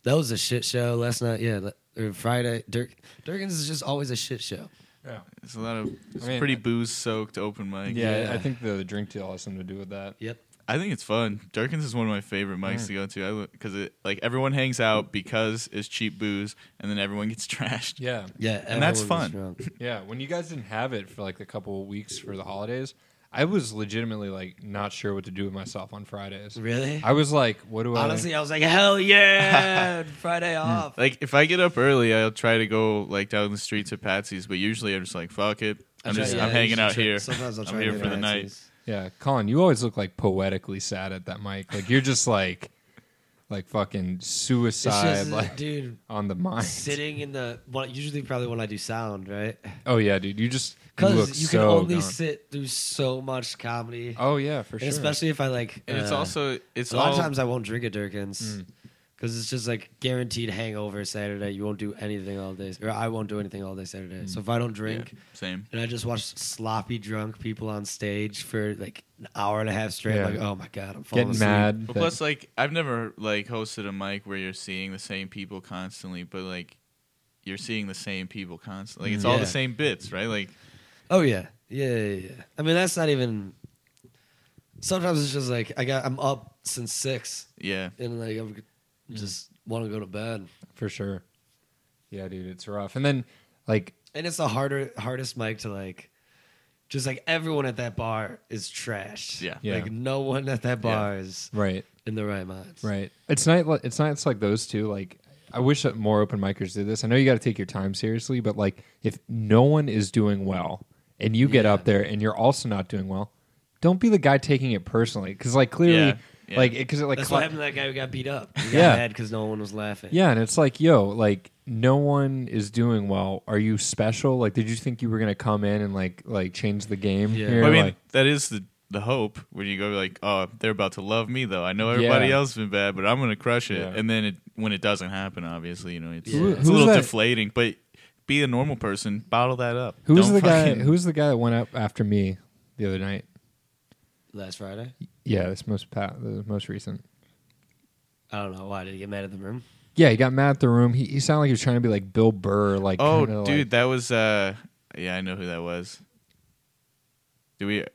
Speaker 3: That was a shit show last night. Yeah, le- or Friday. Dirk Durkins is just always a shit show.
Speaker 1: yeah.
Speaker 2: It's a lot of it's
Speaker 1: I mean,
Speaker 2: pretty
Speaker 1: I-
Speaker 2: booze soaked open mic.
Speaker 1: Yeah,
Speaker 3: Yeah.
Speaker 1: I think the, the drink deal has something to do with that.
Speaker 3: Yep.
Speaker 2: I think it's fun. Durkin's is one of my favorite mics
Speaker 1: Mm.
Speaker 2: to go to because it like everyone hangs out because it's cheap booze, and then everyone gets (laughs) trashed.
Speaker 1: Yeah.
Speaker 3: Yeah,
Speaker 2: And that's
Speaker 3: everyone
Speaker 2: fun.
Speaker 3: was drunk.
Speaker 1: Yeah. When you guys didn't have it for like a couple of weeks for the holidays, I was legitimately like not sure what to do with myself on Fridays.
Speaker 2: (laughs)
Speaker 3: Really?
Speaker 1: I was like, what do
Speaker 3: Honestly, I was like,
Speaker 2: (laughs)
Speaker 3: hell yeah, Friday
Speaker 2: Hmm.
Speaker 3: off.
Speaker 2: Like if I get up early, I'll try to go like down the street to Patsy's, but usually I'm just like fuck it. I'm
Speaker 3: I try-
Speaker 2: just
Speaker 3: yeah,
Speaker 2: I'm hanging
Speaker 3: usually
Speaker 2: out
Speaker 3: try-
Speaker 2: here.
Speaker 3: Sometimes I'll
Speaker 2: I'm
Speaker 3: try
Speaker 2: here
Speaker 3: to
Speaker 2: for the
Speaker 3: get
Speaker 2: night.
Speaker 3: Nazis.
Speaker 1: I? Yeah. Colin, you always look like poetically sad at that mic. Like you're just like, like fucking
Speaker 3: It's
Speaker 1: suicide,
Speaker 3: just,
Speaker 1: like
Speaker 3: (laughs) dude,
Speaker 1: on the mic.
Speaker 3: sitting in the well, usually probably when I do sound, right?
Speaker 1: Oh yeah, dude. You just you look
Speaker 3: Because you can
Speaker 1: so
Speaker 3: only
Speaker 1: gone.
Speaker 3: sit through so much comedy,
Speaker 1: Oh yeah, for sure.
Speaker 3: and especially if I like.
Speaker 2: And it's
Speaker 3: uh,
Speaker 2: also it's
Speaker 3: a lot
Speaker 2: all Hmm.
Speaker 3: of times I won't drink at Durkins because it's just like guaranteed hangover Saturday. You won't do anything all day, or I won't do anything all day Saturday. So if I don't
Speaker 2: Hmm. yeah,
Speaker 3: drink
Speaker 2: same.
Speaker 3: and I just watch sloppy drunk people on stage for like an hour and a half straight,
Speaker 1: Yeah.
Speaker 3: I'm like, oh my god, I'm falling
Speaker 1: getting
Speaker 3: asleep.
Speaker 1: mad.
Speaker 2: But
Speaker 1: that-
Speaker 2: plus, like I've never like hosted a mic where you're seeing the same people constantly, but like you're seeing the same people constantly. Like it's all
Speaker 3: Yeah.
Speaker 2: the same bits, right? Like
Speaker 3: Oh yeah. yeah, yeah, yeah. I mean, that's not even. Sometimes it's just like I got. I'm up since six,
Speaker 2: yeah,
Speaker 3: and like I'm
Speaker 1: Mm.
Speaker 3: just want to go to bed.
Speaker 1: for sure. Yeah, dude, it's rough. And then like
Speaker 3: And it's the harder hardest mic to like just like everyone at that bar is trash.
Speaker 2: Yeah.
Speaker 1: Yeah.
Speaker 3: Like no one at that bar is
Speaker 1: right.
Speaker 3: in the right minds.
Speaker 1: Right. It's night. It's nights like those too. Like I wish that more open micers did this. I know you got to take your time seriously, but like if no one is doing well and you get
Speaker 3: Yeah.
Speaker 1: up there and you're also not doing well, don't be the guy taking it personally because like clearly,
Speaker 2: Yeah. Yeah.
Speaker 1: like because it like
Speaker 3: That's
Speaker 1: cla-
Speaker 3: what happened to that guy who got beat up. He got
Speaker 1: Yeah.
Speaker 3: mad because no one was laughing.
Speaker 1: yeah, and it's like yo, like no one is doing well. Are you special? Like, did you think you were gonna come in and like like change the game?
Speaker 3: Yeah.
Speaker 1: here?
Speaker 2: Well, I mean,
Speaker 1: Like,
Speaker 2: that is the the hope when you go like, oh, they're about to love me though. I know everybody
Speaker 1: Yeah.
Speaker 2: else has been bad, but I'm gonna crush it.
Speaker 1: Yeah.
Speaker 2: And then it, when it doesn't happen, obviously, you know, it's,
Speaker 3: Who-
Speaker 2: it's
Speaker 1: who's
Speaker 2: a little
Speaker 1: that-
Speaker 2: deflating. But be a normal person, bottle that up.
Speaker 1: who's
Speaker 2: Don't
Speaker 1: the guy?
Speaker 2: fucking-
Speaker 1: Who's the guy that went up after me the other night?
Speaker 3: Last Friday.
Speaker 1: Yeah, this most pa- the most recent.
Speaker 3: I don't know why did he get mad at the room?
Speaker 1: Yeah, he got mad at the room. He, he sounded like he was trying to be like Bill Burr, like
Speaker 2: (laughs) Oh,
Speaker 1: kinda, like-
Speaker 2: dude, that was uh, yeah, I know who that was. Do we? uh,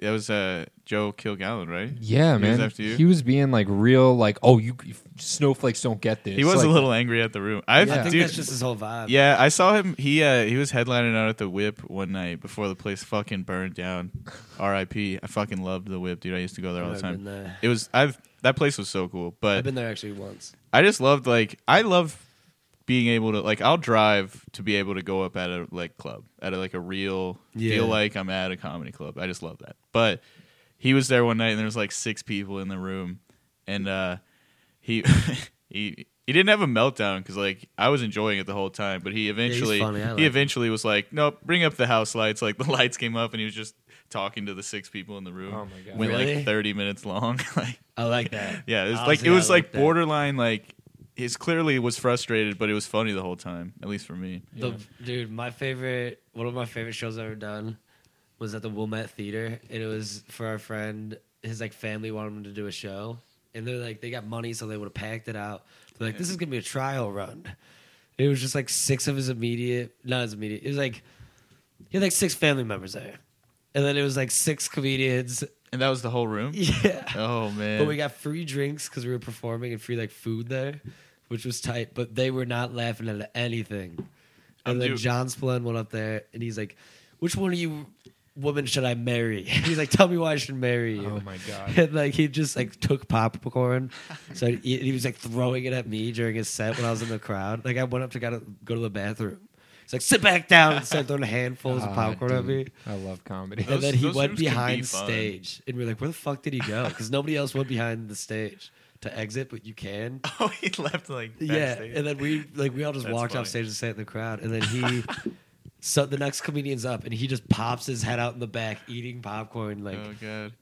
Speaker 2: That was uh, Joe Kilgallen, right?
Speaker 1: yeah,
Speaker 2: He was
Speaker 1: man.
Speaker 2: after you?
Speaker 1: He was being like real, like oh, you, you snowflakes don't get this.
Speaker 2: He was
Speaker 1: Like,
Speaker 2: a little angry at the room. I,
Speaker 3: I think
Speaker 2: dude,
Speaker 3: that's just his whole vibe.
Speaker 2: Yeah, I saw him. He uh, he was headlining out at the Whip one night before the place fucking burned down. R.I.P. I fucking loved the Whip, dude. I used to go there all the
Speaker 3: I've
Speaker 2: time.
Speaker 3: been there.
Speaker 2: It was I've that place was so cool,
Speaker 3: I've
Speaker 2: but
Speaker 3: been there actually once.
Speaker 2: I just loved like I love being able to like I'll drive to be able to go up at a like club at a, like a real
Speaker 3: Yeah.
Speaker 2: feel like I'm at a comedy club. I just love that. But he was there one night and there was like six people in the room, and uh, he (laughs) he. He didn't have a meltdown because like I was enjoying it the whole time, but he eventually
Speaker 3: funny. I like
Speaker 2: he
Speaker 3: him.
Speaker 2: eventually was like, "Nope, bring up the house lights." Like (laughs) the lights came up, and he was just talking to the six people in the room.
Speaker 1: Oh my God.
Speaker 2: went
Speaker 3: Really?
Speaker 2: like thirty minutes long. (laughs) like
Speaker 3: I like that.
Speaker 2: yeah, it was like
Speaker 3: Honestly,
Speaker 2: it was
Speaker 3: I
Speaker 2: like
Speaker 3: that.
Speaker 2: borderline like he's clearly was frustrated, but it was funny the whole time, at least for me.
Speaker 3: The, Dude, my favorite, one of my favorite shows I've ever done was at the Wilmette Theater, and it was for our friend. His like family wanted him to do a show, and they're like they got money, so they would have packed it out. They're like, this is gonna be a trial run. It was just like six of his immediate, not his immediate. It was like he had like six family members there, and then it was like six comedians. (laughs)
Speaker 2: And that was the whole room.
Speaker 3: Yeah.
Speaker 2: Oh man,
Speaker 3: But we got free drinks because we were performing and free like food there. which was tight, but they were not laughing at anything.
Speaker 2: I'm
Speaker 3: And then
Speaker 2: do-
Speaker 3: John's plan went up there, and he's like, "Which one of you women should I marry?" (laughs) He's like, "Tell me why I should marry you."
Speaker 1: Oh my god.
Speaker 3: (laughs) And like he just like took popcorn, so he, he was like throwing it at me during his set when I was in the crowd. Like I went up to gotta go to the bathroom. He's like, "Sit back down!" and started throwing handfuls of
Speaker 1: Ah,
Speaker 3: popcorn at me.
Speaker 1: dude, I love comedy.
Speaker 3: And
Speaker 2: Those-
Speaker 3: then he
Speaker 2: those
Speaker 3: went
Speaker 2: rooms can be
Speaker 3: behind
Speaker 2: fun.
Speaker 3: stage, and we are like, "Where the fuck did he go?" Because nobody else went behind the stage to exit, but you can.
Speaker 2: (laughs) Oh, he left (laughs) like
Speaker 3: Yeah,
Speaker 2: (laughs) backstage.
Speaker 3: and then we like we all just
Speaker 2: That's
Speaker 3: walked
Speaker 2: funny.
Speaker 3: off stage and sat in the crowd, and then
Speaker 2: (laughs)
Speaker 3: he. So the next comedian's up, and he just pops his head out in the back, eating popcorn like
Speaker 2: oh god.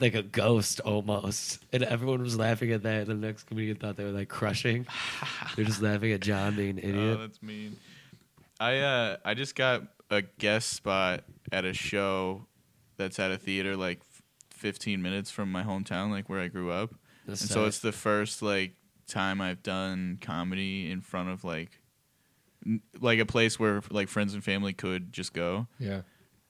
Speaker 3: like a ghost almost. And everyone was laughing at that. And the next comedian thought they were
Speaker 2: (laughs)
Speaker 3: like crushing. They're just laughing at John being an
Speaker 2: Oh,
Speaker 3: idiot.
Speaker 2: that's mean. I uh I just got a guest spot at a show that's at a theater like f- 15 minutes from my hometown, like where I grew up.
Speaker 3: That's
Speaker 2: and so
Speaker 3: tight.
Speaker 2: it's the first like time I've done comedy in front of like n- like a place where like friends and family could just go.
Speaker 1: (laughs) yeah.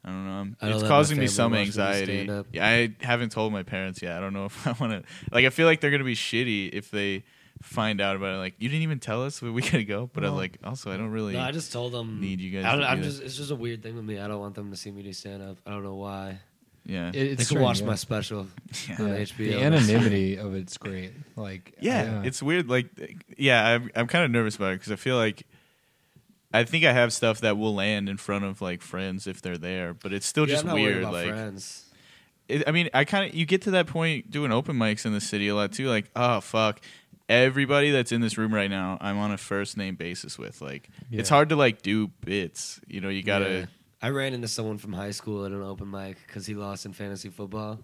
Speaker 2: I don't know. I'm-
Speaker 3: I don't
Speaker 2: it's
Speaker 3: let my
Speaker 2: causing me
Speaker 3: family
Speaker 2: some
Speaker 3: watch me
Speaker 2: anxiety.
Speaker 3: stand up.
Speaker 2: Yeah, I haven't told my parents yet. I don't know (laughs) if I want to. Like, I feel like they're gonna be shitty if they find out about it. Like, you didn't even tell us we (laughs) we gotta go. But I
Speaker 1: No.
Speaker 2: like also I don't really.
Speaker 3: No, I just told them.
Speaker 2: Need you guys
Speaker 3: I
Speaker 2: to
Speaker 3: am
Speaker 2: do
Speaker 3: just. It's just a weird thing with me. I don't want them to see me do stand up. I don't know why.
Speaker 2: yeah.
Speaker 1: It-
Speaker 3: They
Speaker 1: it's
Speaker 3: could watch
Speaker 1: strange,
Speaker 3: my
Speaker 1: yeah.
Speaker 3: special
Speaker 2: Yeah.
Speaker 3: on
Speaker 1: Yeah.
Speaker 3: HBO.
Speaker 1: The
Speaker 3: (laughs)
Speaker 1: anonymity of it's great. Like
Speaker 2: yeah, it's weird. Like, yeah, I'm I'm kind of nervous about it because I feel like I think I have stuff that will land in front of like friends if they're there, but it's still
Speaker 3: Yeah,
Speaker 2: just
Speaker 3: I'm not worried
Speaker 2: weird.
Speaker 3: about
Speaker 2: Like,
Speaker 3: friends.
Speaker 2: it, I mean, I kind of you get to that point doing open mics in the city a lot too. Like, oh fuck, everybody that's in this room right now, I'm on a first name basis with. Like, it's
Speaker 1: Yeah.
Speaker 2: hard to like do bits. You know, you gotta.
Speaker 3: Yeah. I ran into someone from high school at an open mic because he lost in fantasy football,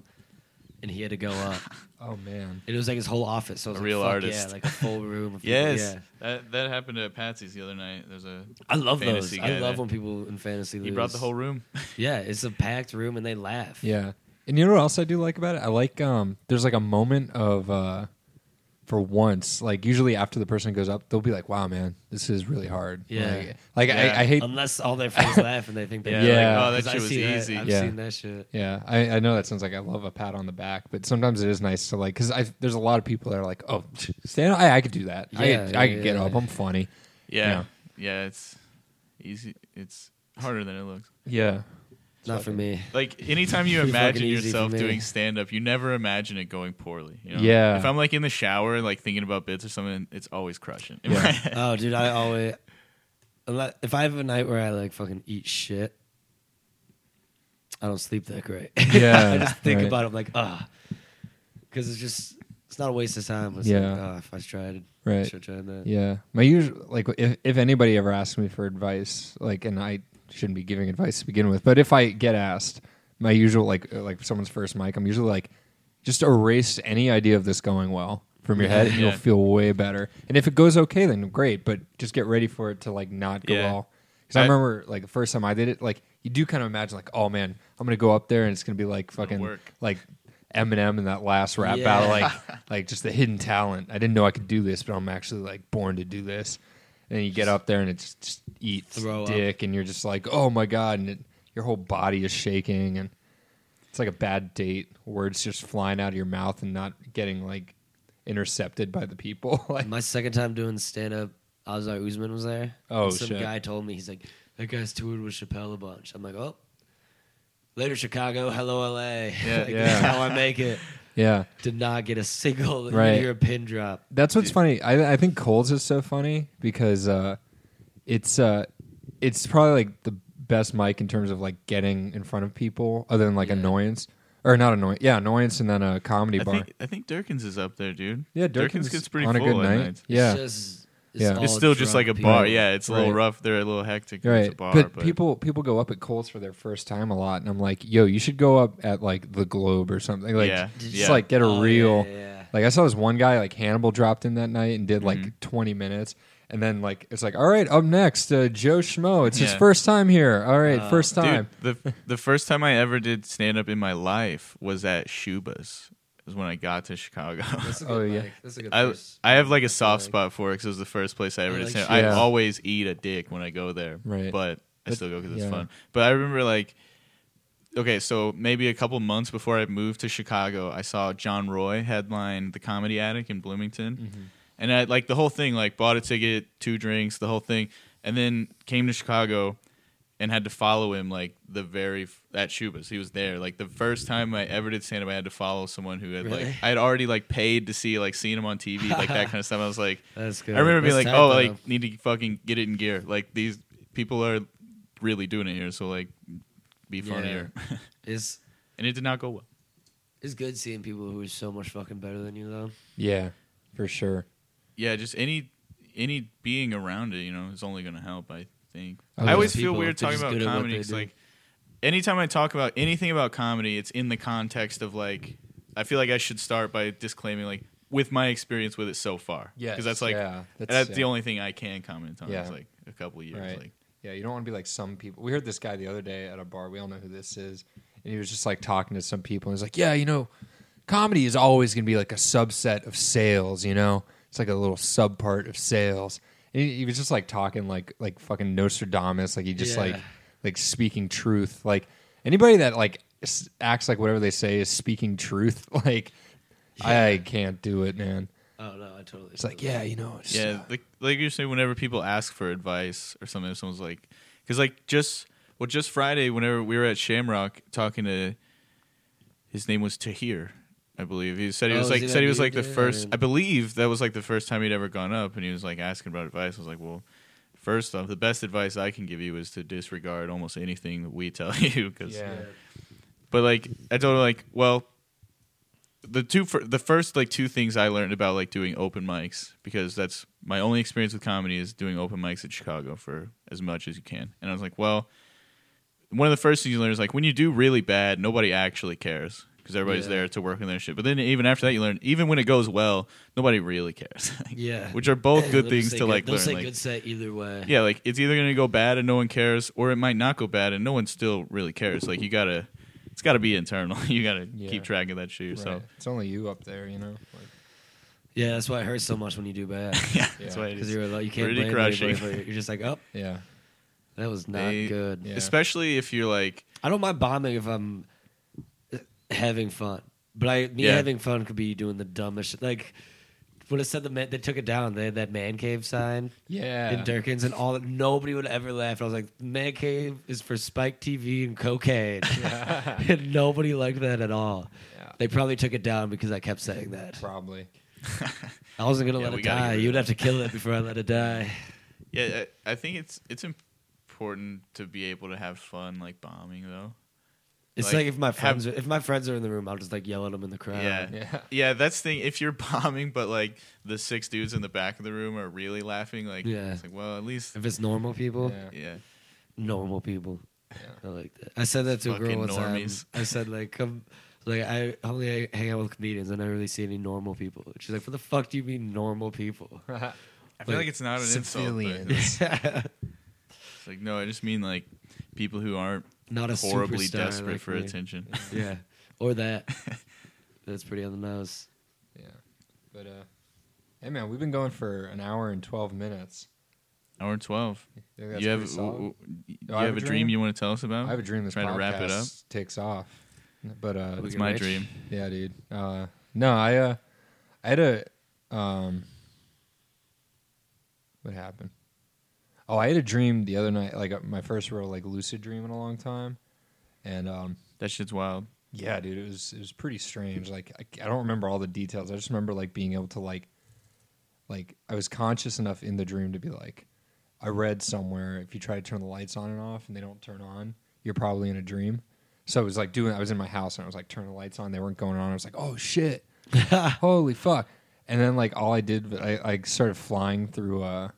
Speaker 3: and he had to
Speaker 2: (laughs)
Speaker 3: go up.
Speaker 1: Oh man.
Speaker 3: And it was like his whole office. So I was
Speaker 2: A
Speaker 3: like,
Speaker 2: real
Speaker 3: "Fuck
Speaker 2: artist.
Speaker 3: yeah, like a full
Speaker 2: (laughs)
Speaker 3: room. Of people.
Speaker 2: Yes,
Speaker 3: yeah.
Speaker 2: that that happened at Patsy's the other night. There's a
Speaker 3: I love those.
Speaker 2: Fantasy guy
Speaker 3: I love
Speaker 2: there.
Speaker 3: when people in fantasy.
Speaker 2: he brought the
Speaker 3: lose.
Speaker 2: whole (laughs) room.
Speaker 3: Yeah, it's a packed room and they laugh.
Speaker 1: Yeah. And you know what else I do like about it? I like um there's like a moment of uh for once, like usually after the person goes up, they'll be like, Wow man, this is really hard.
Speaker 3: Yeah.
Speaker 1: Like, like
Speaker 2: Yeah.
Speaker 1: I, I hate
Speaker 3: Unless all their (laughs) friends laugh and they think they
Speaker 2: Yeah,
Speaker 3: know,
Speaker 1: like,
Speaker 2: oh, that
Speaker 3: 'cause
Speaker 2: shit
Speaker 3: I've
Speaker 2: was
Speaker 3: seen that.
Speaker 2: easy.
Speaker 3: I've
Speaker 1: Yeah.
Speaker 3: seen that shit.
Speaker 1: Yeah, I, I know that sounds like I love a pat on the back, but sometimes it is nice to like because I there's a lot of people that are like, oh, (laughs) stand up, I, I could do that. I
Speaker 3: Yeah,
Speaker 1: could, I
Speaker 3: yeah,
Speaker 1: could get
Speaker 3: yeah.
Speaker 1: up. I'm funny.
Speaker 2: Yeah.
Speaker 1: Yeah.
Speaker 2: yeah, It's easy. It's harder than it looks.
Speaker 1: Yeah,
Speaker 3: Not for me.
Speaker 2: Like anytime you
Speaker 3: Pretty fucking
Speaker 2: imagine
Speaker 3: easy for
Speaker 2: yourself
Speaker 3: me.
Speaker 2: doing stand up, you never imagine it going poorly. You know?
Speaker 1: Yeah.
Speaker 2: If I'm like in the shower, like thinking about bits or something, it's always crushing. in (laughs)
Speaker 1: Yeah.
Speaker 2: my head.
Speaker 3: Oh,
Speaker 1: (laughs)
Speaker 3: dude, I always. unle- If I have a night where I like fucking eat shit, I don't sleep that great. (laughs)
Speaker 1: Yeah,
Speaker 3: I just think
Speaker 1: right.
Speaker 3: about it. I'm like, ah. Because it's just, it's not a waste of time. It's
Speaker 1: Yeah.
Speaker 3: like, ah, if I tried, I
Speaker 1: Right.
Speaker 3: should try that.
Speaker 1: yeah. My usual like if if anybody ever asks me for advice, like, and I shouldn't be giving advice to begin with, but if I get asked, my usual like uh, like someone's first mic, I'm usually like, just erase any idea of this going well from your head, and
Speaker 2: Yeah.
Speaker 1: you'll feel way better. And if it goes okay, then great, but just get ready for it to like not go
Speaker 2: Yeah.
Speaker 1: well. Because I,
Speaker 2: I-
Speaker 1: remember like the first time I did it, like you do kind of imagine like, oh man, I'm gonna go up there and it's gonna be like
Speaker 2: gonna
Speaker 1: fucking
Speaker 2: work.
Speaker 1: like Eminem in that last rap
Speaker 3: Yeah.
Speaker 1: battle, like like just the hidden talent. I didn't know I could do this, but I'm actually like born to do this. And you get up there and it's just eat
Speaker 3: Throw up.
Speaker 1: dick, and you're just like, oh my god, and it, your whole body is shaking, and it's like a bad date. Words just flying out of your mouth and not getting like intercepted by the people. (laughs) like,
Speaker 3: My second time doing stand up, Ozar Usman was there.
Speaker 1: Oh,
Speaker 3: And some
Speaker 1: shit.
Speaker 3: guy told me he's like, that guy's toured with Chappelle a bunch. I'm like, oh, later Chicago, hello LA. (laughs)
Speaker 2: Yeah,
Speaker 3: like,
Speaker 1: yeah.
Speaker 3: That's how I make it.
Speaker 1: yeah,
Speaker 3: Did not get a single
Speaker 1: Right.
Speaker 3: you hear a pin drop.
Speaker 1: That's what's funny. I, I think Coles is so funny because uh, it's uh, it's probably like the best mic in terms of like getting in front of people, other than like
Speaker 3: Yeah.
Speaker 1: annoyance or not annoyance. Yeah, annoyance, and then a comedy
Speaker 2: I
Speaker 1: bar.
Speaker 2: think I think Durkins is up there, dude.
Speaker 1: yeah,
Speaker 2: Durkins,
Speaker 1: Durkin's
Speaker 2: gets pretty
Speaker 1: on
Speaker 2: full
Speaker 1: a good
Speaker 2: on
Speaker 1: night.
Speaker 2: nights.
Speaker 1: Yeah,
Speaker 3: It's, just, it's,
Speaker 1: Yeah.
Speaker 3: all
Speaker 2: It's still just
Speaker 3: drunk
Speaker 2: like a
Speaker 3: people.
Speaker 2: bar. Yeah, it's a little
Speaker 1: Right.
Speaker 2: rough. They're a little hectic.
Speaker 1: You're
Speaker 2: It's a
Speaker 1: right.
Speaker 2: bar,
Speaker 1: but, people people go up at Coles for their first time a lot, and I'm like, yo, you should go up at like the Globe or something. Like,
Speaker 2: Yeah,
Speaker 1: just
Speaker 2: yeah.
Speaker 1: like get a
Speaker 3: Oh,
Speaker 1: real.
Speaker 3: yeah, yeah,
Speaker 1: Like I saw this one guy like Hannibal dropped in that night and did like
Speaker 2: Mm-hmm.
Speaker 1: 20 minutes, and then like it's like all right, up next uh, Joe Schmo. It's his
Speaker 2: Yeah.
Speaker 1: first time here. All right, first
Speaker 2: Dude,
Speaker 1: time.
Speaker 2: the the first time I ever did stand up in my life was at Shuba's. Was when I got to
Speaker 1: (laughs)
Speaker 2: Chicago.
Speaker 3: That's a good
Speaker 1: Oh, yeah.
Speaker 3: mic. That's a good
Speaker 2: I
Speaker 3: first.
Speaker 2: I have like a soft
Speaker 3: like-
Speaker 2: spot for it because it was the first place I ever
Speaker 3: I
Speaker 2: did
Speaker 3: like
Speaker 2: stand.
Speaker 3: shit.
Speaker 2: I
Speaker 1: Yeah.
Speaker 2: always eat a dick when I go there,
Speaker 1: Right.
Speaker 2: But I
Speaker 1: But-
Speaker 2: still go because
Speaker 1: yeah.
Speaker 2: it's fun. But I remember like, okay, so maybe a couple months
Speaker 3: Mm-hmm.
Speaker 2: before I moved to Chicago, I saw John Roy headline the Comedy Attic in Bloomington, and I like the whole thing. Like bought a ticket, two drinks, the whole thing, and then came to Chicago, and had to follow him like the very f- at Shubas. He was there like the first time I ever did stand up. I had to follow someone who had like
Speaker 3: Really?
Speaker 2: I had already like paid to see like seeing him on TV like
Speaker 3: (laughs)
Speaker 2: that kind of stuff. I was like,
Speaker 3: That's good.
Speaker 2: I remember being
Speaker 3: That's
Speaker 2: like,
Speaker 3: tight,
Speaker 2: oh,
Speaker 3: though.
Speaker 2: like need to fucking get it in gear. Like these people are really doing it here, so like be
Speaker 3: Yeah.
Speaker 2: funnier.
Speaker 3: it's
Speaker 2: and it did not go well.
Speaker 3: it's good seeing people who are so much fucking better than you though.
Speaker 1: Yeah, for sure.
Speaker 2: Yeah, just any any being around it, you know, is only gonna help. I think.
Speaker 1: Oh,
Speaker 2: I
Speaker 1: yeah.
Speaker 2: always
Speaker 3: People,
Speaker 2: feel weird talking
Speaker 3: they're just
Speaker 2: about
Speaker 3: good at what
Speaker 2: comedy.
Speaker 3: they
Speaker 2: 'cause,
Speaker 3: do.
Speaker 2: like, anytime I talk about anything about comedy, it's in the context of like. I feel like I should start by disclaiming like with my experience with it so far. because that's like
Speaker 1: yeah,
Speaker 2: that's, the only thing I can comment on.
Speaker 1: Yeah.
Speaker 2: Is like a couple years.
Speaker 1: Right.
Speaker 2: Like
Speaker 1: Yeah, you don't want to be like some people. We heard this guy the other day at a bar. We all know who this is, and he was just like talking to some people. And he's like, "Yeah, you know, comedy is always going to be like a subset of sales. You know, it's like a little subpart of sales." And he, he was just like talking like like fucking Nostradamus. Like he just
Speaker 3: Yeah.
Speaker 1: like like speaking truth. Like anybody that like s- acts like whatever they say is speaking truth. (laughs) Like I can't do it, man.
Speaker 3: Oh no, I totally.
Speaker 1: It's like yeah, you know, it's,
Speaker 2: yeah, like like you say, whenever people ask for advice or something, if someone's like, because like just well, just Friday, whenever we were at Shamrock talking to, his name was Tahir, I believe. He said he
Speaker 3: Oh,
Speaker 2: was
Speaker 3: is
Speaker 2: like
Speaker 3: he
Speaker 2: said he
Speaker 3: that
Speaker 2: was like the
Speaker 3: dude? Yeah, I
Speaker 2: first.
Speaker 3: didn't-
Speaker 2: I believe that was like the first time he'd ever gone up, and he was like asking about advice. I was like, well. First off, the best advice I can give you is to disregard almost anything that we tell (laughs) you. Cause,
Speaker 1: yeah.
Speaker 2: But like, I told him like, well, the two fir- the first like two things I learned about like doing open mics because that's my only experience with comedy is doing open mics at Chicago for as much as you can. And I was like, well, one of the first things you learn is like when you do really bad, nobody actually cares because everybody's
Speaker 3: Yeah.
Speaker 2: there to work on their shit. But then even after that, you learn even when it goes well, nobody really cares. (laughs) Like,
Speaker 3: Yeah.
Speaker 2: which are
Speaker 3: (laughs)
Speaker 2: both good
Speaker 3: They'll just
Speaker 2: things
Speaker 3: say
Speaker 2: to
Speaker 3: good-
Speaker 2: like
Speaker 3: they'll
Speaker 2: learn.
Speaker 3: say
Speaker 2: Like,
Speaker 3: good set either way.
Speaker 2: yeah, like it's either gonna go bad and no one cares, or it might not go bad and no one still really cares. Like you gotta, it's gotta be internal. (laughs) you gotta
Speaker 1: Yeah.
Speaker 2: keep track of that shit yourself.
Speaker 1: Right. It's only you up there, you know. Like,
Speaker 3: Yeah, that's why it hurts so much when you do bad.
Speaker 2: (laughs) Yeah, that's
Speaker 1: Yeah.
Speaker 2: why it
Speaker 3: Because
Speaker 2: is.
Speaker 3: you're like, you can't
Speaker 2: Pretty
Speaker 3: blame
Speaker 2: crushing.
Speaker 3: anybody for it. You're just like, oh,
Speaker 1: yeah.
Speaker 3: that was
Speaker 2: (laughs)
Speaker 3: not
Speaker 2: They-
Speaker 3: good.
Speaker 1: Yeah.
Speaker 2: Especially if you're like,
Speaker 3: I don't mind bombing if I'm uh, having fun, but I me
Speaker 2: Yeah.
Speaker 3: having fun could be doing the dumbest shit. Like when it said the man, they took it down. They had that man cave sign
Speaker 1: Yeah. (laughs)
Speaker 3: in Durkins and all that. Nobody would ever laugh. And I was like, man cave is for Spike TV
Speaker 2: (laughs)
Speaker 3: and cocaine, and nobody liked that at all.
Speaker 1: Yeah.
Speaker 3: They probably took it down because I kept saying that.
Speaker 1: Probably.
Speaker 3: I wasn't gonna
Speaker 2: Yeah,
Speaker 3: let
Speaker 2: we gotta
Speaker 3: it
Speaker 2: get
Speaker 3: die.
Speaker 2: rid of
Speaker 3: You'd
Speaker 2: that.
Speaker 3: have to kill it before I let
Speaker 2: (laughs)
Speaker 3: it die.
Speaker 2: yeah, I, I think it's it's important to be able to have fun like bombing though.
Speaker 3: It's
Speaker 2: Like,
Speaker 3: like, if my
Speaker 2: have-
Speaker 3: friends are, if my friends are in the room, I'll just like yell at them in the crowd.
Speaker 2: yeah. yeah,
Speaker 1: yeah.
Speaker 2: that's the thing. If you're (laughs) bombing, but like the six dudes in the back of the room are really laughing, like,
Speaker 3: Yeah.
Speaker 2: it's like, well, at least,
Speaker 3: If it's normal people,
Speaker 1: Yeah. (laughs)
Speaker 2: yeah,
Speaker 3: normal people.
Speaker 1: Yeah.
Speaker 3: I like that. I said that to a girl
Speaker 2: Fucking
Speaker 3: one
Speaker 2: normies.
Speaker 3: time. I said like, come, like I only hang out with comedians. I never really see any normal people. She's like, what the fuck do you mean normal people?
Speaker 2: I feel
Speaker 3: Like,
Speaker 2: like it's not an insult. but
Speaker 1: civilians.
Speaker 2: It's it's like, no, I just mean like people who aren't
Speaker 3: (laughs) Not a
Speaker 2: horribly
Speaker 3: superstar
Speaker 2: desperate
Speaker 3: like
Speaker 2: for
Speaker 3: me.
Speaker 2: attention.
Speaker 3: Yeah,
Speaker 1: (laughs)
Speaker 3: or that. That's pretty on the nose.
Speaker 1: yeah. But uh hey man, we've been going for an hour and 12 minutes.
Speaker 2: Hour twelve.
Speaker 1: I think that's
Speaker 2: you have
Speaker 1: pretty
Speaker 2: w- w-
Speaker 1: solid.
Speaker 2: you
Speaker 1: Do I
Speaker 2: have a dream you want to tell us about?
Speaker 1: I have a dream this
Speaker 2: Try
Speaker 1: podcast
Speaker 2: to wrap it up.
Speaker 1: takes off. But uh
Speaker 3: We
Speaker 2: It's
Speaker 3: can
Speaker 2: my
Speaker 3: write-
Speaker 2: dream.
Speaker 1: yeah, dude. Uh no, I uh I had a um what happened? Oh, I had a dream the other night, like uh, my first real like lucid dream in a long time. And um
Speaker 2: That shit's
Speaker 1: (laughs)
Speaker 2: wild.
Speaker 1: Yeah, dude, it was it was pretty strange. Like I, I don't remember all the details. I just remember like being able to like like I was conscious enough in the dream to be like I read somewhere if you try to turn the lights on and off and they don't turn on, you're probably in a dream. So I was like doing I was in my house and I was like turning the lights on, they weren't going on. I was like, "Oh
Speaker 3: (laughs)
Speaker 1: shit. Holy fuck." And then like all I did was I I started flying through uh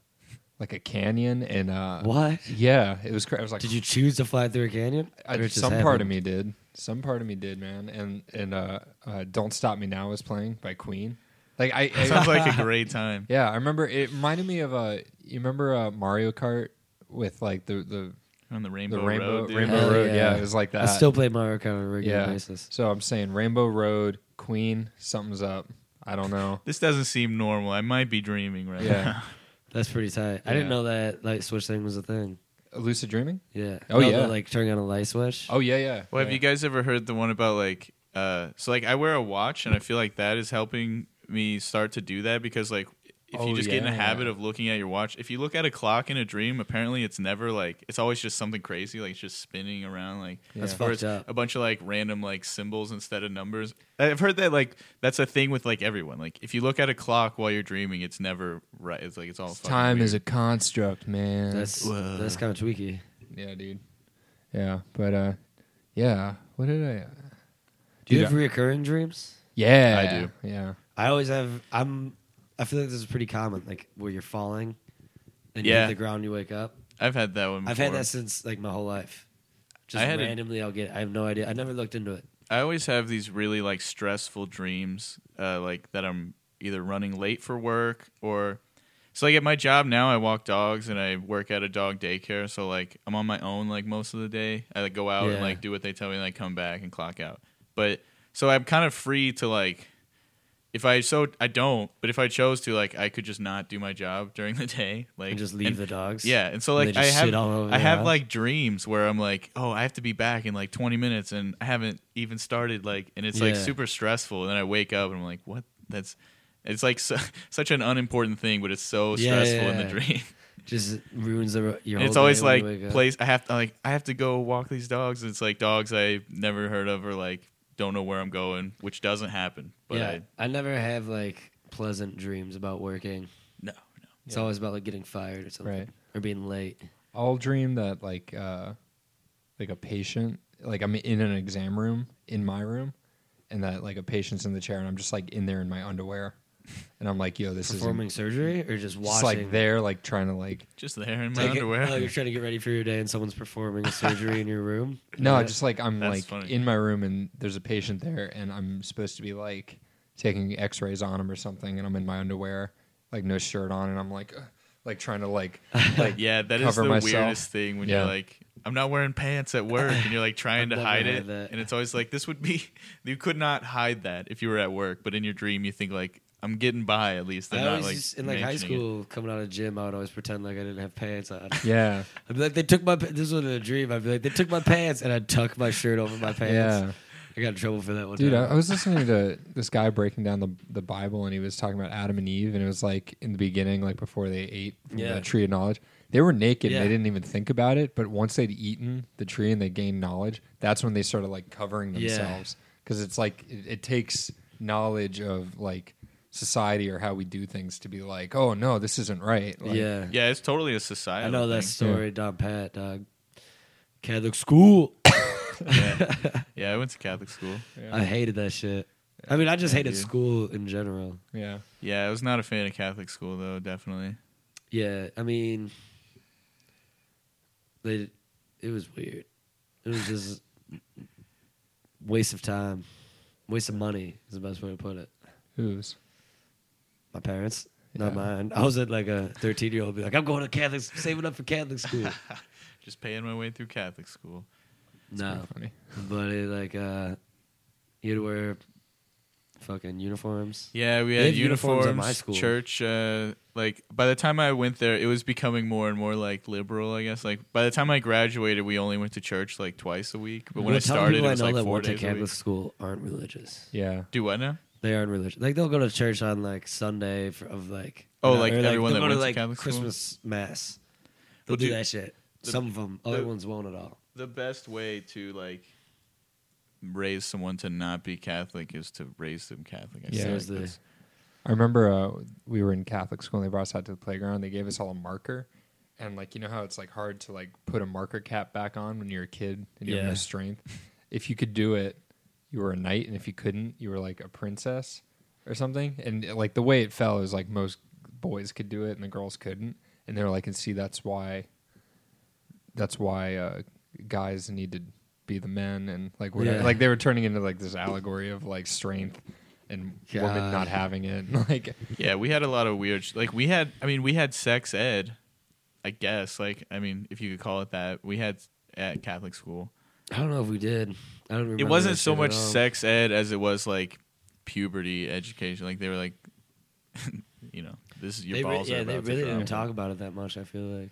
Speaker 1: like a canyon and uh
Speaker 3: What
Speaker 1: yeah, it was cra- I was like
Speaker 3: did you choose to fly through a canyon?
Speaker 1: I,
Speaker 3: Or it just
Speaker 1: some part of
Speaker 3: happened?
Speaker 1: me did. Some part of me did, man. And and uh, uh, "Don't Stop Me Now" was playing by Queen. Like I, I-
Speaker 2: Sounds like a great time.
Speaker 1: (laughs) yeah, I remember. It reminded me of a. You remember uh, Mario Kart with like the the,
Speaker 2: On the Rainbow,
Speaker 1: the Rainbow
Speaker 2: Road. dude.
Speaker 1: Rainbow
Speaker 3: Hell
Speaker 1: Road. Yeah.
Speaker 3: yeah.
Speaker 1: it was like that.
Speaker 3: I still play Mario Kart on a regular
Speaker 1: uh, yeah.
Speaker 3: basis.
Speaker 1: So I'm saying Rainbow Road, Queen, something's up. I don't know.
Speaker 2: This doesn't seem normal. I might be dreaming right
Speaker 1: Yeah.
Speaker 2: now.
Speaker 3: That's pretty tight. I
Speaker 1: Yeah.
Speaker 3: didn't know that light switch thing was a thing.
Speaker 1: Lucid dreaming.
Speaker 3: Yeah.
Speaker 1: Oh,
Speaker 3: No,
Speaker 1: yeah.
Speaker 3: the, like turning on a light switch.
Speaker 1: Oh yeah, yeah.
Speaker 2: Well, have
Speaker 1: yeah.
Speaker 2: you guys ever heard the one about like uh so like I wear a watch and I feel like that is helping me start to do that because like if
Speaker 1: Oh,
Speaker 2: you just get in a
Speaker 1: yeah.
Speaker 2: habit of looking at your watch, if you look at a clock in a dream, apparently it's never like it's always just something crazy, like it's just spinning around, like
Speaker 1: That's
Speaker 2: or it's
Speaker 3: fucked up.
Speaker 2: a bunch of like random like symbols instead of numbers. I've heard that like that's a thing with like everyone. Like if you look at a clock while you're dreaming, it's never right. It's like it's all fucking
Speaker 1: Time is
Speaker 2: weird.
Speaker 1: a construct, man.
Speaker 3: That's
Speaker 2: Whoa.
Speaker 3: that's kind of tweaky.
Speaker 1: yeah, dude. Yeah, but uh, yeah. What did I?
Speaker 3: Do you
Speaker 1: Dude,
Speaker 3: have reoccurring dreams?
Speaker 1: Yeah,
Speaker 2: I do.
Speaker 1: Yeah,
Speaker 3: I always have. I'm. I feel like this is pretty common. Like where you're falling, and you
Speaker 2: Yeah.
Speaker 3: hit the ground, you wake up.
Speaker 2: I've had that one. Before.
Speaker 3: I've had that since like my whole life. Just
Speaker 2: I had a-
Speaker 3: randomly, i I'll get. It. I have no idea. I never looked into it.
Speaker 2: I always have these really like stressful dreams, uh, like that I'm either running late for work or so like at my job now I walk dogs and I work at a dog daycare, so like I'm on my own like most of the day. I like go out
Speaker 3: Yeah.
Speaker 2: and like do what they tell me and I come back and clock out. But so I'm kind of free to like if I so I don't, but if I chose to, like I could just not do my job during the day, like
Speaker 3: And just leave the dogs.
Speaker 2: yeah, and so
Speaker 3: And
Speaker 2: like
Speaker 3: they
Speaker 2: I
Speaker 3: just
Speaker 2: have
Speaker 3: sit all over
Speaker 2: I
Speaker 3: the
Speaker 2: have
Speaker 3: house.
Speaker 2: like dreams where I'm like, oh, I have to be back in like 20 minutes, and I haven't even started like, and it's like
Speaker 3: Yeah.
Speaker 2: super stressful. And then I wake up and I'm like, what? That's it's like su (laughs) such an unimportant thing, but it's so
Speaker 3: Yeah,
Speaker 2: stressful in the
Speaker 3: yeah.
Speaker 2: dream.
Speaker 3: Just ruins the, (laughs) your.
Speaker 2: and it's
Speaker 3: whole
Speaker 2: always
Speaker 3: day when you
Speaker 2: like
Speaker 3: wake up.
Speaker 2: place I have to like I have to go walk these dogs. And it's like dogs I never heard of or like don't know where I'm going, which doesn't happen. But
Speaker 3: yeah,
Speaker 2: I
Speaker 3: I, never have like pleasant dreams about working.
Speaker 2: no,
Speaker 3: It's always about like getting fired or something,
Speaker 1: Right.
Speaker 3: or being late.
Speaker 1: I'll dream that like uh, like a patient, like I'm in an exam room in my room, and that like a patient's in the chair, and I'm just like in there in my underwear, and I'm like, yo, this
Speaker 3: Performing
Speaker 1: is
Speaker 3: surgery or just watching.
Speaker 1: just like there, like trying to like
Speaker 2: just there in my
Speaker 3: Like,
Speaker 2: underwear.
Speaker 3: oh, you're trying to get ready for your day, and someone's performing a surgery in your room.
Speaker 1: No,
Speaker 3: Yeah.
Speaker 1: just like I'm
Speaker 2: That's
Speaker 1: like
Speaker 2: funny.
Speaker 1: in my room and there's a patient there and I'm supposed to be like taking X-rays on him or something and I'm in my underwear, like no shirt on, and I'm like, uh, like trying
Speaker 2: (laughs)
Speaker 1: to like, like
Speaker 2: Yeah, that is
Speaker 1: cover
Speaker 2: the
Speaker 1: myself.
Speaker 2: weirdest thing when
Speaker 1: Yeah.
Speaker 2: you're like, I'm not wearing pants at work, and
Speaker 3: (laughs)
Speaker 2: you're like trying to
Speaker 3: never
Speaker 2: hide
Speaker 3: had
Speaker 2: it,
Speaker 3: that.
Speaker 2: and it's always like this would be (laughs) you could not hide that if you were at work, but in your dream you think like I'm getting by at least. I'm
Speaker 3: I
Speaker 2: not,
Speaker 3: always
Speaker 2: like,
Speaker 3: used, in like high
Speaker 2: mentioning it.
Speaker 3: school, coming out of gym, I would always pretend like I didn't have pants on.
Speaker 1: yeah,
Speaker 3: I'd be like, they took my. pa- This was a dream. I'd be like, they took my pants, and I'd tuck my shirt over my pants.
Speaker 1: yeah.
Speaker 3: I got in trouble for that one.
Speaker 1: Dude, I,
Speaker 3: time.
Speaker 1: I was listening to this guy breaking down the the Bible, and he was talking about Adam and Eve, and it was like in the beginning, like before they ate from
Speaker 3: Yeah.
Speaker 1: the tree of knowledge, they were naked. and
Speaker 3: Yeah.
Speaker 1: They didn't even think about it, but once they'd eaten the tree and they gained knowledge, that's when they started like covering
Speaker 3: Yeah.
Speaker 1: themselves because it's like it, it takes knowledge of like society or how we do things to be like, oh no, this isn't right. Like,
Speaker 3: yeah,
Speaker 2: Yeah, it's totally a society.
Speaker 3: I know that
Speaker 2: thing.
Speaker 3: story, Don Pat, dog. Catholic school. (laughs)
Speaker 2: yeah. yeah, I went to Catholic school.
Speaker 3: I hated that shit. I mean, I just hated
Speaker 2: dude.
Speaker 3: school in general.
Speaker 1: yeah,
Speaker 2: Yeah, I was not a fan of Catholic school though. Definitely.
Speaker 3: Yeah, I mean, they. It was weird. It was just waste of time, waste of money is the best way to put it.
Speaker 1: who's
Speaker 3: My parents, not
Speaker 1: Yeah.
Speaker 3: mine. I was at like a thirteen year old, be like, I'm going to Catholic, saving up for
Speaker 1: (laughs)
Speaker 3: Catholic school.
Speaker 2: Just paying my way through Catholic school.
Speaker 3: no,
Speaker 1: funny.
Speaker 3: but it like uh, you had to wear fucking uniforms.
Speaker 2: Yeah, we
Speaker 3: They
Speaker 2: had,
Speaker 3: had
Speaker 2: uniforms,
Speaker 3: uniforms at my school.
Speaker 2: church. Uh, like by the time I went there, it was becoming more and more like liberal. I guess like by the time I graduated, we only went to church like twice a week. But when
Speaker 3: Well,
Speaker 2: I
Speaker 3: a ton of
Speaker 2: started, it
Speaker 3: people
Speaker 2: was
Speaker 3: I know
Speaker 2: like
Speaker 3: that
Speaker 2: four
Speaker 3: went to
Speaker 2: days a
Speaker 3: Catholic
Speaker 2: week.
Speaker 3: school aren't religious.
Speaker 1: Yeah,
Speaker 2: Do what now?
Speaker 3: They aren't religious. Like they'll go to church on like Sunday for, of like
Speaker 2: Oh,
Speaker 3: you know,
Speaker 2: like,
Speaker 3: or,
Speaker 2: everyone
Speaker 3: they'll
Speaker 2: that
Speaker 3: go
Speaker 2: went to
Speaker 3: like,
Speaker 2: Catholic school?
Speaker 3: Christmas mass. They'll
Speaker 2: Well,
Speaker 3: do
Speaker 2: dude,
Speaker 3: that shit.
Speaker 2: the-
Speaker 3: Some of them, other
Speaker 2: the-
Speaker 3: ones won't at all.
Speaker 2: The best way to like raise someone to not be Catholic is to raise them Catholic. I
Speaker 1: Yeah.
Speaker 2: feel
Speaker 1: So
Speaker 2: like
Speaker 3: is the-
Speaker 2: that's-
Speaker 1: I remember uh, we were in Catholic school and they brought us out to the playground. They gave us all a marker, and like you know how it's like hard to like put a marker cap back on when you're a kid and you have no
Speaker 3: Yeah.
Speaker 1: strength. (laughs) If you could do it, you were a knight, and if you couldn't, you were like a princess or something. And like the way it fell is like most boys could do it and the girls couldn't, and they were like, and see that's why. That's why uh, guys need to be the men and like whatever.
Speaker 3: Yeah.
Speaker 1: Like they were turning into like this allegory of like strength and women
Speaker 3: God.
Speaker 1: not having it.
Speaker 2: (laughs)
Speaker 1: and, Like
Speaker 2: yeah, we had a lot of weird. sh- Like we had, I mean, we had sex ed. I guess, like, I mean, if you could call it that, we had at Catholic school.
Speaker 3: I don't know if we did. I don't remember.
Speaker 2: it wasn't
Speaker 3: that
Speaker 2: so
Speaker 3: shit at
Speaker 2: much
Speaker 3: all.
Speaker 2: sex ed as it was like puberty education. Like they were like, (laughs) you know, this is your
Speaker 3: They re-
Speaker 2: balls.
Speaker 3: yeah,
Speaker 2: are
Speaker 3: they
Speaker 2: about
Speaker 3: really
Speaker 2: to
Speaker 3: didn't
Speaker 2: drop.
Speaker 3: talk about it that much. I feel like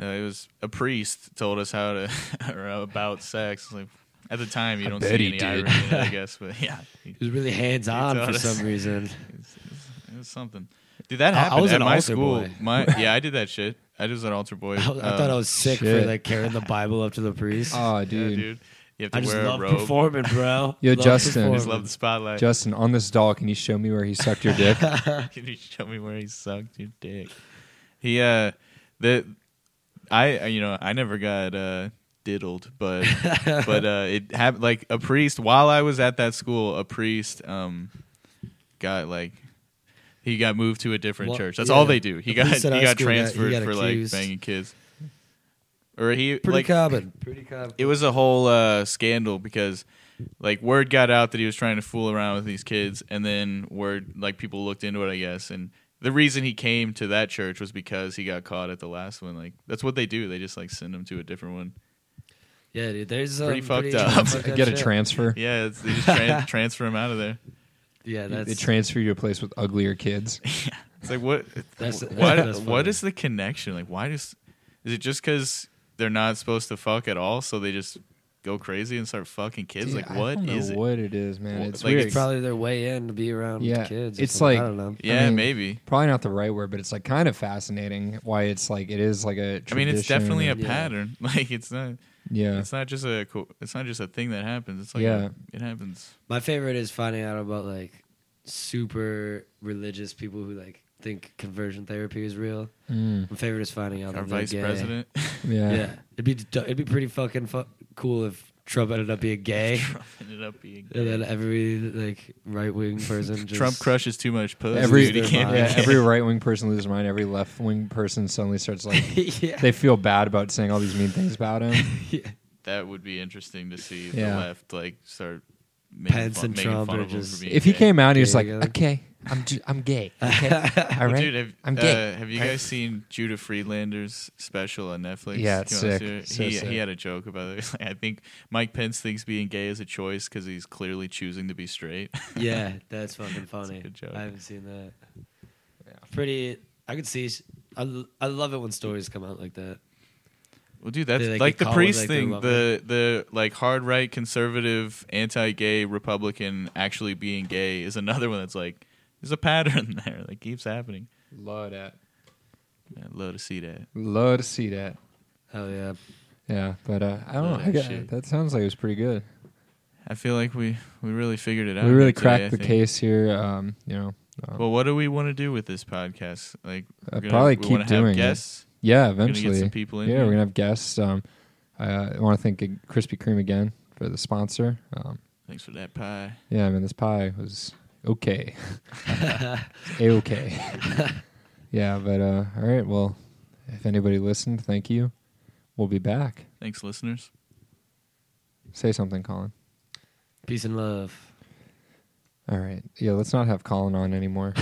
Speaker 2: Uh, it was a priest told us how to (laughs) or about sex. Like at the time, you
Speaker 1: I
Speaker 2: don't
Speaker 1: bet
Speaker 2: see
Speaker 1: he
Speaker 2: any irony,
Speaker 1: did.
Speaker 2: in it,
Speaker 1: (laughs)
Speaker 2: I guess, but yeah,
Speaker 3: it was really hands on
Speaker 2: taught
Speaker 3: for
Speaker 2: us.
Speaker 3: some reason.
Speaker 2: it's, it's, it was something. Did that
Speaker 3: I- I
Speaker 2: happen
Speaker 3: was
Speaker 2: at
Speaker 3: an
Speaker 2: my
Speaker 3: altar
Speaker 2: school?
Speaker 3: boy. (laughs)
Speaker 2: My yeah, I did that shit. I was an altar boy.
Speaker 3: (laughs) I, I thought I
Speaker 2: Um,
Speaker 3: was sick
Speaker 1: shit.
Speaker 3: for like carrying the Bible up to the priest.
Speaker 1: Oh,
Speaker 2: yeah,
Speaker 1: dude.
Speaker 2: dude. You have to
Speaker 3: I just
Speaker 2: wear a
Speaker 3: love
Speaker 2: robe.
Speaker 3: performing, bro.
Speaker 1: Yo,
Speaker 3: Love
Speaker 1: Justin.
Speaker 2: I just
Speaker 3: performing.
Speaker 2: love the spotlight.
Speaker 1: Justin, on this doll, can you show me where he sucked
Speaker 2: (laughs)
Speaker 1: your dick?
Speaker 2: Can you show me where he sucked your dick? He uh the I uh, you know, I never got uh diddled,
Speaker 3: (laughs)
Speaker 2: but but uh it happened like a priest while I was at that school, a priest um got like he got moved to a different
Speaker 3: Well,
Speaker 2: church. That's
Speaker 3: yeah.
Speaker 2: all they do. He
Speaker 3: The priest
Speaker 2: got
Speaker 3: at
Speaker 2: he
Speaker 3: our
Speaker 2: got
Speaker 3: school got- he
Speaker 2: transferred
Speaker 3: got
Speaker 2: for
Speaker 3: accused.
Speaker 2: like banging kids. Or he
Speaker 3: Pretty
Speaker 2: like
Speaker 3: common.
Speaker 2: (laughs)
Speaker 3: Pretty common.
Speaker 2: it was a whole uh, scandal because like word got out that he was trying to fool around with these kids and then word like people looked into it i guess and the reason he came to that church was because he got caught at the last one like that's what they do they just like send him to a different one
Speaker 3: Yeah, dude. There's um,
Speaker 2: Pretty fucked
Speaker 3: pretty
Speaker 2: up.
Speaker 3: fucked up
Speaker 1: Get a
Speaker 3: shit.
Speaker 1: transfer.
Speaker 2: yeah it's, they just
Speaker 1: (laughs)
Speaker 2: tran transfer him out of there
Speaker 3: Yeah, that's
Speaker 1: They transfer you to a place with
Speaker 2: (laughs)
Speaker 1: uglier kids.
Speaker 2: it's like what
Speaker 3: That's-
Speaker 2: what
Speaker 3: that's
Speaker 2: what
Speaker 3: funny.
Speaker 2: is the connection like why does is it just because they're not supposed to fuck at all so they just go crazy and start fucking kids
Speaker 1: Dude,
Speaker 2: like
Speaker 1: I
Speaker 2: what
Speaker 1: don't know
Speaker 2: is it
Speaker 1: What it is, man?
Speaker 2: Well,
Speaker 1: It's
Speaker 2: like,
Speaker 1: weird.
Speaker 2: it's
Speaker 3: probably their way in to be around
Speaker 1: Yeah,
Speaker 3: kids. or
Speaker 1: it's
Speaker 3: something.
Speaker 1: like-
Speaker 3: I don't know.
Speaker 2: yeah
Speaker 1: mean,
Speaker 2: maybe
Speaker 1: probably not the right word, but it's like kind of fascinating why it's like it is like a.
Speaker 2: I mean, it's
Speaker 1: tradition
Speaker 2: definitely a
Speaker 1: and-
Speaker 3: Yeah.
Speaker 2: pattern. (laughs) Like it's not,
Speaker 1: yeah.
Speaker 2: it's not just a, co- it's not just a thing that happens. It's like
Speaker 1: Yeah.
Speaker 2: a- it happens.
Speaker 3: My favorite is finding out about like super religious people who like think conversion therapy is real.
Speaker 1: Mm,
Speaker 3: My favorite is finding out
Speaker 2: Our
Speaker 3: that they're
Speaker 2: vice
Speaker 1: (laughs)
Speaker 3: gay.
Speaker 2: president. (laughs)
Speaker 1: yeah.
Speaker 3: Yeah, it'd be it'd be pretty fucking fu- cool if Trump ended up being gay,
Speaker 2: Trump ended up being.
Speaker 3: (laughs) and then every like right wing person
Speaker 2: (laughs)
Speaker 3: just
Speaker 2: Trump crushes too much pussy.
Speaker 1: Every
Speaker 2: dude. He can't be
Speaker 1: yeah,
Speaker 2: gay. (laughs)
Speaker 1: every right wing person loses mind. Every left wing person suddenly
Speaker 2: (laughs)
Speaker 1: starts like
Speaker 3: (laughs) yeah.
Speaker 1: they feel bad about saying all these mean things about him.
Speaker 3: yeah.
Speaker 2: that would be interesting to see
Speaker 1: Yeah.
Speaker 2: the left like start making
Speaker 3: Pence
Speaker 2: fun,
Speaker 3: and
Speaker 2: making
Speaker 3: Trump
Speaker 2: fun
Speaker 3: are
Speaker 2: of him
Speaker 3: just-
Speaker 2: for being
Speaker 1: If he
Speaker 2: gay.
Speaker 1: came out, and he was
Speaker 3: Gay
Speaker 1: like,
Speaker 3: together.
Speaker 1: "Okay, I'm ju- I'm
Speaker 2: (laughs)
Speaker 1: gay. Okay, all
Speaker 2: Well,
Speaker 1: right,
Speaker 2: dude, have,
Speaker 1: I'm gay."
Speaker 2: Uh, have you guys seen Judah Friedlander's special on Netflix?
Speaker 1: Yeah, it's
Speaker 2: You wanna see
Speaker 1: sick.
Speaker 2: it?
Speaker 1: So
Speaker 2: he,
Speaker 1: sick.
Speaker 2: he had a joke about it. (laughs) He's like, I think Mike Pence thinks being gay is a choice because he's clearly choosing to be straight. (laughs)
Speaker 3: Yeah, that's fucking funny.
Speaker 2: good joke.
Speaker 3: I haven't seen that. Pretty. I could see. I, l- I love it when stories come out like that.
Speaker 2: Well, dude, that's
Speaker 3: They, like,
Speaker 2: like
Speaker 3: get
Speaker 2: the
Speaker 3: caught with,
Speaker 2: priest
Speaker 3: like, their
Speaker 2: thing.
Speaker 3: love
Speaker 2: The the like hard right conservative anti-gay Republican actually being gay is another one that's like there's a pattern (laughs) there that keeps happening.
Speaker 1: Love that.
Speaker 2: I'd love to see that.
Speaker 1: Love to see that.
Speaker 3: Hell yeah.
Speaker 1: Yeah, but uh, I don't
Speaker 2: Love
Speaker 1: know.
Speaker 2: that
Speaker 1: I got-
Speaker 2: shit.
Speaker 1: that sounds like it was pretty good.
Speaker 2: I feel like we we really figured it out.
Speaker 1: We really
Speaker 2: today, I
Speaker 1: cracked the
Speaker 2: think.
Speaker 1: case here. Um, you know. um,
Speaker 2: Well, what do we want to do with this podcast? Like,
Speaker 1: Uh,
Speaker 2: we're gonna, we wanna
Speaker 1: probably keep
Speaker 2: have
Speaker 1: doing it.
Speaker 2: guests.
Speaker 1: Yeah,
Speaker 2: We're gonna get
Speaker 1: eventually.
Speaker 2: some people in.
Speaker 1: yeah,
Speaker 2: here.
Speaker 1: we're gonna have guests. Um, I want to thank Krispy Kreme again for the sponsor. Um,
Speaker 2: Thanks for that pie.
Speaker 1: yeah, I mean this pie was
Speaker 2: (laughs)
Speaker 1: okay, a okay. yeah, but uh, all right. Well, if anybody listened, thank you. We'll be back.
Speaker 2: Thanks, listeners.
Speaker 1: Say something, Colin.
Speaker 3: Peace and love.
Speaker 2: (laughs)
Speaker 1: All right. Yeah, let's not have Colin on anymore.